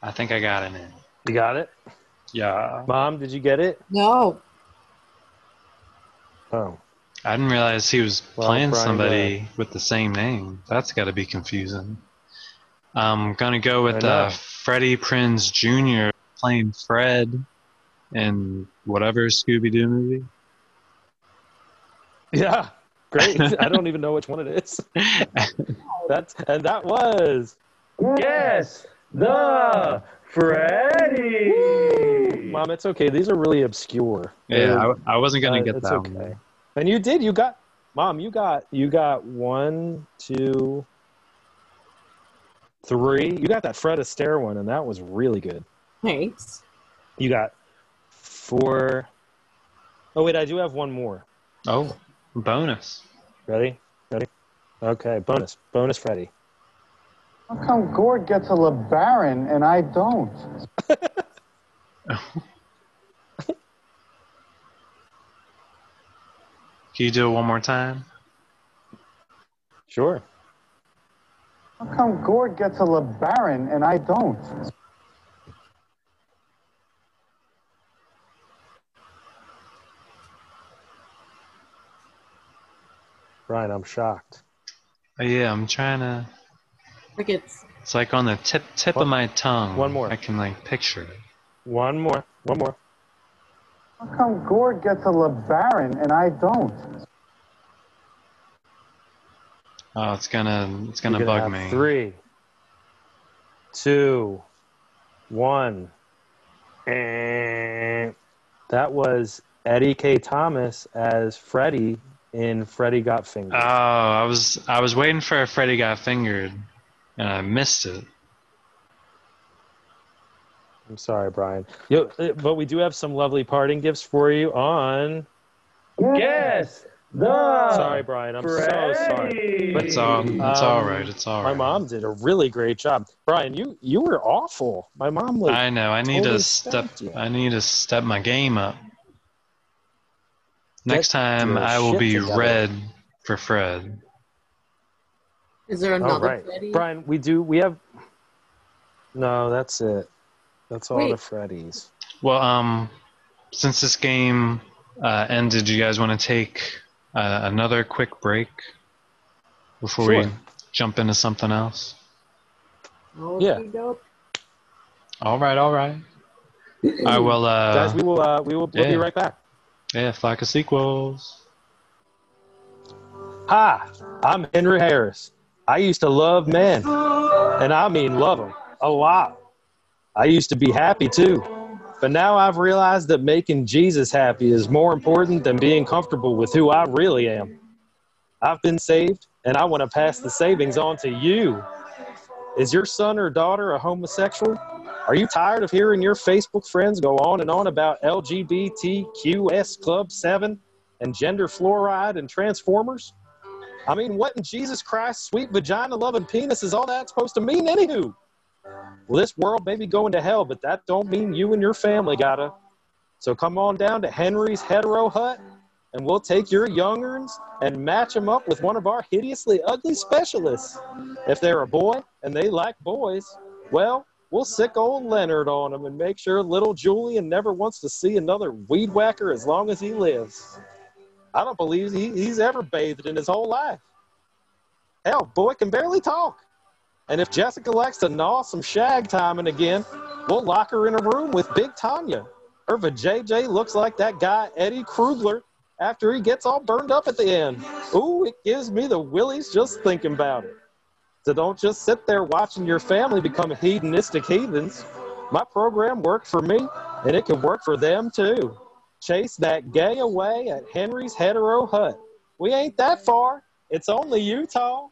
I think I got it. Now.
You got it?
Yeah.
Mom, did you get it?
No.
Oh.
I didn't realize he was
Well,
playing
Brian,
somebody with the same name. That's got to be confusing. I'm gonna go with
I know.
uh, Freddie Prinz Jr. playing Fred in whatever Scooby Doo movie.
Yeah. Great. I don't even know which one it is. That's and that was
Guess the Freddy.
Mom, it's okay. These are really obscure.
Yeah, I, I wasn't gonna
Uh,
get
it's
that
okay.
one.
And you did. You got mom. You got you got one, two, three. You got that Fred Astaire one, and that was really good.
Thanks.
You got four. Oh wait, I do have one more.
Oh, bonus.
Ready? Ready? Okay, bonus. Bonus Freddy.
How come Gord gets a LeBaron and I don't?
Can you do it one more time?
Sure.
How come Gord gets a LeBaron and I don't?
Brian, I'm shocked.
Oh, yeah, I'm trying to.
Crickets.
It's like on the tip tip of my tongue.
One more.
I can like picture it.
One more. One more.
How come Gord gets a LeBaron and I don't?
Oh, it's gonna it's gonna
You're
bug
have
me.
Three, two, one, and that was Eddie K. Thomas as Freddy in Freddy Got Fingered.
Oh, I was I was waiting for a Freddy got fingered, and I missed it.
I'm sorry, Brian. Yo, uh, but we do have some lovely parting gifts for you on.
Guess the
Sorry, Brian. I'm so sorry.
It's all it's
Um,
all right. It's all
My
right.
mom did a really great job. Brian, you you were awful. My mom like
I know. I need
totally
to step.
spanked you.
I need to step my game up. Next time,
your
I will
shit
be
together.
red for Fred.
Is there
All
another
right.
Freddy?
Brian, we do we have No, that's it. That's all the
Wait.
Freddies.
Well, um, since this game uh, ended, you guys want to take uh, another quick break before we
Sure.
jump into something else?
Yeah.
Dope.
All right, all right. All right, well, uh,
Guys, we will uh we will we'll
yeah.
be right back.
yeah, flock of sequels.
Hi, I'm Henry Harris. I used to love men, and I mean love them a lot. I used to be happy too, but now I've realized that making Jesus happy is more important than being comfortable with who I really am. I've been saved, and I want to pass the savings on to you. Is your son or daughter a homosexual? Are you tired of hearing your Facebook friends go on and on about LGBTQS Club 7 and gender fluoride and transformers? I mean, what in Jesus Christ, sweet vagina loving penis is all that supposed to mean, anywho? Well, this world may be going to hell, but that don't mean you and your family gotta. So come on down to Henry's Hetero Hut, and we'll take your youngerns and match them up with one of our hideously ugly specialists. If they're a boy and they like boys, well, we'll sick old Leonard on them and make sure little Julian never wants to see another weed whacker as long as he lives. I don't believe he, he's ever bathed in his whole life. Hell, boy can barely talk. And if Jessica likes to gnaw some shag time and again, we'll lock her in a room with Big Tanya. Her JJ looks like that guy Eddie Krugler after he gets all burned up at the end. Ooh, it gives me the willies just thinking about it. So don't just sit there watching your family become hedonistic heathens. My program worked for me, and it can work for them too. Chase that gay away at Henry's Hetero Hut. We ain't that far. It's only Utah.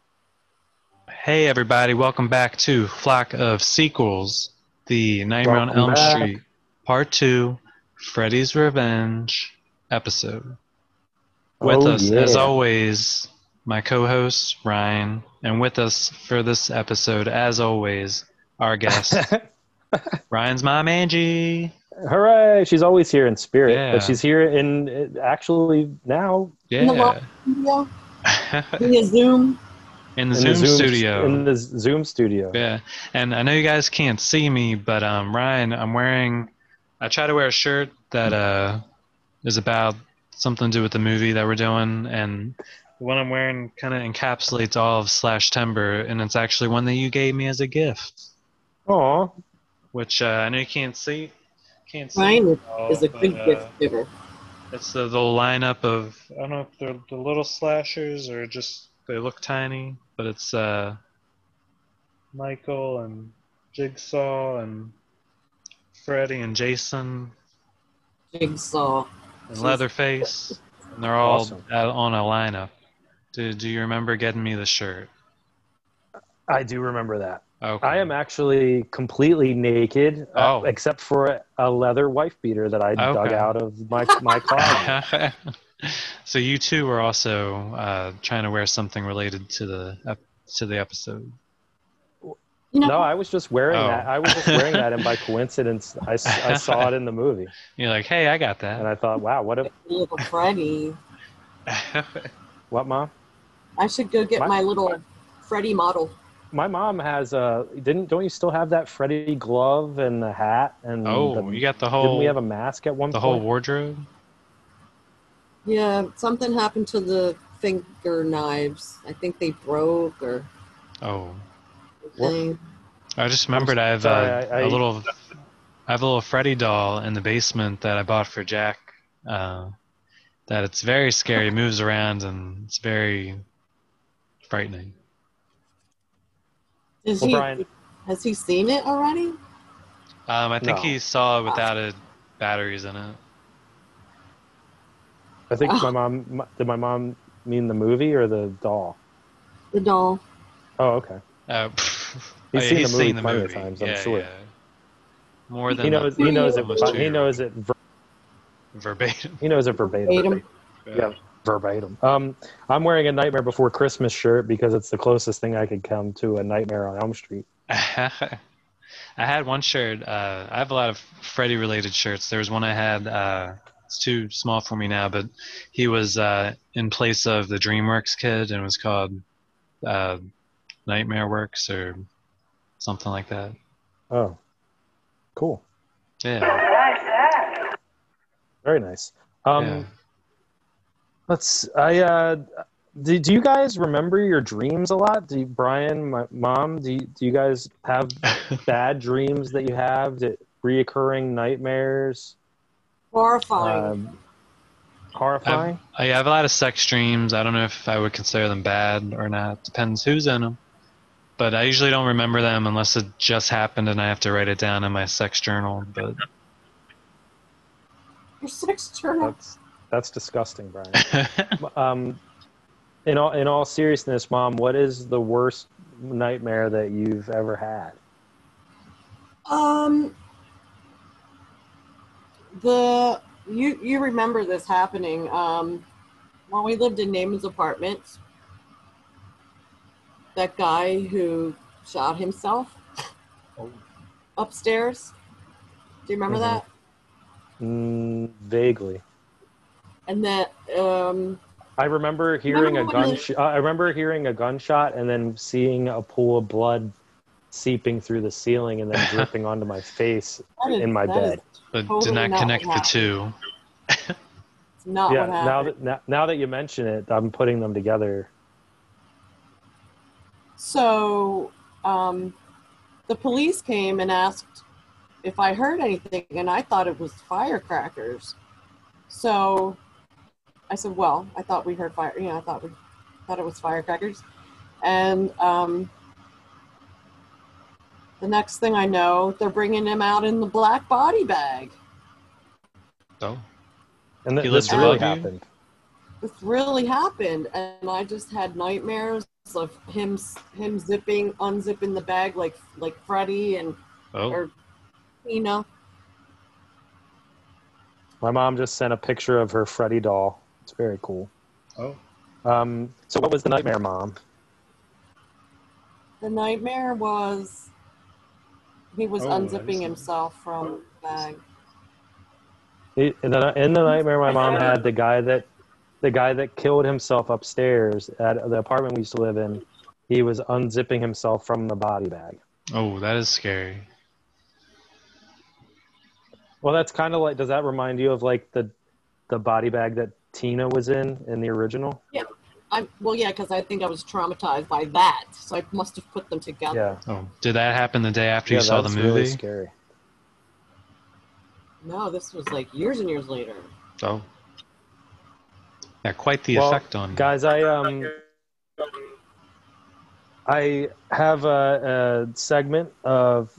Hey, everybody, welcome back to Flock of Sequels, the Nightmare on
Welcome
Elm
back.
Street, Part 2, Freddy's Revenge episode. With
Oh,
us, as
yeah.
always, my co host, Ryan, and with us for this episode, as always, our guest, Ryan's mom, Angie.
Hooray! She's always here in spirit,
Yeah.
but she's here in actually now
In the
Yeah.
live studio? Via Zoom?
In the
in
Zoom
the Zoom
studio.
In the Zoom studio.
Yeah, and I know you guys can't see me, but um, Ryan, I'm wearing. I try to wear a shirt that uh, is about something to do with the movie that we're doing, and the one I'm wearing kind of encapsulates all of Slash Timber, and it's actually one that you gave me as a gift,
Aw,
which uh, I know you can't see. Can't see.
Ryan
it all,
is a
but,
good
uh,
gift giver.
It's the, the lineup of I don't know if they're the little slashers or just they look tiny, but it's uh, Michael and Jigsaw and Freddy and Jason
Jigsaw.
and
Jeez.
Leatherface, and they're all
Awesome.
out on a lineup. Do, do you remember getting me the shirt?
I do remember that.
Okay.
I am actually completely naked, uh,
Oh.
except for a, a leather wife beater that I dug
Okay.
out of my my closet.
so you two were also uh, trying to wear something related to the ep- to the episode.
no, I was just wearing
Oh.
that. I was just wearing that, and by coincidence, I, s- I saw it in the movie,
You're like, hey, I got that.
and I thought, wow, what a
Little Freddy.
what mom.
I should go get
My-
my, little Freddy model.
My mom has a didn't don't you still have that Freddy glove and the hat and
Oh,
the,
you got the
didn't
whole
we have a mask at one
the
point?
whole wardrobe.
Yeah, something happened to the finger knives. I think they broke or
Oh,
something.
I just remembered I have
sorry,
a,
I- I-
a little I have a little Freddy doll in the basement that I bought for Jack. Uh, that it's very scary, It moves around, and it's very frightening.
Is
Well,
he,
Brian-
has he seen it already?
Um, I think
No.
he saw it without it batteries in it.
I think
Oh.
my mom my, did. My mom mean the movie or the doll?
The doll.
Oh, okay.
Uh,
He's
oh, yeah,
seen
he's
the movie
seen the
plenty
movie.
of times, I'm
yeah,
sure.
yeah. More than
He knows. He knows it.
almost
but
two
He
year
knows it. Ver,
old. verbatim.
he knows it verbatim.
Verbatim.
Yeah, verbatim. Um, I'm wearing a Nightmare Before Christmas shirt because it's the closest thing I could come to a Nightmare on Elm Street.
I had one shirt. Uh, I have a lot of Freddy related shirts. There was one I had. Uh, it's too small for me now, but he was uh, in place of the DreamWorks kid and it was called uh, Nightmare Works or something like that.
Oh, cool.
Yeah.
Very nice. Um,
Yeah.
Let's. I. Uh, do, do you guys remember your dreams a lot? Do you, Brian, my mom, do you, do you guys have bad dreams that you have? That reoccurring nightmares,
Horrifying.
um, horrifying.
Uh, I have a lot of sex dreams. I don't know if I would consider them bad or not. Depends who's in them. But I usually don't remember them unless it just happened and I have to write it down in my sex journal. But
Your sex journal.
That's that's disgusting, Brian. um, in all in all seriousness, mom, what is the worst nightmare that you've ever had?
Um, the you you remember this happening? Um, when we lived in Naaman's apartments, that guy who shot himself upstairs. Do you remember
Mhm.
that?
Mm, vaguely,
And that um,
I remember hearing
Remember
a
when
gun.
they-
Sh- I remember hearing a gunshot and then seeing a pool of blood seeping through the ceiling and then dripping onto my face
that is,
in my
that is
bed.
but
Totally
did not,
not
connect
what
the two.
not
yeah,
what happened.
now that now, now that you mention it, I'm putting them together.
So um, the police came and asked if I heard anything, and I thought it was firecrackers. So I said, "Well, I thought we heard fire. You know, I thought we thought it was firecrackers." And um, the next thing I know, they're bringing him out in the black body bag.
So
And th-
Oh. He
this
lives
really
above you?
happened.
This really happened, and I just had nightmares of him him zipping, unzipping the bag like like Freddy and
oh,
or you know.
My mom just sent a picture of her Freddy doll. It's very cool.
oh,
Um, so what was the nightmare, mom?
The nightmare was he was
Oh, I
unzipping
see.
himself from the bag.
It- In the, in the nightmare, my mom had the guy that the guy that killed himself upstairs at the apartment we used to live in. He was unzipping himself from the body bag.
oh, that is scary.
Well, that's kind of like. Does that remind you of like the the body bag that Tina was in in the original?
I well, yeah, because I think I was traumatized by that, so I must have put them together.
Yeah,
Oh, did that happen the day after
yeah,
you saw the
that's
movie?
really scary.
No, this was like years and years later.
Oh, yeah, quite the
Well,
effect on you.
Guys, I um, I have a, a segment of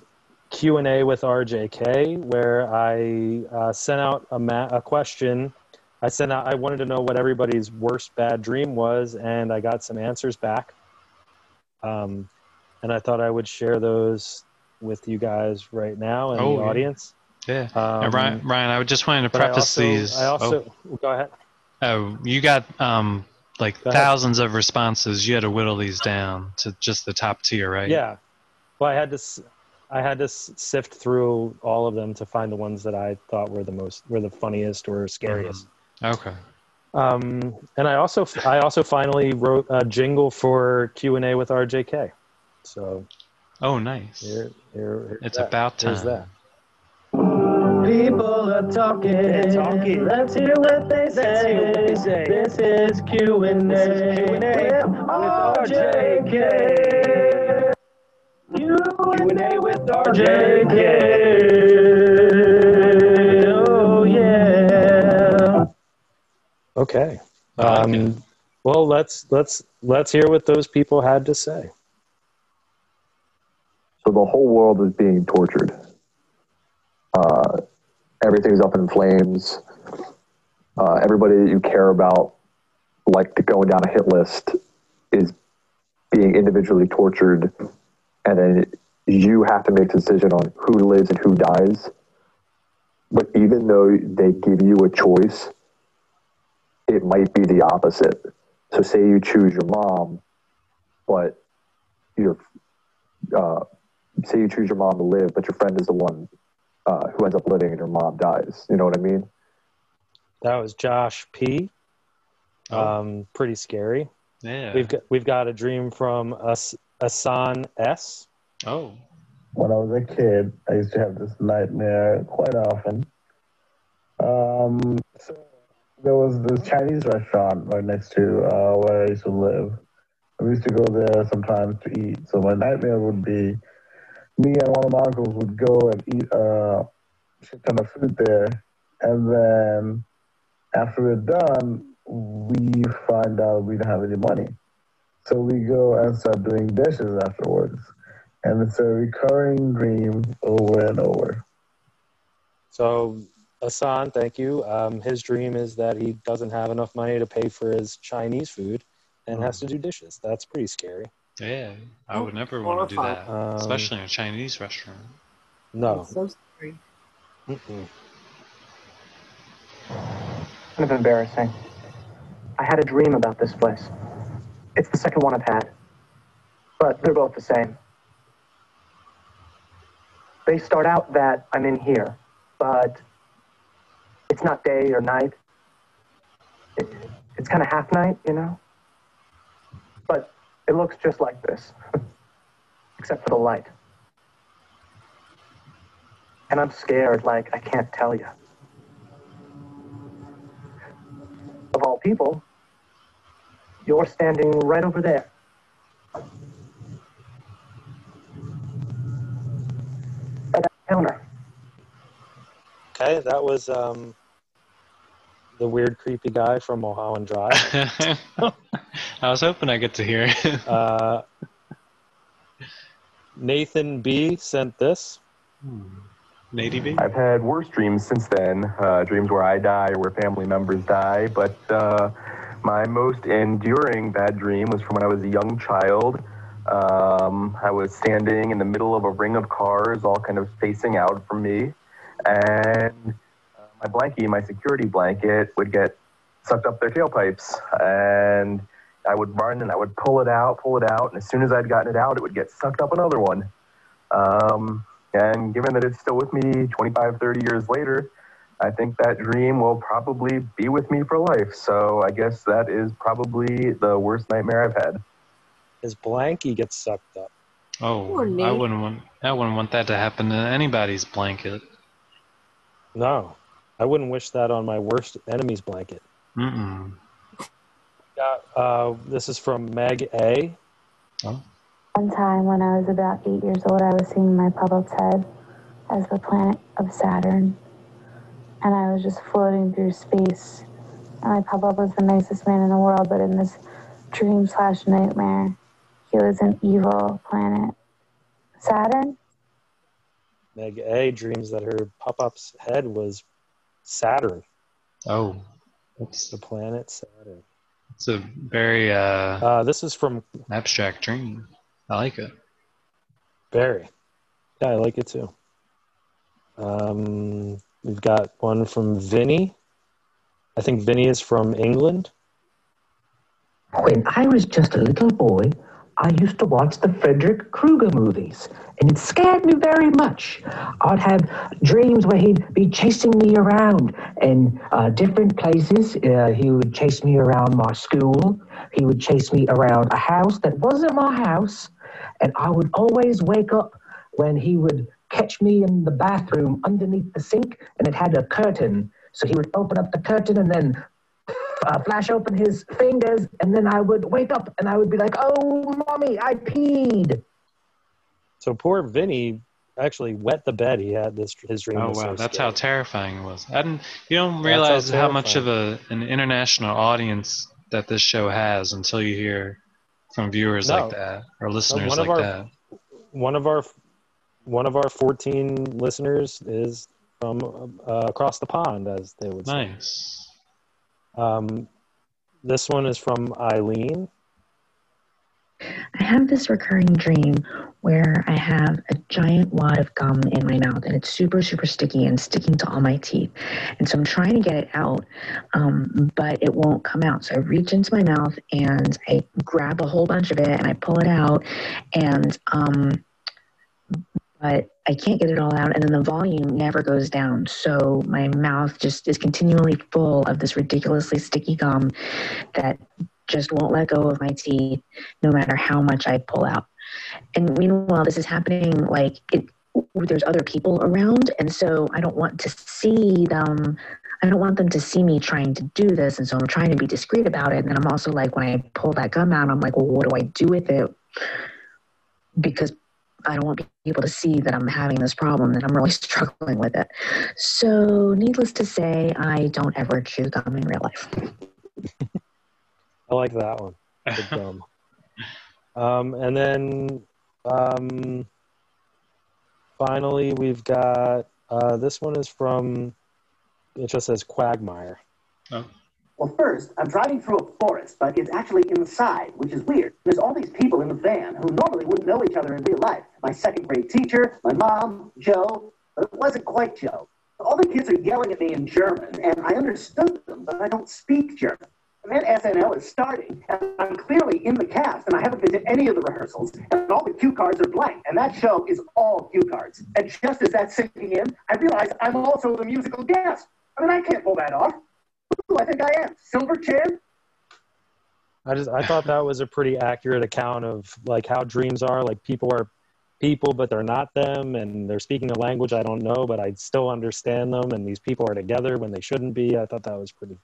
Q and A with RJK where I uh, sent out a ma- a question. I sent out. I wanted to know what everybody's worst bad dream was, and I got some answers back. Um, and I thought I would share those with you guys right now and
Oh,
the
yeah.
audience.
Yeah.
Um,
Yeah, Ryan, Ryan, I just wanted to
but I
preface
also-
these.
I also go ahead.
oh, oh, you got um, like
ahead.
thousands of responses. You had to whittle these down to just the top tier, right?
Yeah. Well, I had to, s- I had to s- sift through all of them to find the ones that I thought were the most, were the funniest or scariest.
Mm-hmm. Okay.
Um, and I also, I also finally wrote a jingle for Q and A with RJK. So
Oh, nice.
here, here,
It's
that.
about time.
Here's that.
People are talking. Let's hear what they say. This is Q and A with RJK. Q and A with RJK. Oh yeah.
Okay.
Oh,
Um, well, let's let's let's hear what those people had to say.
So the whole world is being tortured. Uh, everything's up in flames. Uh, everybody that you care about, like the going down a hit list, is being individually tortured, and then you have to make a decision on who lives and who dies. But even though they give you a choice, it might be the opposite. So, say you choose your mom, but your uh, say you choose your mom to live, but your friend is the one uh, who ends up living and your mom dies. You know what I mean?
That was Josh P.
Oh.
Um, pretty scary.
Yeah.
We've got we've got a dream from As- Asan S.
Oh.
When I was a kid, I used to have this nightmare quite often. Um, so there was this Chinese restaurant right next to uh, where I used to live. I used to go there sometimes to eat. So my nightmare would be me and one of my uncles would go and eat a shit ton of food there. And then after we're done, we find out we don't have any money. So we go and start doing dishes afterwards. And it's a recurring dream over and over.
So Asan, thank you. Um, his dream is that he doesn't have enough money to pay for his Chinese food and has to do dishes. That's pretty scary.
Yeah. I would never want to do
horrifying.
that,
Um,
especially in a Chinese restaurant. Hmm.
No.
So sorry.
Mm-mm.
Kind of embarrassing. I had a dream about this place. It's the second one I've had. But they're both the same. They start out that I'm in here, but it's not day or night. It, it's kind of half night, you know? But it looks just like this, except for the light. And I'm scared, like, I can't tell you. Of all people, you're standing right over there. At that counter.
Okay, that was um, the weird, creepy guy from Mulholland Drive.
I was hoping I get to hear it.
uh, Nathan B sent this.
Hmm.
I've had worse dreams since then, uh, dreams where I die or where family members die, but uh, my most enduring bad dream was from when I was a young child. Um, I was standing in the middle of a ring of cars, all kind of facing out from me, and uh, my blankie, my security blanket, would get sucked up their tailpipes, and I would run and I would pull it out, pull it out, and as soon as I'd gotten it out, it would get sucked up another one. Um, and given that it's still with me 25, 30 years later, I think that dream will probably be with me for life. So I guess that is probably the worst nightmare I've had.
His blankie gets sucked up.
Oh,
Poor
I
Nate.
wouldn't want. I wouldn't want that to happen to anybody's blanket.
No, I wouldn't wish that on my worst enemy's blanket.
Mm-mm.
Got, uh, this is from Meg A.
One time when I was about eight years old, I was seeing my puppet's head as the planet of Saturn. And I was just floating through space. And my puppet was the nicest man in the world, but in this dream slash nightmare, he was an evil planet. Saturn?
Meg A dreams that her pop up's head was Saturn.
Oh, that's
the planet Saturn.
It's a very uh,
uh, this is from
abstract dream. I like it.
Very. Yeah, I like it too. Um, we've got one from Vinny. I think Vinny is from England.
When I was just a little boy, I used to watch the Frederick Krueger movies, and it scared me very much. I'd have dreams where he'd be chasing me around and uh, different places. Uh, he would chase me around my school, he would chase me around a house that wasn't my house, and I would always wake up when he would catch me in the bathroom underneath the sink, and it had a curtain. So he would open up the curtain and then uh, flash open his fingers, and then I would wake up and I would be like, "Oh, mommy, I peed."
So poor Vinny actually wet the bed he had this his dream.
Oh
was so
wow, that's
scary.
how terrifying it was. I didn't. You don't
That's how
realize how much of a an international audience that this show has until you hear from viewers
No.
like that or listeners
one
like
of our
that.
one of our one of our 14 listeners is from uh, across the pond as they would say
nice
um, this one is from eileen
I have this recurring dream where I have a giant wad of gum in my mouth and it's super, super sticky and sticking to all my teeth. And so I'm trying to get it out, um, but it won't come out. So I reach into my mouth and I grab a whole bunch of it and I pull it out and, um, but I can't get it all out. And then the volume never goes down. So my mouth just is continually full of this ridiculously sticky gum that just won't let go of my teeth no matter how much I pull out. And meanwhile, this is happening like it, there's other people around, and so I don't want to see them. I don't want them to see me trying to do this, and so I'm trying to be discreet about it. And then I'm also like, when I pull that gum out, I'm like, well, what do I do with it? Because I don't want people to see that I'm having this problem and I'm really struggling with it. So, needless to say, I don't ever chew gum in real life.
i like that one Good gum. um, and then um, finally we've got uh, this one is from it just says quagmire
Well, first, I'm driving through a forest, but it's actually inside, which is weird. There's all these people in the van who normally wouldn't know each other in real life. My second grade teacher, my mom, Joe, but it wasn't quite Joe. All the kids are yelling at me in German, and I understood them, but I don't speak German. And then SNL is starting, and I'm clearly in the cast, and I haven't been to any of the rehearsals, and all the cue cards are blank, and that show is all cue cards. And just as that's sinking in, I realize I'm also the musical guest. I mean, I can't pull that off. Who do I think I am? Silver Chin?
I just I thought that was a pretty accurate account of like how dreams are. Like people are people, but they're not them, and they're speaking a language I don't know, but I still understand them. And these people are together when they shouldn't be. I thought that was pretty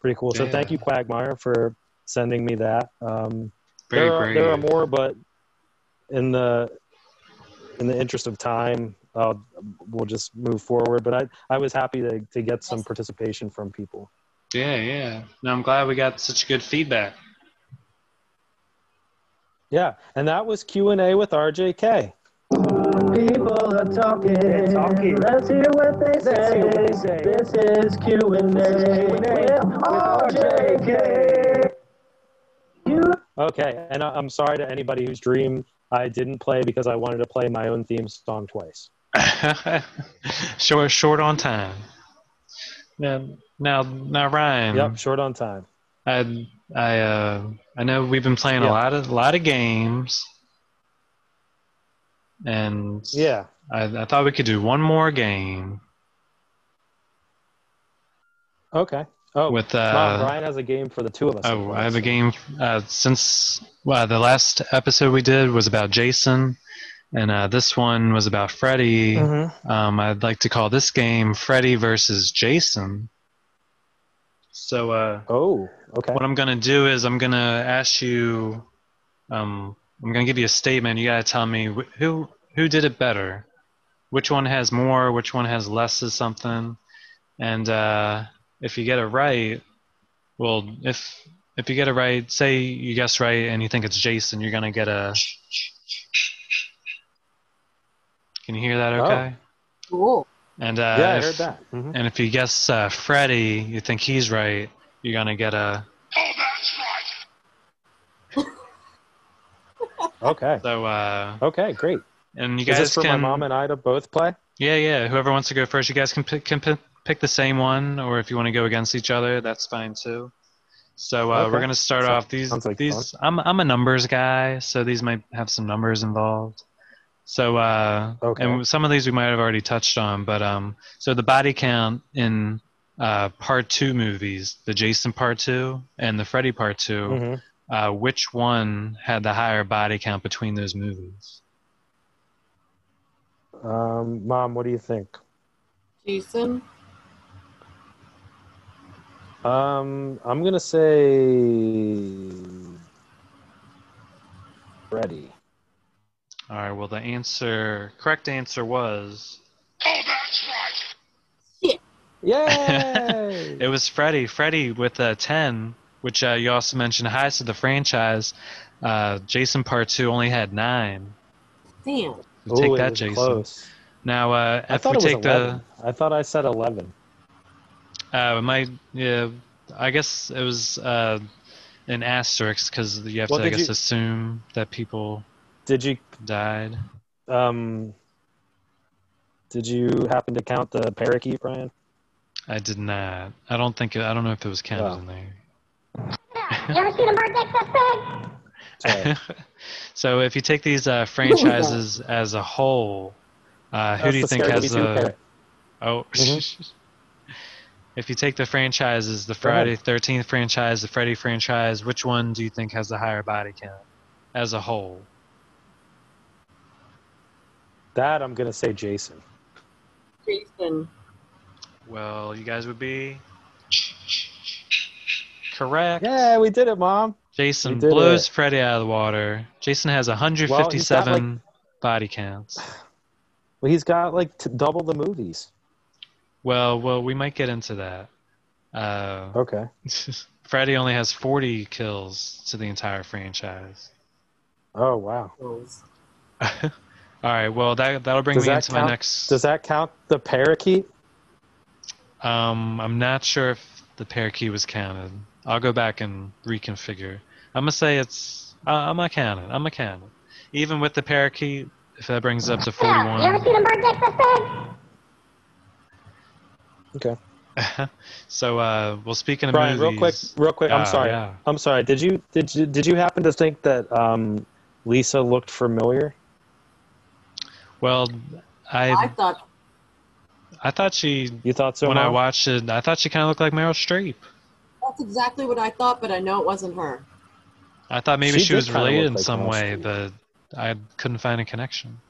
pretty cool. So thank you, Quagmire, for sending me that. Um,
Very
there are, there are
brave.
more, but in the in the interest of time, uh, we'll just move forward. But I I was happy to to get some participation from people.
Yeah, yeah. No, I'm glad we got such good feedback.
Yeah, and that was Q and A with RJK.
People are talking. Let's hear what they say. This is Q and A with RJK.
Okay, and I- I'm sorry to anybody whose dream I didn't play because I wanted to play my own theme song twice.
Short, short on time. Now, now, now, Ryan.
Yep, short on time.
I, I, uh, I know we've been playing
Yeah.
a lot of, a lot of games, and
Yeah.
I, I thought we could do one more game
Okay. Oh,
with
Mom,
uh,
Ryan has a game for the two of us.
Oh, I have a game uh, since well, the last episode we did was about Jason, and uh, this one was about Freddy.
Mhm.
Um, I'd like to call this game Freddy versus Jason. So, uh,
oh, okay.
What I'm gonna do is I'm gonna ask you, um, I'm gonna give you a statement. You gotta tell me wh- who who did it better, which one has more, which one has less of something, and uh, if you get it right, well, if if you get it right, say you guess right and you think it's Jason, you're gonna get a. Can you hear that? Okay.
Cool.
And uh,
Oh. Yeah, I
if-
heard that. Mhm.
And if you guess uh, Freddy, you think he's right, you're gonna get a.
Okay.
So. Uh,
okay, great.
And you
Is
guys
this for
can
my mom and I to both play?
Yeah, yeah. Whoever wants to go first, you guys can pick, can pick, pick the same one, or if you want to go against each other, that's fine too. So uh,
Okay.
we're gonna start
So-
off these.
sounds like
these I'm I'm a numbers guy, so these might have some numbers involved. So uh, and some of these we might have already touched on, but um, so the body count in uh, part two movies, the Jason part two and the Freddy part 2
Mhm.
uh, which one had the higher body count between those movies?
Um, mom, what do you think?
Jason.
Um, I'm gonna say Freddy.
All right. Well, the answer, correct answer was.
Yay!
it was Freddy. Freddy with a ten, which uh, you also mentioned highest of the franchise. Uh, Jason Part Two only had nine.
Damn.
So take
Ooh, it
that,
was
Jason.
close.
Now, uh,
I
if
thought
we
it was
take the,
11. I thought I said 11.
uh, my, yeah, I guess it was uh, an asterisk because you have
Well,
to, I
did
guess,
you-
assume that people
Did you
died.
um? Did you happen to count the parakeet, Brian?
I did not. I don't think. I don't know if it was counted in there.
You ever seen a bird that fast big?
so if you take these uh, franchises as a whole, uh, who
That's
do you
the
think has
Scooby-Doo
the?
parrot.
Oh, if you take the franchises, the
Mm-hmm. Go ahead.
Friday Thirteenth franchise, the Freddy franchise, which one do you think has the higher body count as a whole?
That I'm gonna say Jason.
Jason.
Well, you guys would be correct.
Yeah, we did it, mom.
Jason
We did
blows
it.
Freddy out of the water. Jason has 157 body counts.
Well, he's got like t- double the movies.
Well, well, we might get into that. Uh,
okay.
Freddy only has 40 kills to the entire franchise.
Oh wow.
All right. Well, that that'll bring
does
me
that
into
count,
my next.
Does that count the parakeet?
Um, I'm not sure if the parakeet was counted. I'll go back and reconfigure. I'm gonna say it's. Uh, I'm gonna count it. I'm gonna count it. Even with the parakeet, if that brings up to 41.
You ever seen a bird that fast big?
Okay.
so, uh, well, speaking of
Brian, real quick,
movies,
real quick. I'm
uh,
sorry.
yeah.
I'm sorry. Did you did you did you happen to think that um, Lisa looked familiar?
Well, I
I thought
I thought she.
You thought so?
When I
Mom?
watched it, I thought she kind of looked like Meryl Streep.
that's exactly what I thought, but I know it wasn't her.
I thought maybe
She
she,
did
was
kinda look
related in
like
some
Meryl
way, but I couldn't find a connection.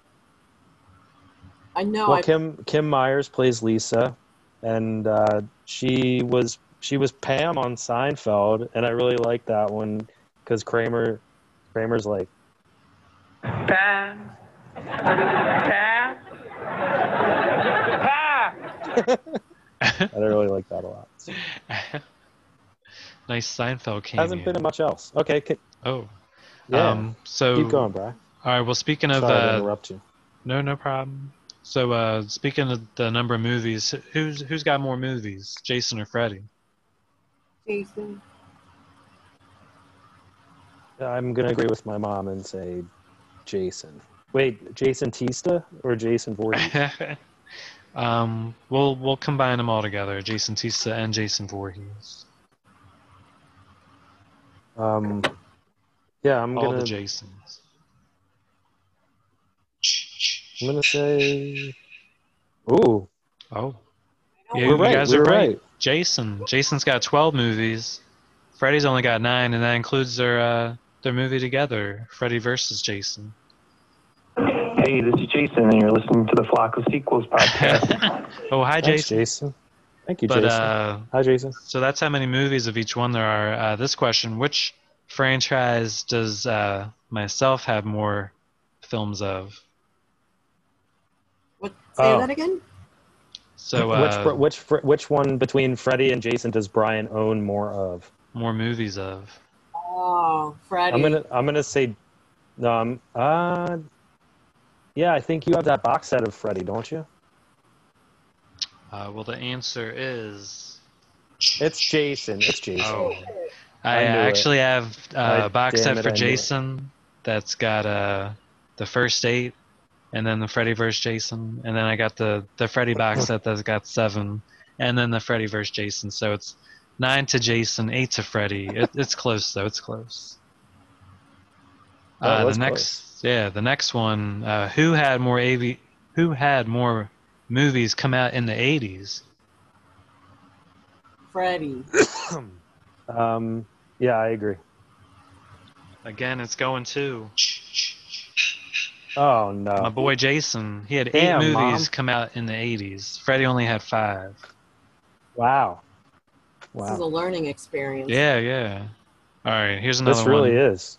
I know
well,
I
Kim Kim Myers plays Lisa, and uh, she was she was Pam on Seinfeld, and I really like that one because Kramer Kramer's like
Pam. Pam.
I really like that a lot.
Nice Seinfeld cameo.
Hasn't been in much else. Okay. ca-
Oh.
Yeah.
Um, so
keep going, Brian.
All right. Well, speaking of
Sorry to
uh,
interrupt you.
no, no problem. So uh, speaking of the number of movies, who's who's got more movies, Jason or Freddy?
Jason.
I'm gonna agree with my mom and say Jason. Wait, Jason Tista or Jason Voorhees?
um, we'll we'll combine them all together, Jason Tista and Jason Voorhees.
Um, yeah, I'm
all
gonna.
the Jasons.
I'm gonna say. Ooh.
Oh.
know.
Yeah,
We're
you
right,
guys
we're
are right.
right.
Jason. Jason's got 12 movies. Freddy's only got nine, and that includes their uh, their movie together, Freddy versus Jason.
Hey, this is Jason, and you're listening to the Flock of Sequels podcast.
Oh, hi,
Thanks,
Jason.
Jason. Thank you,
but,
Jason.
Uh,
hi, Jason.
So that's how many movies of each one there are. Uh, this question: Which franchise does uh, myself have more films of?
What? Say
Oh.
that again.
So
which
uh,
fr- which fr- which one between Freddy and Jason does Brian own more of?
more movies of?
Oh, Freddy.
I'm gonna I'm gonna say, um, uh, yeah, I think you have that box set of Freddy, don't you?
Uh, well, the answer is.
It's Jason. It's Jason.
Oh.
I
I,
knew it.
actually have uh,
I-
a box
damn
set
it,
for
I knew it.
Jason that's got uh, the first eight and then the Freddy vs. Jason, and then I got the the Freddy box set that's got seven, and then the Freddy vs. Jason. So it's nine to Jason, eight to Freddy. It, it's close though. It's close.
Oh,
Uh, the
that's
next, yeah, the next one. Uh, who had more AV? Who had more movies come out in the '80s?
Freddy.
Um, yeah, I agree.
Again, it's going to
Oh no,
my boy Jason. He had
Damn,
eight
Mom.
movies come out in the '80s. Freddy only had five.
Wow.
This is a learning experience.
Yeah, yeah. All right, here's another
This
one.
really is.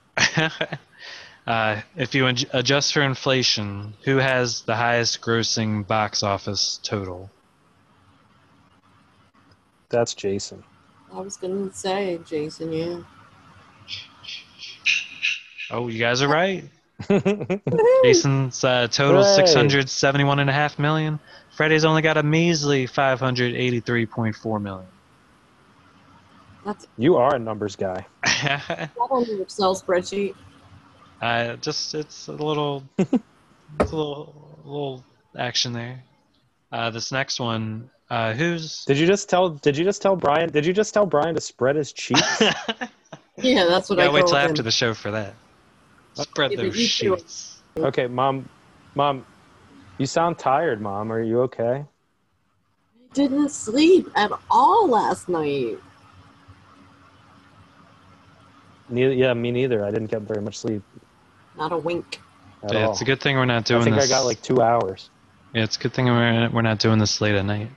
uh, if you adj- adjust for inflation, who has the highest grossing box office total?
That's Jason.
I was gonna say, Jason, yeah.
Oh, you guys are right. Jason's uh, total
Hooray.
671.5 million. Freddy's only got a measly 583.4 million.
That's
You are a numbers guy.
that on the Excel spreadsheet.
Uh, just it's a little, it's a little, little action there. Uh, this next one, uh, who's?
Did you just tell? Did you just tell Brian? Did you just tell Brian to spread his cheeks?
Yeah, that's what
gotta
I
wait
go
till
with
after
in.
the show for that. Spread
Yeah, but
those
you two-
sheets.
okay, mom, mom, you sound tired. Mom, are you okay?
Didn't sleep at all last night.
Neither, yeah, me neither. I didn't get very much sleep
Not a wink.
at
Yeah,
all.
it's a good thing we're not doing
I think
this.
I got like two hours.
Yeah, it's a good thing we're we're not doing this late at night.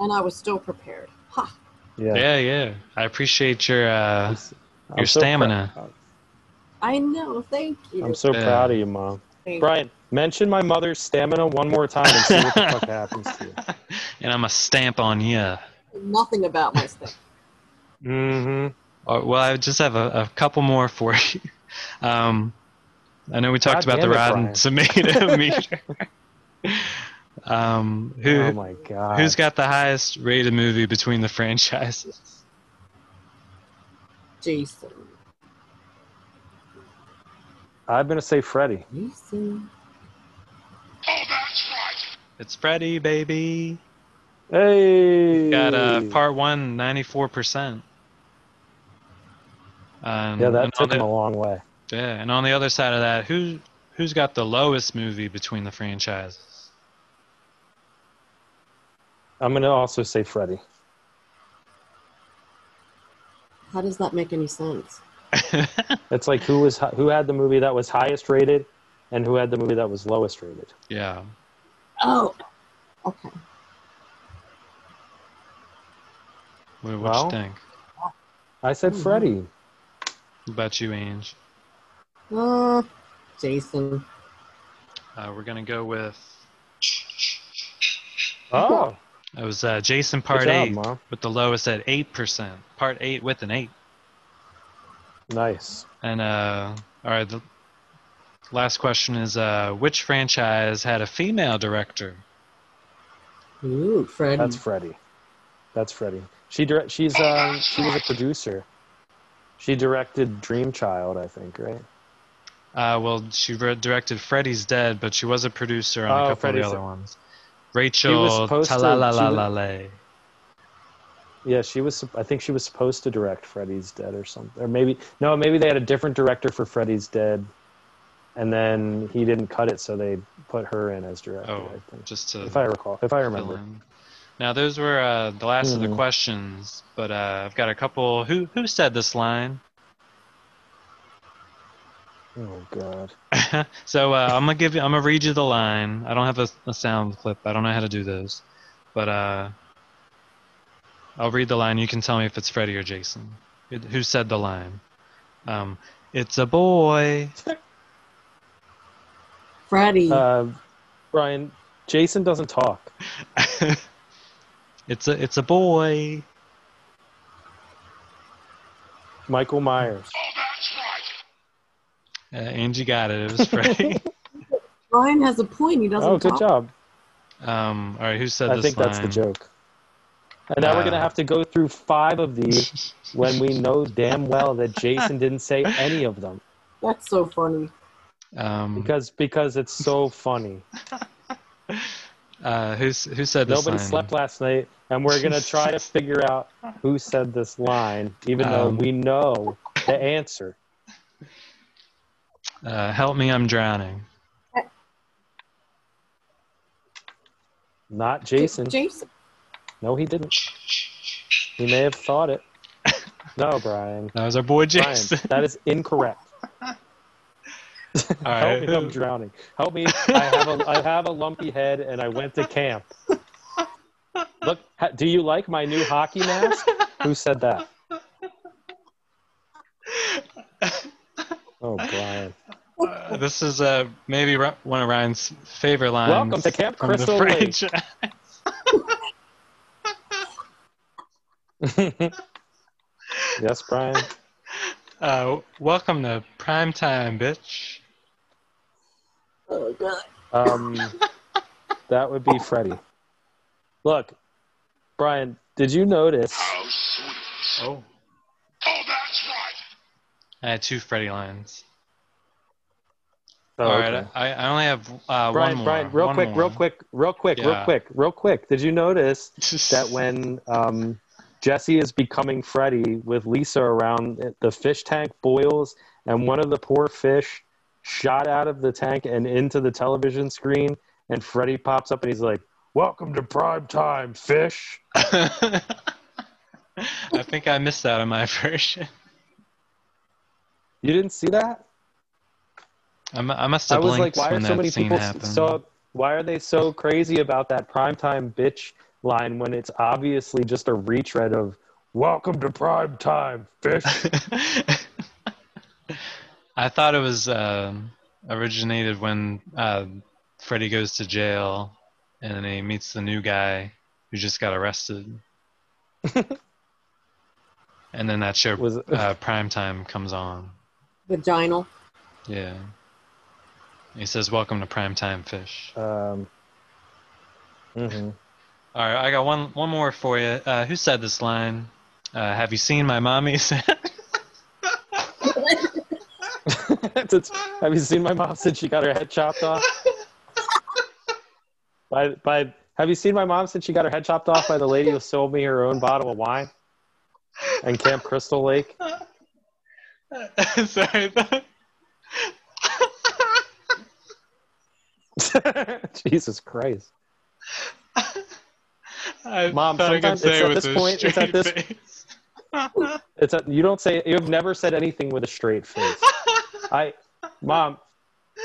And I was still prepared. Ha!
Yeah,
yeah. I appreciate your uh,
I'm
your
so proud-
stamina.
I know, thank you.
I'm so
Yeah.
proud of you, mom.
Thank
Brian, mention my mother's stamina one more time and see what the fuck happens to you.
and I'm a stamp on you.
you. Nothing about my stuff.
Mm-hmm.
Uh, well, I just have a, a couple more for you. Um, I know we talked
God
about the
damn
Rotten
it,
Tomato meter. Um, who,
Oh my god.
Who's got the highest rated movie between the franchises?
Jason.
I'm gonna say Freddy.
Jason.
It's Freddy, baby.
Hey.
Got uh, part one, 94%. Um,
yeah,
and
that
on
took him
the-
a long way.
Yeah, and on the other side of that, who who's got the lowest movie between the franchises?
I'm gonna also say Freddy.
How does that make any sense?
It's like who was hi- who had the movie that was highest rated, and who had the movie that was lowest rated.
Yeah.
Oh, okay.
What what
Well?
you think?
I said
Mhm.
Freddy.
What about you, Ange?
Uh, Jason.
Uh, we're gonna go with.
Oh,
It was uh, Jason Part
job,
Eight
Mom.
with the lowest at eight percent. Part Eight with an eight.
nice.
And uh, all right, the last question is: uh, Which franchise had a female director?
Ooh, Freddy.
That's Freddy. That's Freddy. She direct. She's um. She was a producer. She directed Dream Child, I think, right?
Uh, well, she re- directed Freddy's Dead, but she was a producer on a
Oh,
couple
Freddy's
of the
Dead.
other ones. Rachel
supposed to- she
Talalalalalay.
Yeah, she was. sup- I think she was supposed to direct Freddy's Dead or something, or maybe no, maybe they had a different director for Freddy's Dead, and then he didn't cut it, so they put her in as director.
Oh,
I think,
just to
if I recall, if I
fill
remember.
in. Now those were uh, the last of the
Hmm.
questions, but uh, I've got a couple. Who who said this line?
Oh God.
so uh, I'm gonna give you. I'm gonna read you the line. I don't have a, a sound clip. I don't know how to do those, but uh, I'll read the line. You can tell me if it's Freddy or Jason. It, who said the line? Um, it's a boy.
Freddy.
Uh, Brian, Jason doesn't talk.
It's a it's a boy.
Michael Myers.
Uh, Angie got it. It was Freddy.
Brian has a point. He doesn't
Oh, good
talk.
job.
um, all right. Who said
I
this
think
line?
that's the joke. And now we're gonna
Uh,
have to go through five of these when we know damn well that Jason didn't say any of them.
That's so funny.
Um,
because because it's so funny.
uh, who's who said this
Nobody
line?
slept last night, and we're gonna try to figure out who said this line, even though
Um,
we know the answer.
Uh, help me, I'm drowning.
Not Jason.
Jason.
No, he didn't. He may have thought it. No, Brian.
That was our boy
Brian,
Jason.
that is incorrect.
All
Help
right.
me! I'm drowning. Help me! I have a I have a lumpy head, and I went to camp. Look, ha- do you like my new hockey mask? Who said that? Oh, Brian.
Uh, this is uh, maybe Ri- one of Ryan's favorite lines.
Welcome to Camp
from the
Crystal Lake.
franchise.
yes, Brian.
Uh, welcome to prime time, bitch.
Oh god.
Um, that would be Freddie. Look, Brian. Did you notice?
Oh. I had two Freddy lines.
Oh,
All right,
okay.
I, I only have uh, one
Brian,
more.
Brian, real
one
quick,
more.
real quick, real quick, real
Yeah.
quick, real quick. Did you notice that when um, Jesse is becoming Freddy with Lisa around, the fish tank boils, and one of the poor fish shot out of the tank and into the television screen, and Freddy pops up and he's like, "Welcome to prime time, fish."
I think I missed that in my version.
You didn't see that?
I, mu- I must
I
have
was like,
blinked
why are
when
so
that
many
scene
people s-
happened.
so? Why are they so crazy about that primetime bitch line when it's obviously just a retread of "Welcome to primetime, fish"?
I thought it was um originated when uh, Freddy goes to jail and he meets the new guy who just got arrested. and then that show uh, prime time comes on.
Vaginal.
Yeah. He says, "Welcome to prime time, fish."
Um. Mm-hmm.
All right, I got one one more for you. Uh, who said this line? Uh, have you seen my mommy?
It's- Have you seen my mom since she got her head chopped off? by by, have you seen my mom since she got her head chopped off by the lady who sold me her own bottle of wine? And Camp Crystal Lake.
Sorry.
Jesus Christ.
I
Mom,
thought I could
sometimes
say
it's at
it with
this
a
point, it's at
straight
this-
face.
It's a, you don't say you've never said anything with a straight face. I, mom,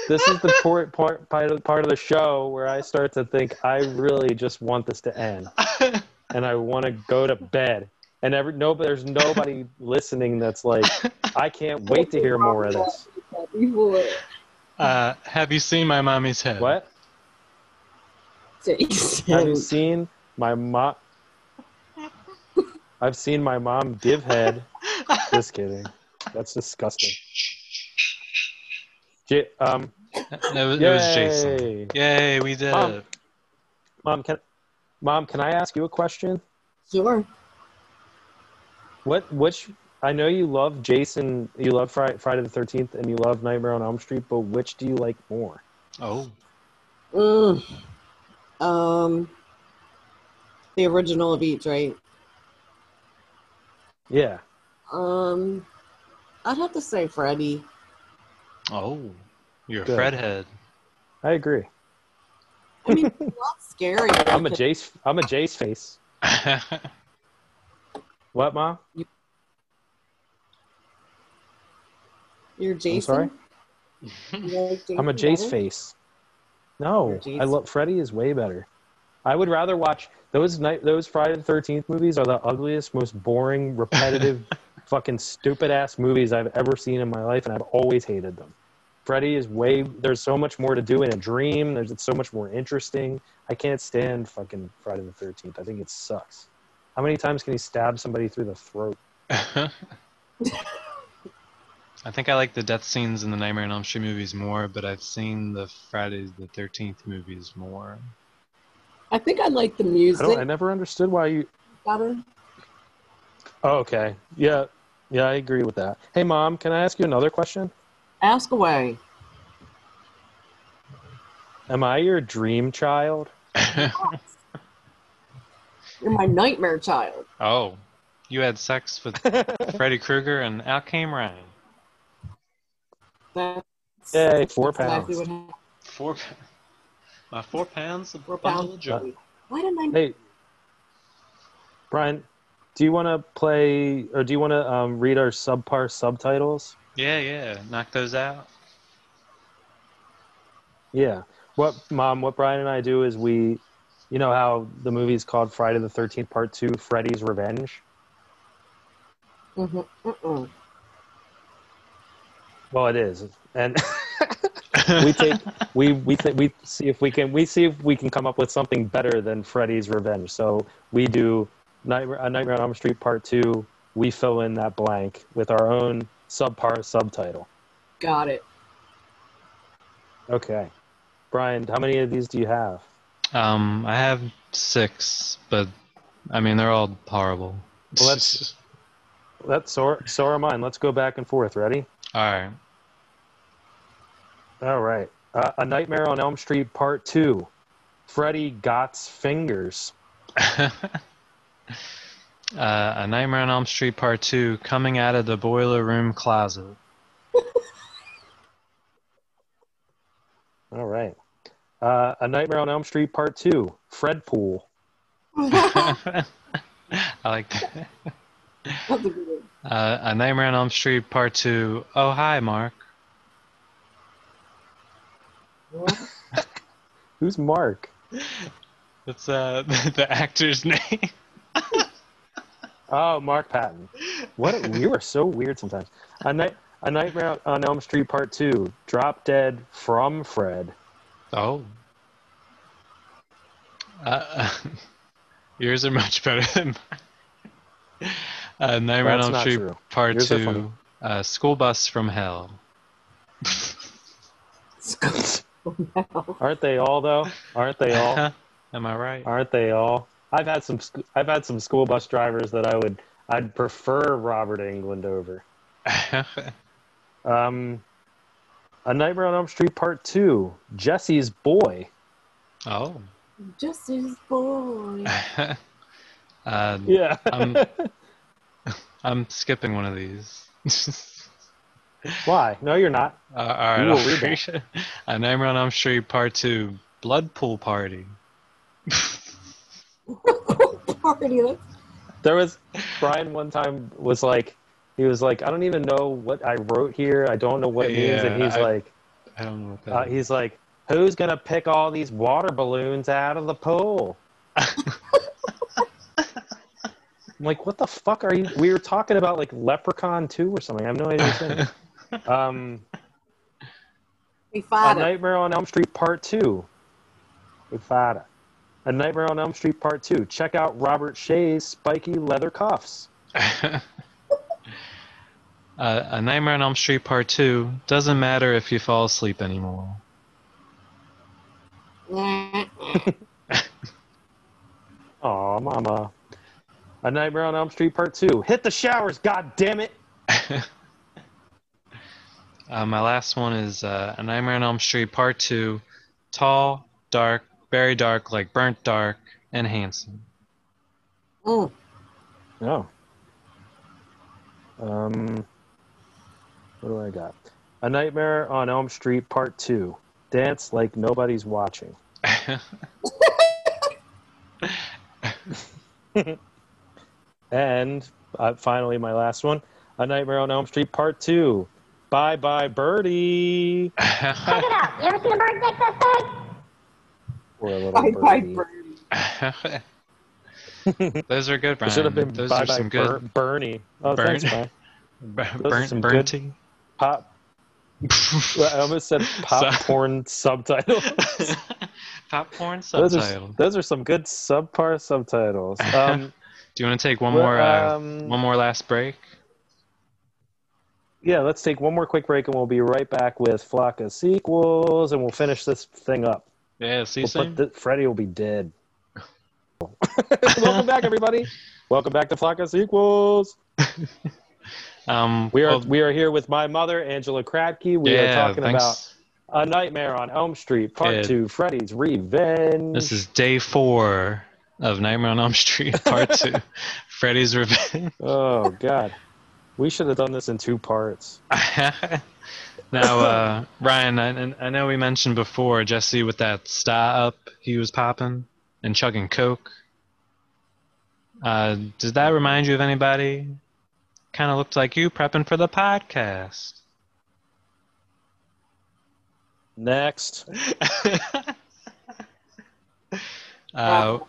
this is the part part part of, part of the show where I start to think I really just want this to end, and I want to go to bed. And every no, there's nobody listening that's like, I can't wait to hear more of this.
Before
Uh, have you seen my mommy's head?
What? Have you seen my mom? I've seen my mom give head. Just kidding. That's disgusting. J- um,
It was, it was Jason. Yay, we did
Mom.
it.
Mom, can Mom, can I ask you a question?
Sure.
What which I know you love Jason, you love Friday, Friday the 13th and you love Nightmare on Elm Street, but which do you like more?
Oh.
Mm. Um, the original of each, right?
Yeah.
Um, I'd have to say Freddy.
Oh. You're a
Good.
Fred head.
I agree.
I mean, it's not scary.
I'm a Jace I'm a Jace face. What, Mom?
You're Jason.
sorry?
You like
I'm a
Jason
Jace
better?
face. No,
You're a Jace.
I love Freddy is way better. I would rather watch those night those Friday the 13th movies are the ugliest, most boring, repetitive, fucking stupid ass movies I've ever seen in my life and I've always hated them. Freddy is way there's so much more to do in a dream. There's it's so much more interesting. I can't stand fucking Friday the 13th. I think it sucks. How many times can he stab somebody through the throat?
I think I like the death scenes in the Nightmare on Elm Street movies more, but I've seen the Friday the 13th movies more.
I think I like the
I don't I
music
never understood why you
better.
Oh, okay. Yeah. Yeah, I agree with that. Hey mom, can I ask you another question?
Ask away.
Am I your dream child?
You're my nightmare child.
Oh, you had sex with Freddy Krueger and out came Ryan.
That's
Yay, four
exactly
pounds.
what happened.
Four.
Uh,
My Uh, four pounds of
bundle of
joy.
Why didn't I?
Hey, Brian, do you want to play or do you want to um, read our subpar subtitles?
Yeah, yeah. Knock those out.
Yeah. What, Mom, what Brian and I do is we, you know how the movie's called Friday the 13th, Part 2, Freddy's Revenge?
Mhm, mm-mm.
Well, it is, and we take we we th- we see if we can we see if we can come up with something better than Freddy's Revenge. So we do Nightmare, a Nightmare on Elm Street Part Two. We fill in that blank with our own subpar subtitle.
Got it.
Okay, Brian, how many of these do you have?
Um, I have six, but I mean they're all horrible.
Well, let's let's so, so are mine. Let's go back and forth. Ready?
All right.
All right. Uh, a Nightmare on Elm Street Part Two. Freddy Gots fingers.
Uh, a Nightmare on Elm Street Part Two coming out of the boiler room closet.
All right. Uh, a Nightmare on Elm Street Part Two. Fred Pool.
I like that. Uh, a Nightmare on Elm Street Part Two. Oh hi, Mark.
Who's Mark?
That's uh the actor's name.
Oh, Mark Patton. What we were so weird sometimes. A night, a Nightmare on Elm Street Part Two. Drop Dead from Fred.
Oh. Uh, yours are much better than mine. Uh, Nightmare on
That's
Elm
not
Street
true.
Part
Yours are funny.
Two. Uh, school bus from hell.
Aren't they all though? Aren't they all?
Am I right?
Aren't they all? I've had some. sc- I've had some school bus drivers that I would. I'd prefer Robert England over. Um, a Nightmare on Elm Street Part Two. Jesse's boy.
Oh.
Just his boy.
Uh,
Yeah.
I'm, I'm skipping one of these.
Why? No, you're not.
Uh, all right.
You will
I'll
read that.
read it. A Nightmare on Elm Street Part Two: Blood Pool Party.
Party. That's
There was Brian one time was like, he was like, I don't even know what I wrote here. I don't know what it means, and
Yeah,
he's
I-
like,
I don't know what that.
uh, he's like, who's gonna pick all these water balloons out of the pool? I'm like, what the fuck are you? We were talking about like Leprechaun Two or something. I have no idea. What's in it. um.
We
A
fought it.
Nightmare on Elm Street Part 2. We fought it. A Nightmare on Elm Street Part 2. Check out Robert Shea's spiky leather cuffs.
Uh, a Nightmare on Elm Street Part Two doesn't matter if you fall asleep anymore.
Mm,
Aw, mama. A Nightmare on Elm Street Part 2. Hit the showers, god damn it.
Uh, my last one is uh, A Nightmare on Elm Street Part Two: Tall, dark, very dark, like burnt dark, and handsome.
Mm.
No. Um, what do I got? A Nightmare on Elm Street Part 2. Dance like nobody's watching. and uh, finally, my last one A Nightmare on Elm Street Part 2. Bye bye, Birdie.
Check it out. You ever seen a bird like this big?
Or a little
Bye
birdie.
bye,
Those are good,
It
Brian.
should have been
Those
Bye
are
Bye
some good.
Bur- Bernie. Oh,
Burn-
thanks, man.
Bur-
Those are
burnt,
some good
burnty.
Pop. Well, I almost said pop porn subtitles.
Pop porn
Those
subtitle.
are, those are some good subpar subtitles. Um,
Do you want to take one
Well,
more? Uh,
um,
one more last break.
yeah, let's take one more quick break and we'll be right back with Flock of Sequels and we'll finish this thing up.
Yeah. See you
We'll put
soon.
the- Freddy will be dead. Welcome back, everybody. Welcome back to Flock of Sequels.
Um,
we are
well- Um,
we are here with my mother, Angela Kratke. We
Yeah,
are talking
thanks.
A Nightmare on Elm Street, Part Two, Freddy's Revenge.
This is day four of Nightmare on Elm Street Part Two, Freddy's Revenge.
Oh God, we should have done this in two parts.
Now, uh, Ryan, I, I know we mentioned before Jesse with that star up he was popping and chugging coke. Uh, did that remind you of anybody? Kind of looked like you prepping for the podcast.
Next.
Uh,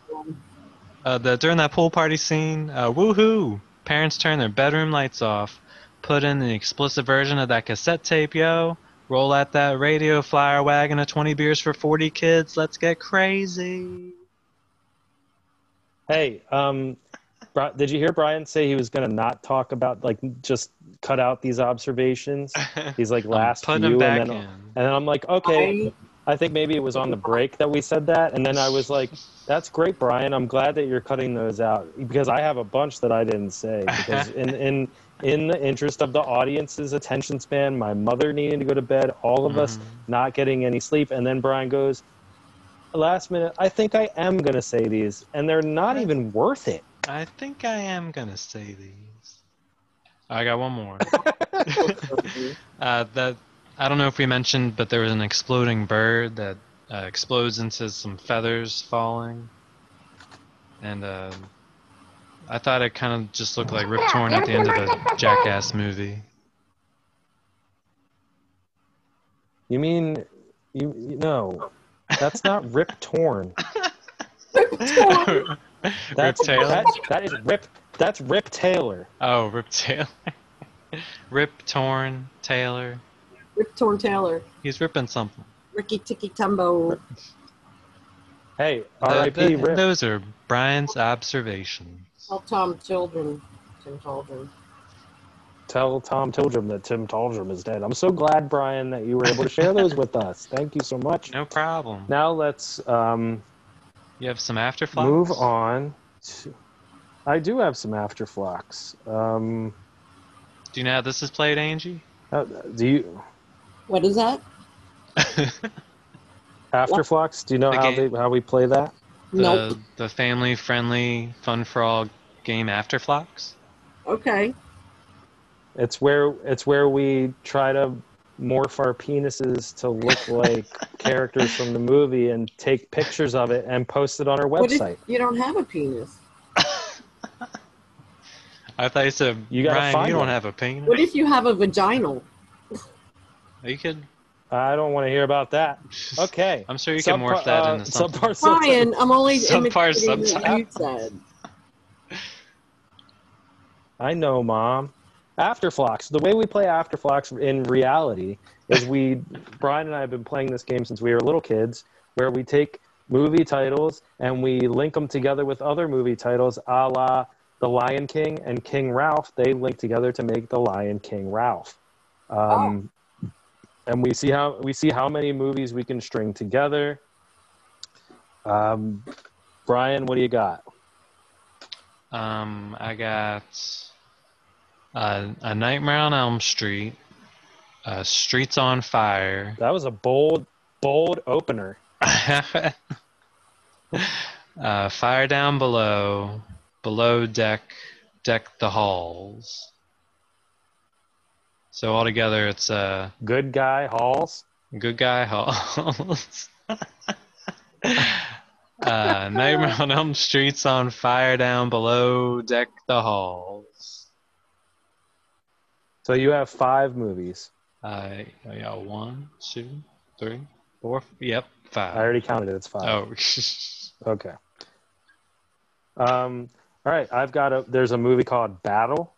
uh, the, during that pool party scene, uh, woohoo! Parents turn their bedroom lights off, put in the explicit version of that cassette tape, yo. Roll out that radio flyer wagon of 20 beers for 40 kids. Let's get crazy.
Hey, um, Bri- did you hear Brian say he was going to not talk about like just cut out these observations? He's like last few,
putting 'em back
and then
in.
and then I'm like, okay. I think maybe it was on the break that we said that, and then I was like, "That's great, Brian. I'm glad that you're cutting those out because I have a bunch that I didn't say." Because in in in the interest of the audience's attention span, my mother needing to go to bed, all of us not getting any sleep, and then Brian goes, "Last minute, I think I am gonna say these, and they're not even worth it."
I think I am going to say these. I got one more. uh, that I don't know if we mentioned, but there was an exploding bird that uh, explodes into some feathers falling. And uh, I thought it kind of just looked like Rip Torn at the end of the Jackass movie.
You mean you, you no? That's not Rip Torn. That's
Rip Taylor?
That's, that is Rip. That's Rip Taylor.
Oh, Rip Taylor. Rip Torn Taylor.
Rip Torn Taylor,
He's ripping something.
Ricky Ticky Tumbo.
Hey,
Uh,
R.I.P. Rip.
Those are Brian's observations.
Tell Tom Children. Tim Children.
Tell Tom Tildrum that Tim Tildrum is dead. I'm so glad, Brian, that you were able to share those with us. Thank you so much.
No problem.
Now let's um,
You have some afterflocks?
move on. To, I do have some afterflocks. Um,
Do you know how this is played, Angie?
uh, do you
What is that?
afterflocks? Do you know
The
how
game.
they, how we play that?
The, The family friendly, fun for all game Afterflocks?
Okay.
It's where it's where we try to morph our penises to look like characters from the movie and take pictures of it and post it on our
What if
website.
you don't have a penis?
I thought you said,
You gotta
Brian,
find
you don't
one."
have a penis.
What if you have a vaginal?
Are you kidding?
I don't want to hear about that. Okay. uh, I'm
sure you can morph that into something.
Brian, I'm only
Subpar
imitating what
subtitle.
you said.
I know, Mom. Afterflocks. The way we play Afterflocks in reality is we, Brian and I have been playing this game since we were little kids, where we take movie titles and we link them together with other movie titles, a la The Lion King and King Ralph. They link together to make The Lion King Ralph. Um, And we see how we see how many movies we can string together. Um, Brian, what do you got?
Um, I got uh, A Nightmare on Elm Street, uh, Streets on Fire.
That was a bold, bold opener.
uh, Fire Down Below, Below Deck, Deck the Halls. So altogether, it's uh,
Good Guy Halls.
Good Guy Halls. uh, Nightmare on Elm Street's on fire down below. Deck the halls.
So you have five movies.
I I got one, two, three, four. Yep, five.
I already counted it. It's five.
Oh.
okay. Um, all right. I've got a. There's a movie called Battle.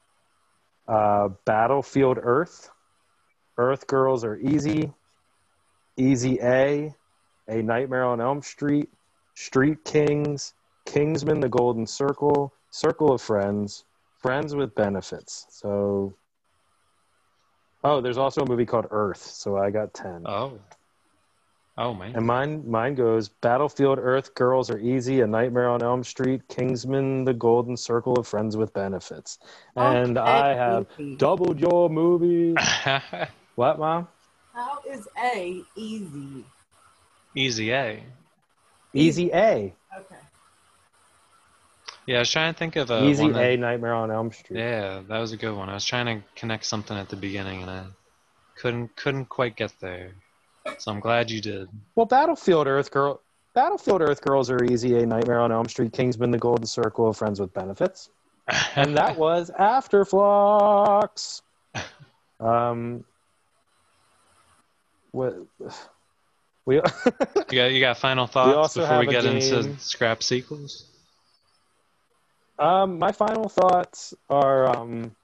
Uh, Battlefield Earth. Earth Girls Are Easy. Easy A. A Nightmare on Elm Street. Street Kings. Kingsman: The Golden Circle. Circle of Friends. Friends with Benefits. So. Oh, there's also a movie called Earth. So I got ten.
Oh. Oh man.
And mine, mine goes Battlefield Earth, Girls Are Easy, A Nightmare on Elm Street, Kingsman, The Golden Circle of Friends with Benefits. And
Okay,
I have
movie.
doubled your movie. what, Mom?
How is A easy?
Easy A.
Easy A.
Okay.
Yeah, I was trying to think of a
Easy
one that-
A, Nightmare on Elm Street.
Yeah, that was a good one. I was trying to connect something at the beginning and I couldn't couldn't quite get there. So I'm glad you did.
Well, Battlefield Earth Girl, Battlefield Earth Girls are easy. A Nightmare on Elm Street, Kingsman, The Golden Circle, Friends with Benefits, and that was after Flux. Um, what we
You got you got final thoughts
also
before we
have a
get into
game-
scrap sequels?
Um, my final thoughts are um,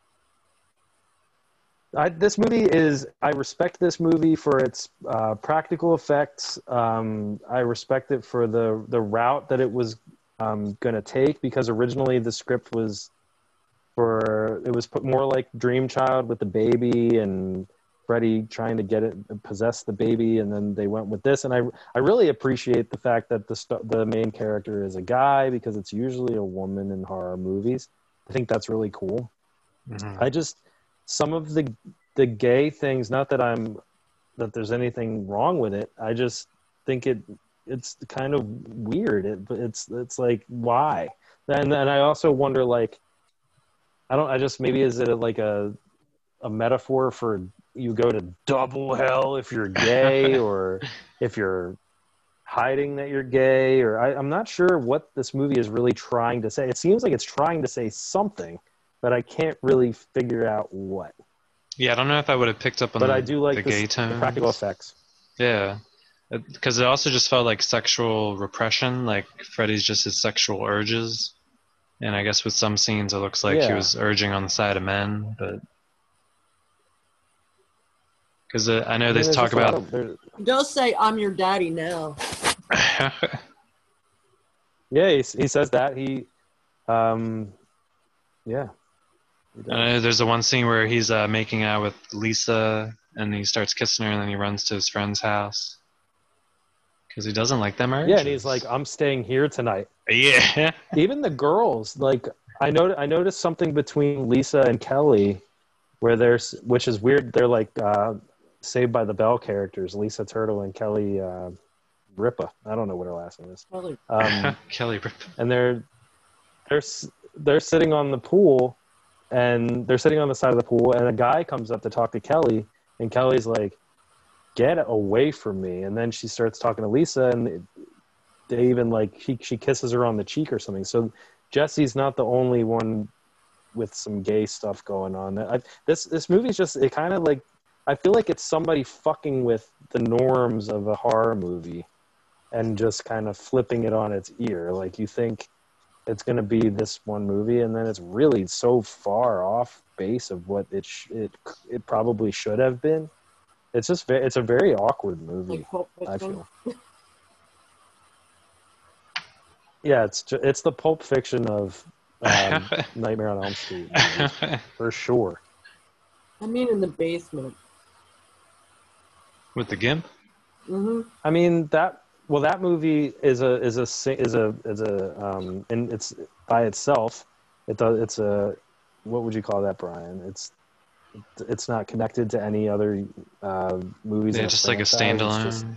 I, this movie is. I respect this movie for its uh, practical effects. Um, I respect it for the the route that it was um, going to take because originally the script was for it was put more like Dream Child with the baby and Freddy trying to get it possess the baby, and then they went with this. And I I really appreciate the fact that the st- the main character is a guy because it's usually a woman in horror movies. I think that's really cool. I just some of the the gay things. Not that I'm that there's anything wrong with it. I just think it it's kind of weird. It it's it's like why? And and I also wonder like I don't. I just maybe is it like a a metaphor for you go to double hell if you're gay or if you're hiding that you're gay or I, I'm not sure what this movie is really trying to say. It seems like it's trying to say something, but I can't really figure out what.
Yeah, I don't know if I would have picked up on
But
the,
I do like
the
this-
gay
the
tones.
practical effects.
Yeah. Because it also just felt like sexual repression, like Freddy's just his sexual urges. And I guess with some scenes, it looks like he
Yeah.
was urging on the side of men, but. Because uh, I know
I mean,
they
there's
talk
just a lot
about.
Just say I'm your daddy now.
Yeah, he, he says that he, um, yeah.
I know there's the one scene where he's uh, making out with Lisa, and he starts kissing her, and then he runs to his friend's house because he doesn't like them.
Yeah, and he's like, I'm staying here tonight.
Yeah.
Even the girls, like I know I noticed something between Lisa and Kelly where there's which is weird, they're like uh Saved by the Bell characters, Lisa Turtle and Kelly uh Ripa. I don't know what her last name is.
Kelly.
Um
Kelly Ripa.
and they're they're s- they're sitting on the pool and they're sitting on the side of the pool and a guy comes up to talk to kelly and kelly's like get away from me and then she starts talking to lisa and it- they even like she, she kisses her on the cheek or something so jesse's not the only one with some gay stuff going on I, this this movie's just it kind of like i feel like it's somebody fucking with the norms of a horror movie and just kind of flipping it on its ear like you think it's going to be this one movie and then it's really so far off base of what it sh- it c- it probably should have been it's just ve- it's a very awkward movie i feel yeah it's ju- it's the pulp fiction of um, nightmare on elm street movies, for sure
I mean, in the basement.
With the gimp?
Mm-hmm.
I mean that. Well, that movie is a is a si- is a is a um, and it's by itself. It does. It's a what would you call that, Brian? It's it's not connected to any other uh, movies.
Yeah,
in
just like a
franchise. It's,
standalone.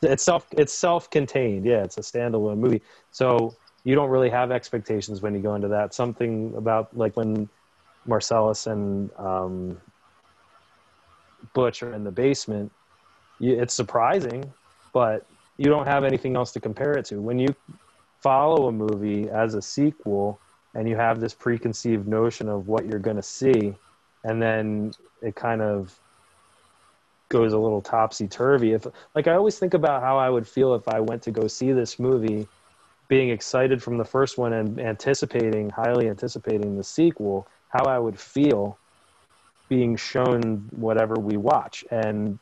just- it's self it's self contained. Yeah, it's a standalone movie. So you don't really have expectations when you go into that. Something about like when Marcellus and um, Butch are in the basement. You, it's surprising, but you don't have anything else to compare it to. When you follow a movie as a sequel and you have this preconceived notion of what you're going to see, and then it kind of goes a little topsy turvy. If like I always think about how I would feel if I went to go see this movie, being excited from the first one and anticipating, highly anticipating the sequel, how I would feel being shown whatever we watch. And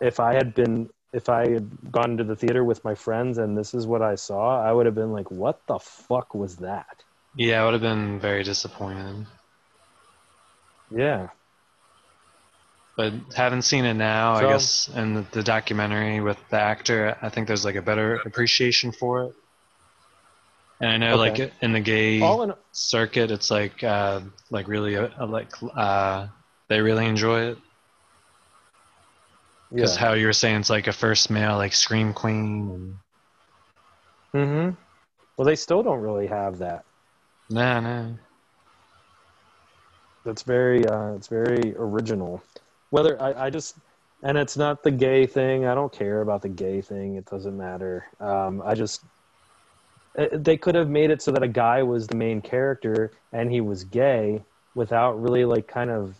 if I had been if I had gone to the theater with my friends and this is what I saw, I would have been like, What the fuck was that?
Yeah, I would have been very disappointed.
Yeah.
But haven't seen it now,
So-
I guess, in the, the documentary with the actor, I think there's like a better appreciation for it. And I know,
Okay.
like in the gay
All in-
circuit, it's like, uh, like really, uh, like uh, they really enjoy it. Because how you were saying it's like a first male, like Scream Queen. And...
Mm-hmm. Well, they still don't really have that.
Nah, nah.
That's very, uh, it's very original. Whether I, I just, and it's not the gay thing. I don't care about the gay thing. It doesn't matter. Um, I just, uh, they could have made it so that a guy was the main character and he was gay without really like kind of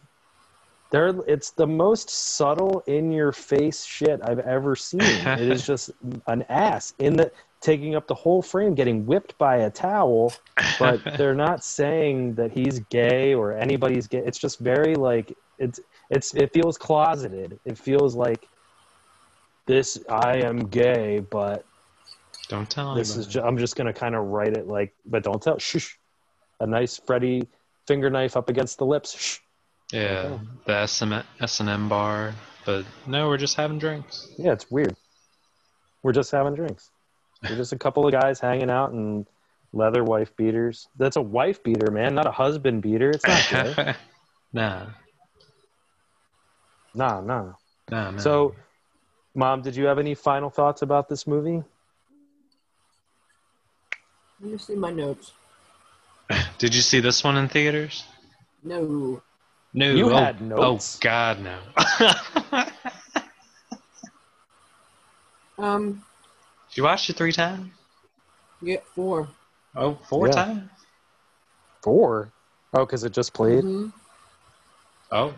there it's the most subtle in your face shit i've ever seen it is just an ass in the taking up the whole frame getting whipped by a towel but they're not saying that he's gay or anybody's gay it's just very like it's it's it feels closeted it feels like this i am gay but
don't tell
this is
anybody.
ju- i'm just going to kind of write it like but don't tell shh a nice freddy finger knife up against the lips shh
Yeah, the SM, S&M bar. But no, we're just having drinks.
Yeah, it's weird. We're just having drinks. We're just a couple of guys hanging out in leather wife beaters. That's a wife beater, man, not a husband beater. It's not good.
nah,
nah, nah.
nah, man.
So, mom, did you have any final thoughts about this movie?
Let me see my notes.
Did you see this one in theaters?
No.
No.
You
oh,
had notes.
Oh, God, no.
Um,
You watched it three times?
yeah, four.
Oh, four
Yeah.
times?
Four? Oh, because it just played?
Mhm.
Oh.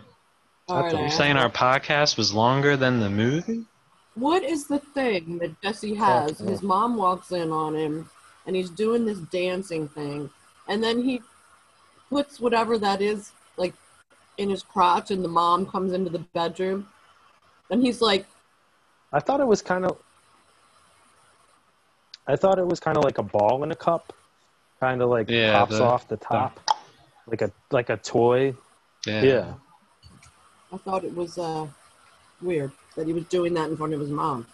All right, I
You're
have
saying
it.
our podcast was longer than the movie?
What is the thing that Jesse has?
Okay.
His mom walks in on him and he's doing this dancing thing. And then he puts whatever that is, like, in his crotch, and the mom comes into the bedroom. And he's like,
I thought it was kind of. I thought it was kind of like a ball in a cup, kind of like
Yeah,
pops
the-
off the top, like a like a toy.
Yeah.
yeah.
I thought it was uh, weird that he was doing that in front of his mom.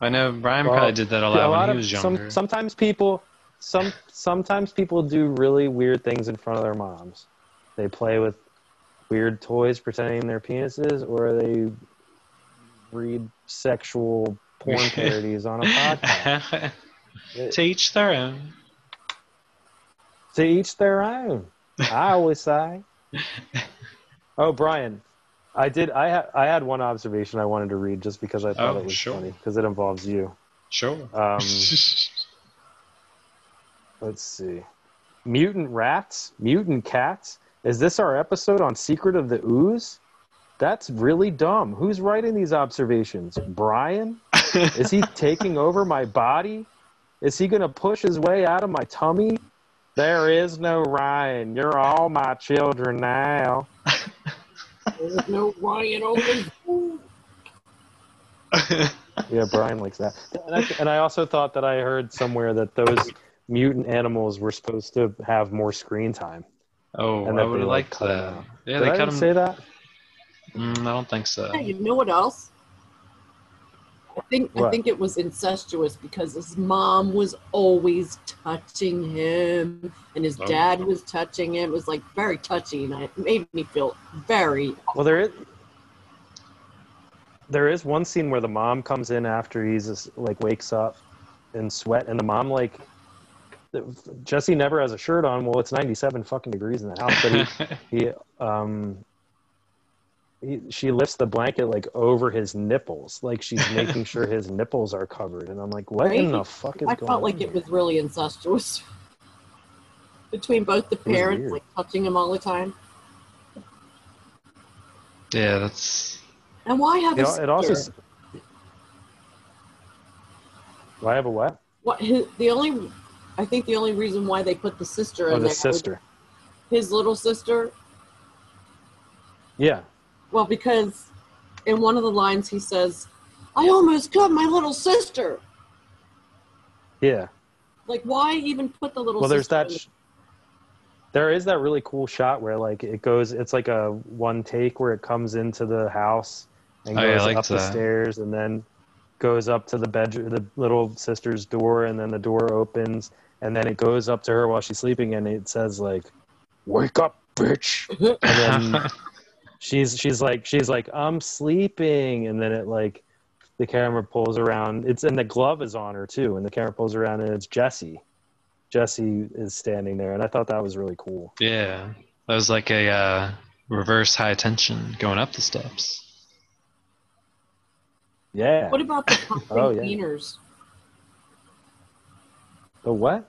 I know Brian
Well,
probably did that a lot, when
of-
he was
some-
younger.
sometimes people, some sometimes people do really weird things in front of their moms. They play with weird toys pretending they're penises, or they read sexual porn parodies on a podcast.
to each their own.
To each their own. I always say. Oh, Brian, I did. I ha- I had one observation I wanted to read just because I thought
Oh,
it was
sure.
funny because it involves you.
Sure.
Um, let's see. Mutant rats, mutant cats. Is this our episode on Secret of the Ooze? That's really dumb. Who's writing these observations? Brian? Is he taking over my body? Is he going to push his way out of my tummy? There is no Ryan. You're all my children now.
There's no Ryan only.
Um, yeah, Brian likes that. And I, and I also thought that I heard somewhere that those mutant animals were supposed to have more screen time.
Oh,
And
I
that
would
they,
have
like,
liked
cut 'em
that.
out.
Yeah,
Did
they
I
cut
even
him.
say that?
Mm, I don't think so.
Hey, you know what else? I think I
What?
think it was incestuous because his mom was always touching him and his
Oh.
dad was touching him. It was like very touchy and it made me feel very
Well, there is there is one scene where the mom comes in after he's just, like wakes up in sweat, and the mom like Jesse never has a shirt on. Well, it's ninety seven fucking degrees in the house, but he, he um. He, she lifts the blanket like over his nipples, like she's making sure his nipples are covered. And I'm like, what in the
Right?
fuck is
I
going on?
felt like it was really incestuous between both the
It was
parents
weird.
like touching him all the time.
Yeah, that's.
And why have
It
a
al-
sister?
it also s- Do I have a what?
what his, the only I think the only reason why they put the sister in
Oh, the
there was
sister.
his little sister
Yeah.
Well, because in one of the lines he says, I almost cut my little sister.
Yeah.
Like, why even put the little
well there's
sister?
that sh- there is that really cool shot where like it goes it's like a one take where it comes into the house and
Oh,
goes
yeah, I liked
up the
that.
stairs and then goes up to the bedroom the little sister's door and then the door opens and then it goes up to her while she's sleeping and it says like wake up bitch and then she's she's like she's like I'm sleeping, and then it like the camera pulls around. It's and the glove is on her too, and the camera pulls around, and it's Jesse. Jesse is standing there, and I thought that was really cool.
Yeah, that was like a uh, reverse high tension going up the steps.
Yeah.
What about the popping
Oh, yeah.
wieners?
The what?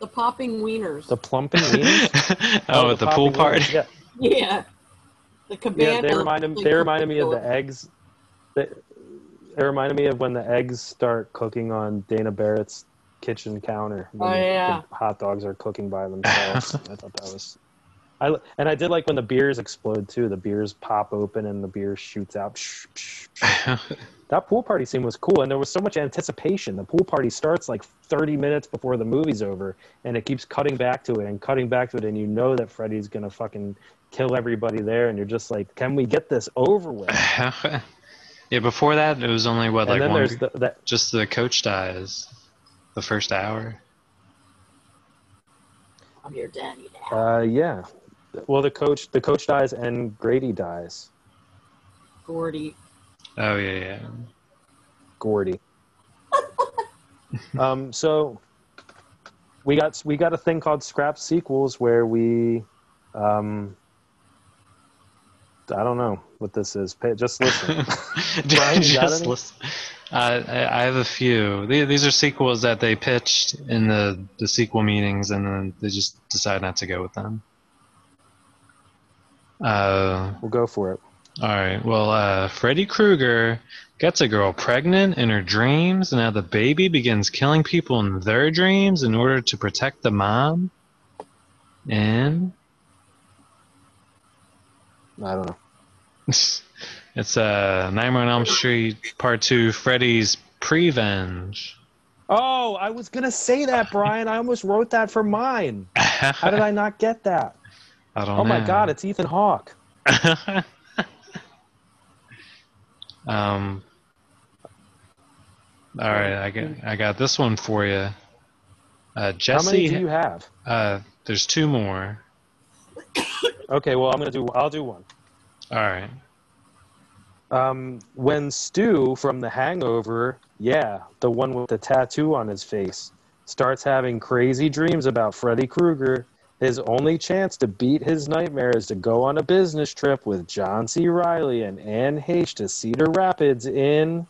The popping wieners.
The plumping wieners?
Oh, at the pool
popping
party?
wieners, Yeah.
yeah. The cabana.
yeah, they reminded they reminded me of the eggs. They, they reminded me of when the eggs start cooking on Dana Barrett's kitchen counter. when
Oh,
the- the
yeah.
hot dogs are cooking by themselves. I thought that was. I li- and I did like when the beers explode too. The beers pop open and the beer shoots out. Psh, psh, psh. that pool party scene was cool, and there was so much anticipation. The pool party starts like 30 minutes before the movie's over, and it keeps cutting back to it and cutting back to it, and you know that Freddy's gonna fucking kill everybody there, and you're just like, can we get this over with?
yeah, before that it was only what
And
like
then
one,
there's the- that-
just the coach dies, the first hour.
I'm your daddy.
Uh, yeah. Well, the coach, the coach dies, and Grady dies.
Gordy.
Oh yeah, yeah.
Gordy. um, so we got we got a thing called scrap sequels where we, um, I don't know what this is. Pay, just listen. Brian, you got
Just
any?
listen. Uh, I, I have a few. The- These are sequels that they pitched in the, the sequel meetings, and then they just decide not to go with them. Uh,
we'll go for it.
All right. Well, uh, Freddy Krueger gets a girl pregnant in her dreams, and now the baby begins killing people in their dreams in order to protect the mom. And
I don't know.
it's uh, Nightmare on Elm Street Part Two: Freddy's Prevenge.
Oh, I was gonna say that, Brian. I almost wrote that for mine. How did I not get that?
I don't know.
Oh my God, it's Ethan Hawke.
Um. All right, I got I got this one for you. Uh,
How
Jesse,
many do you have?
uh, there's two more.
Okay, well, I'm gonna do. I'll do one.
All right.
Um, when Stu from The Hangover, yeah, the one with the tattoo on his face, starts having crazy dreams about Freddy Krueger, his only chance to beat his nightmare is to go on a business trip with John C. Riley and Anne H. to Cedar Rapids in.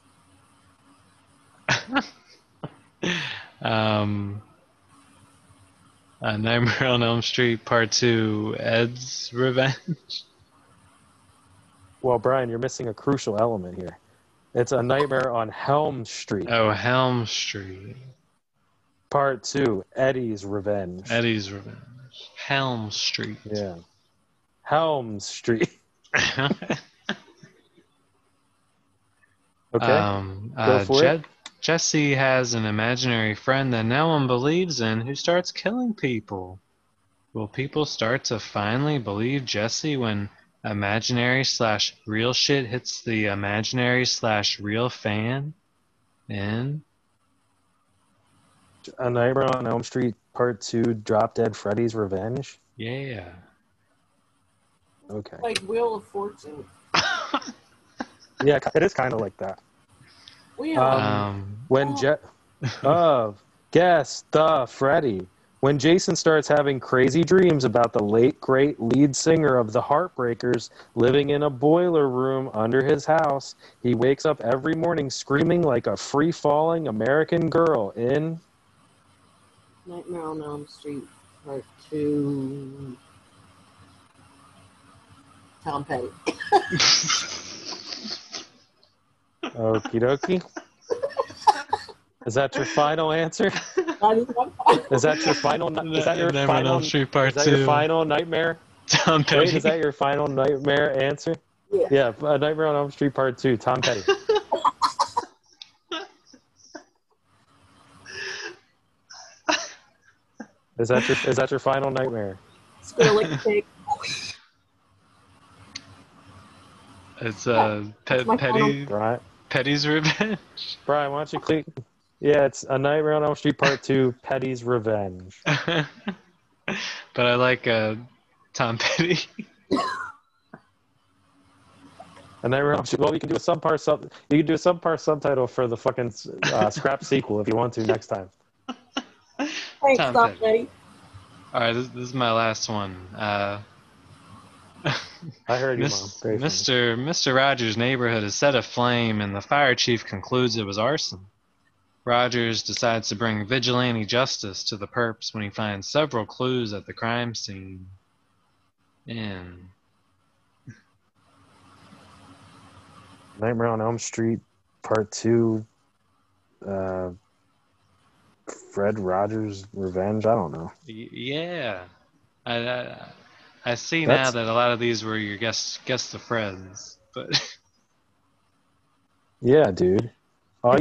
Um, uh, Nightmare on Elm Street Part Two: Ed's Revenge.
Well, Brian, you're missing a crucial element here. It's a nightmare on Helm Street.
Oh, Helm Street.
Part two, Eddie's Revenge.
Eddie's Revenge. Helm Street.
Yeah. Helm Street. Okay.
Um,
Go
uh,
for it.
Je- Jesse has an imaginary friend that no one believes in who starts killing people. Will people start to finally believe Jesse when imaginary slash real shit hits the imaginary slash real fan? And
A Nightmare on Elm Street Part 2 Drop Dead Freddy's Revenge.
yeah.
Okay.
Like Wheel of Fortune.
Yeah, it is kind of like that.
Wheel.
Um, when Je- of guess the Freddy. When Jason starts having crazy dreams about the late great lead singer of the Heartbreakers living in a boiler room under his house, he wakes up every morning screaming like a free falling American girl in
Nightmare on Elm Street Part Two. Tom Petty.
Okie dokie. Is that your final answer? Is that your final? Is that your
Nightmare on
final?
Elm Street Part
is that your
Two.
final nightmare?
Tom
Wait,
Petty.
is that your final nightmare answer?
Yeah.
Yeah, uh, Nightmare on Elm Street Part Two. Tom Petty. is that your? Is that your final nightmare?
Squirrely pig.
It's uh, Pe-
my
Petty.
Right.
Petty's Revenge.
Brian, why don't you click? Yeah, it's a Nightmare on Elm Street Part Two. Petty's Revenge.
but I like uh, Tom Petty.
And then we're well, you can do a subpar sub, you can do a subpar subtitle for the fucking uh, scrap sequel if you want to next time.
Thanks,
Tom
Tom Petty.
All right, this, this is my last one. Uh,
I heard
you, Mom. Mr. Mr. Rogers' neighborhood is set aflame, and the fire chief concludes it was arson. Rogers decides to bring vigilante justice to the perps when he finds several clues at the crime scene. And
Nightmare on Elm Street Part Two. Uh, Fred Rogers' Revenge. I don't know.
y- yeah, I, I, I see
That's-
now that a lot of these were your guess guess the friends, but
Yeah, dude. All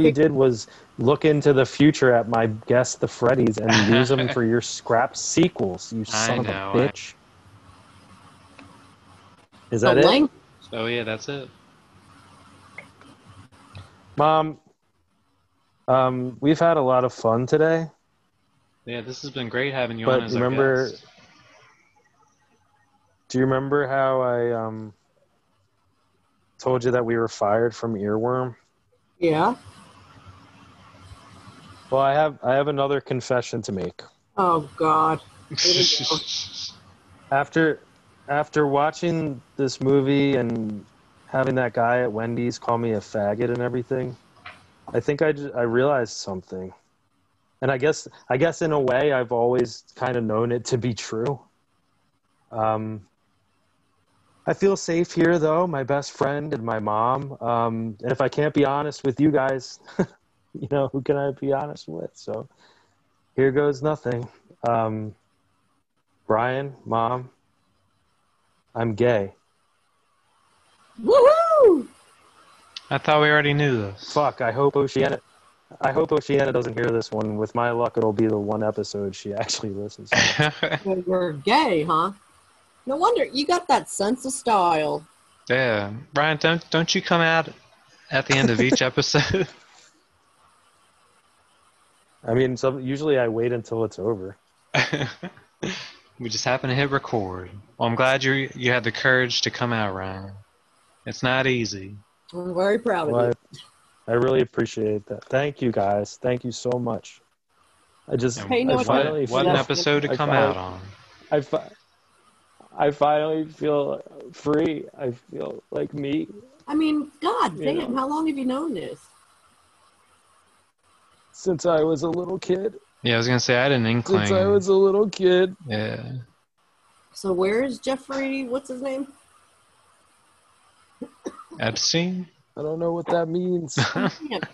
you did was look into the future at my guess the Freddy's and use them for your scrap sequels. You
I
son of
know,
a
I-
bitch. Is that it?
so yeah, that's it.
Mom, um, we've had a lot of fun today,
Yeah, this has been great having you on
but
as our
remember,
guest.
do you remember how I um, told you that we were fired from Earworm?
Yeah.
Well, I have I have another confession to make.
Oh God.
after after watching this movie and having that guy at Wendy's call me a faggot and everything, I think I ju- I realized something. And I guess I guess in a way I've always kind of known it to be true. Um, I feel safe here though, my best friend and my mom. Um, and if I can't be honest with you guys, you know, who can I be honest with? So here goes nothing. Um, Brian, mom, I'm gay.
Woohoo!
I thought we already knew this.
Fuck, I hope Oceana I hope Oceana doesn't hear this one. With my luck it'll be the one episode she actually listens to.
Well, You're gay, huh? No wonder you got that sense of style.
Yeah, Brian, don't don't you come out at the end of each episode?
I mean some usually I wait until it's over.
we just happen to hit record. Well, I'm glad you you had the courage to come out, Ryan. It's not easy.
I'm very proud of
Well,
you.
I, I really appreciate that. Thank you guys. Thank you so much. I just
Hey, you know
I
what-
finally
What an
feel-
episode to
I
come
finally-
out on.
I, fi- I finally feel free. I feel like me.
I mean, God
You
damn,
know.
how long have you known this?
Since I was a little kid.
Yeah, I was gonna say I had an
Since I
inkling.
was a little kid.
Yeah,
So where is Jeffrey? What's his name?
Epstein.
I don't know what that means.
Camp.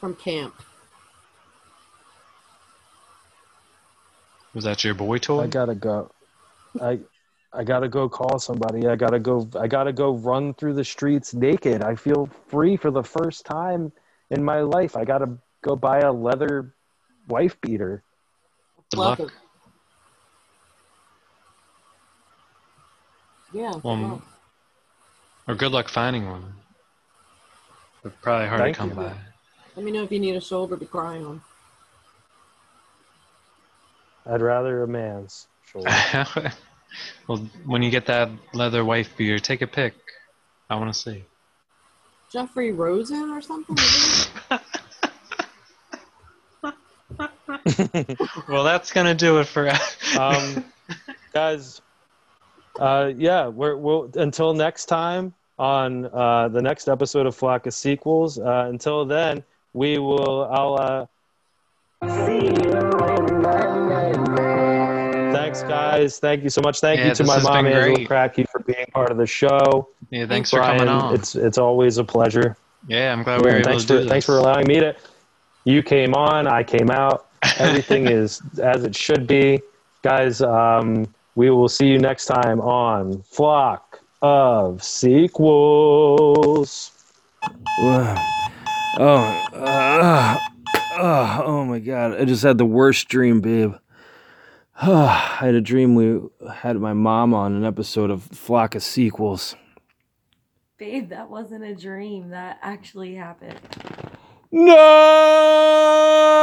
From camp.
Was that your boy toy?
I gotta go. I I gotta go call somebody. I gotta go. I gotta go run through the streets naked. I feel free for the first time in my life. I gotta go buy a leather wife beater.
Good luck.
Yeah.
Well, or good luck finding one. They're probably hard
Thank
to come
you.
by.
Let me know if you need a shoulder to cry on.
I'd rather a man's. Sure.
well, when you get that leather wife beer, take a pic. I want to see.
Jeffrey Rosen or something?
well, that's gonna do it for.
um, guys, uh, yeah, we're, we'll until next time on uh, the next episode of Flock of Sequels. Uh, until then, we will. I'll. Uh, Thanks, guys. Thank you so much. Thank
Yeah,
you to
this
my
has
mom,
been
Angela
great.
Kracky, for being part of the show.
Yeah, thanks for coming
Brian,
on.
It's it's always a pleasure.
Yeah, I'm glad we
Yeah,
were able
thanks
to do
for
this.
thanks for allowing me to. You came on, I came out. Everything is as it should be, guys. Um, we will see you next time on Flock of Sequels.
Oh, uh, uh, oh my God! I just had the worst dream, babe. I had a dream we had my mom on an episode of Flock of Sequels.
Babe, that wasn't a dream. That actually happened.
No.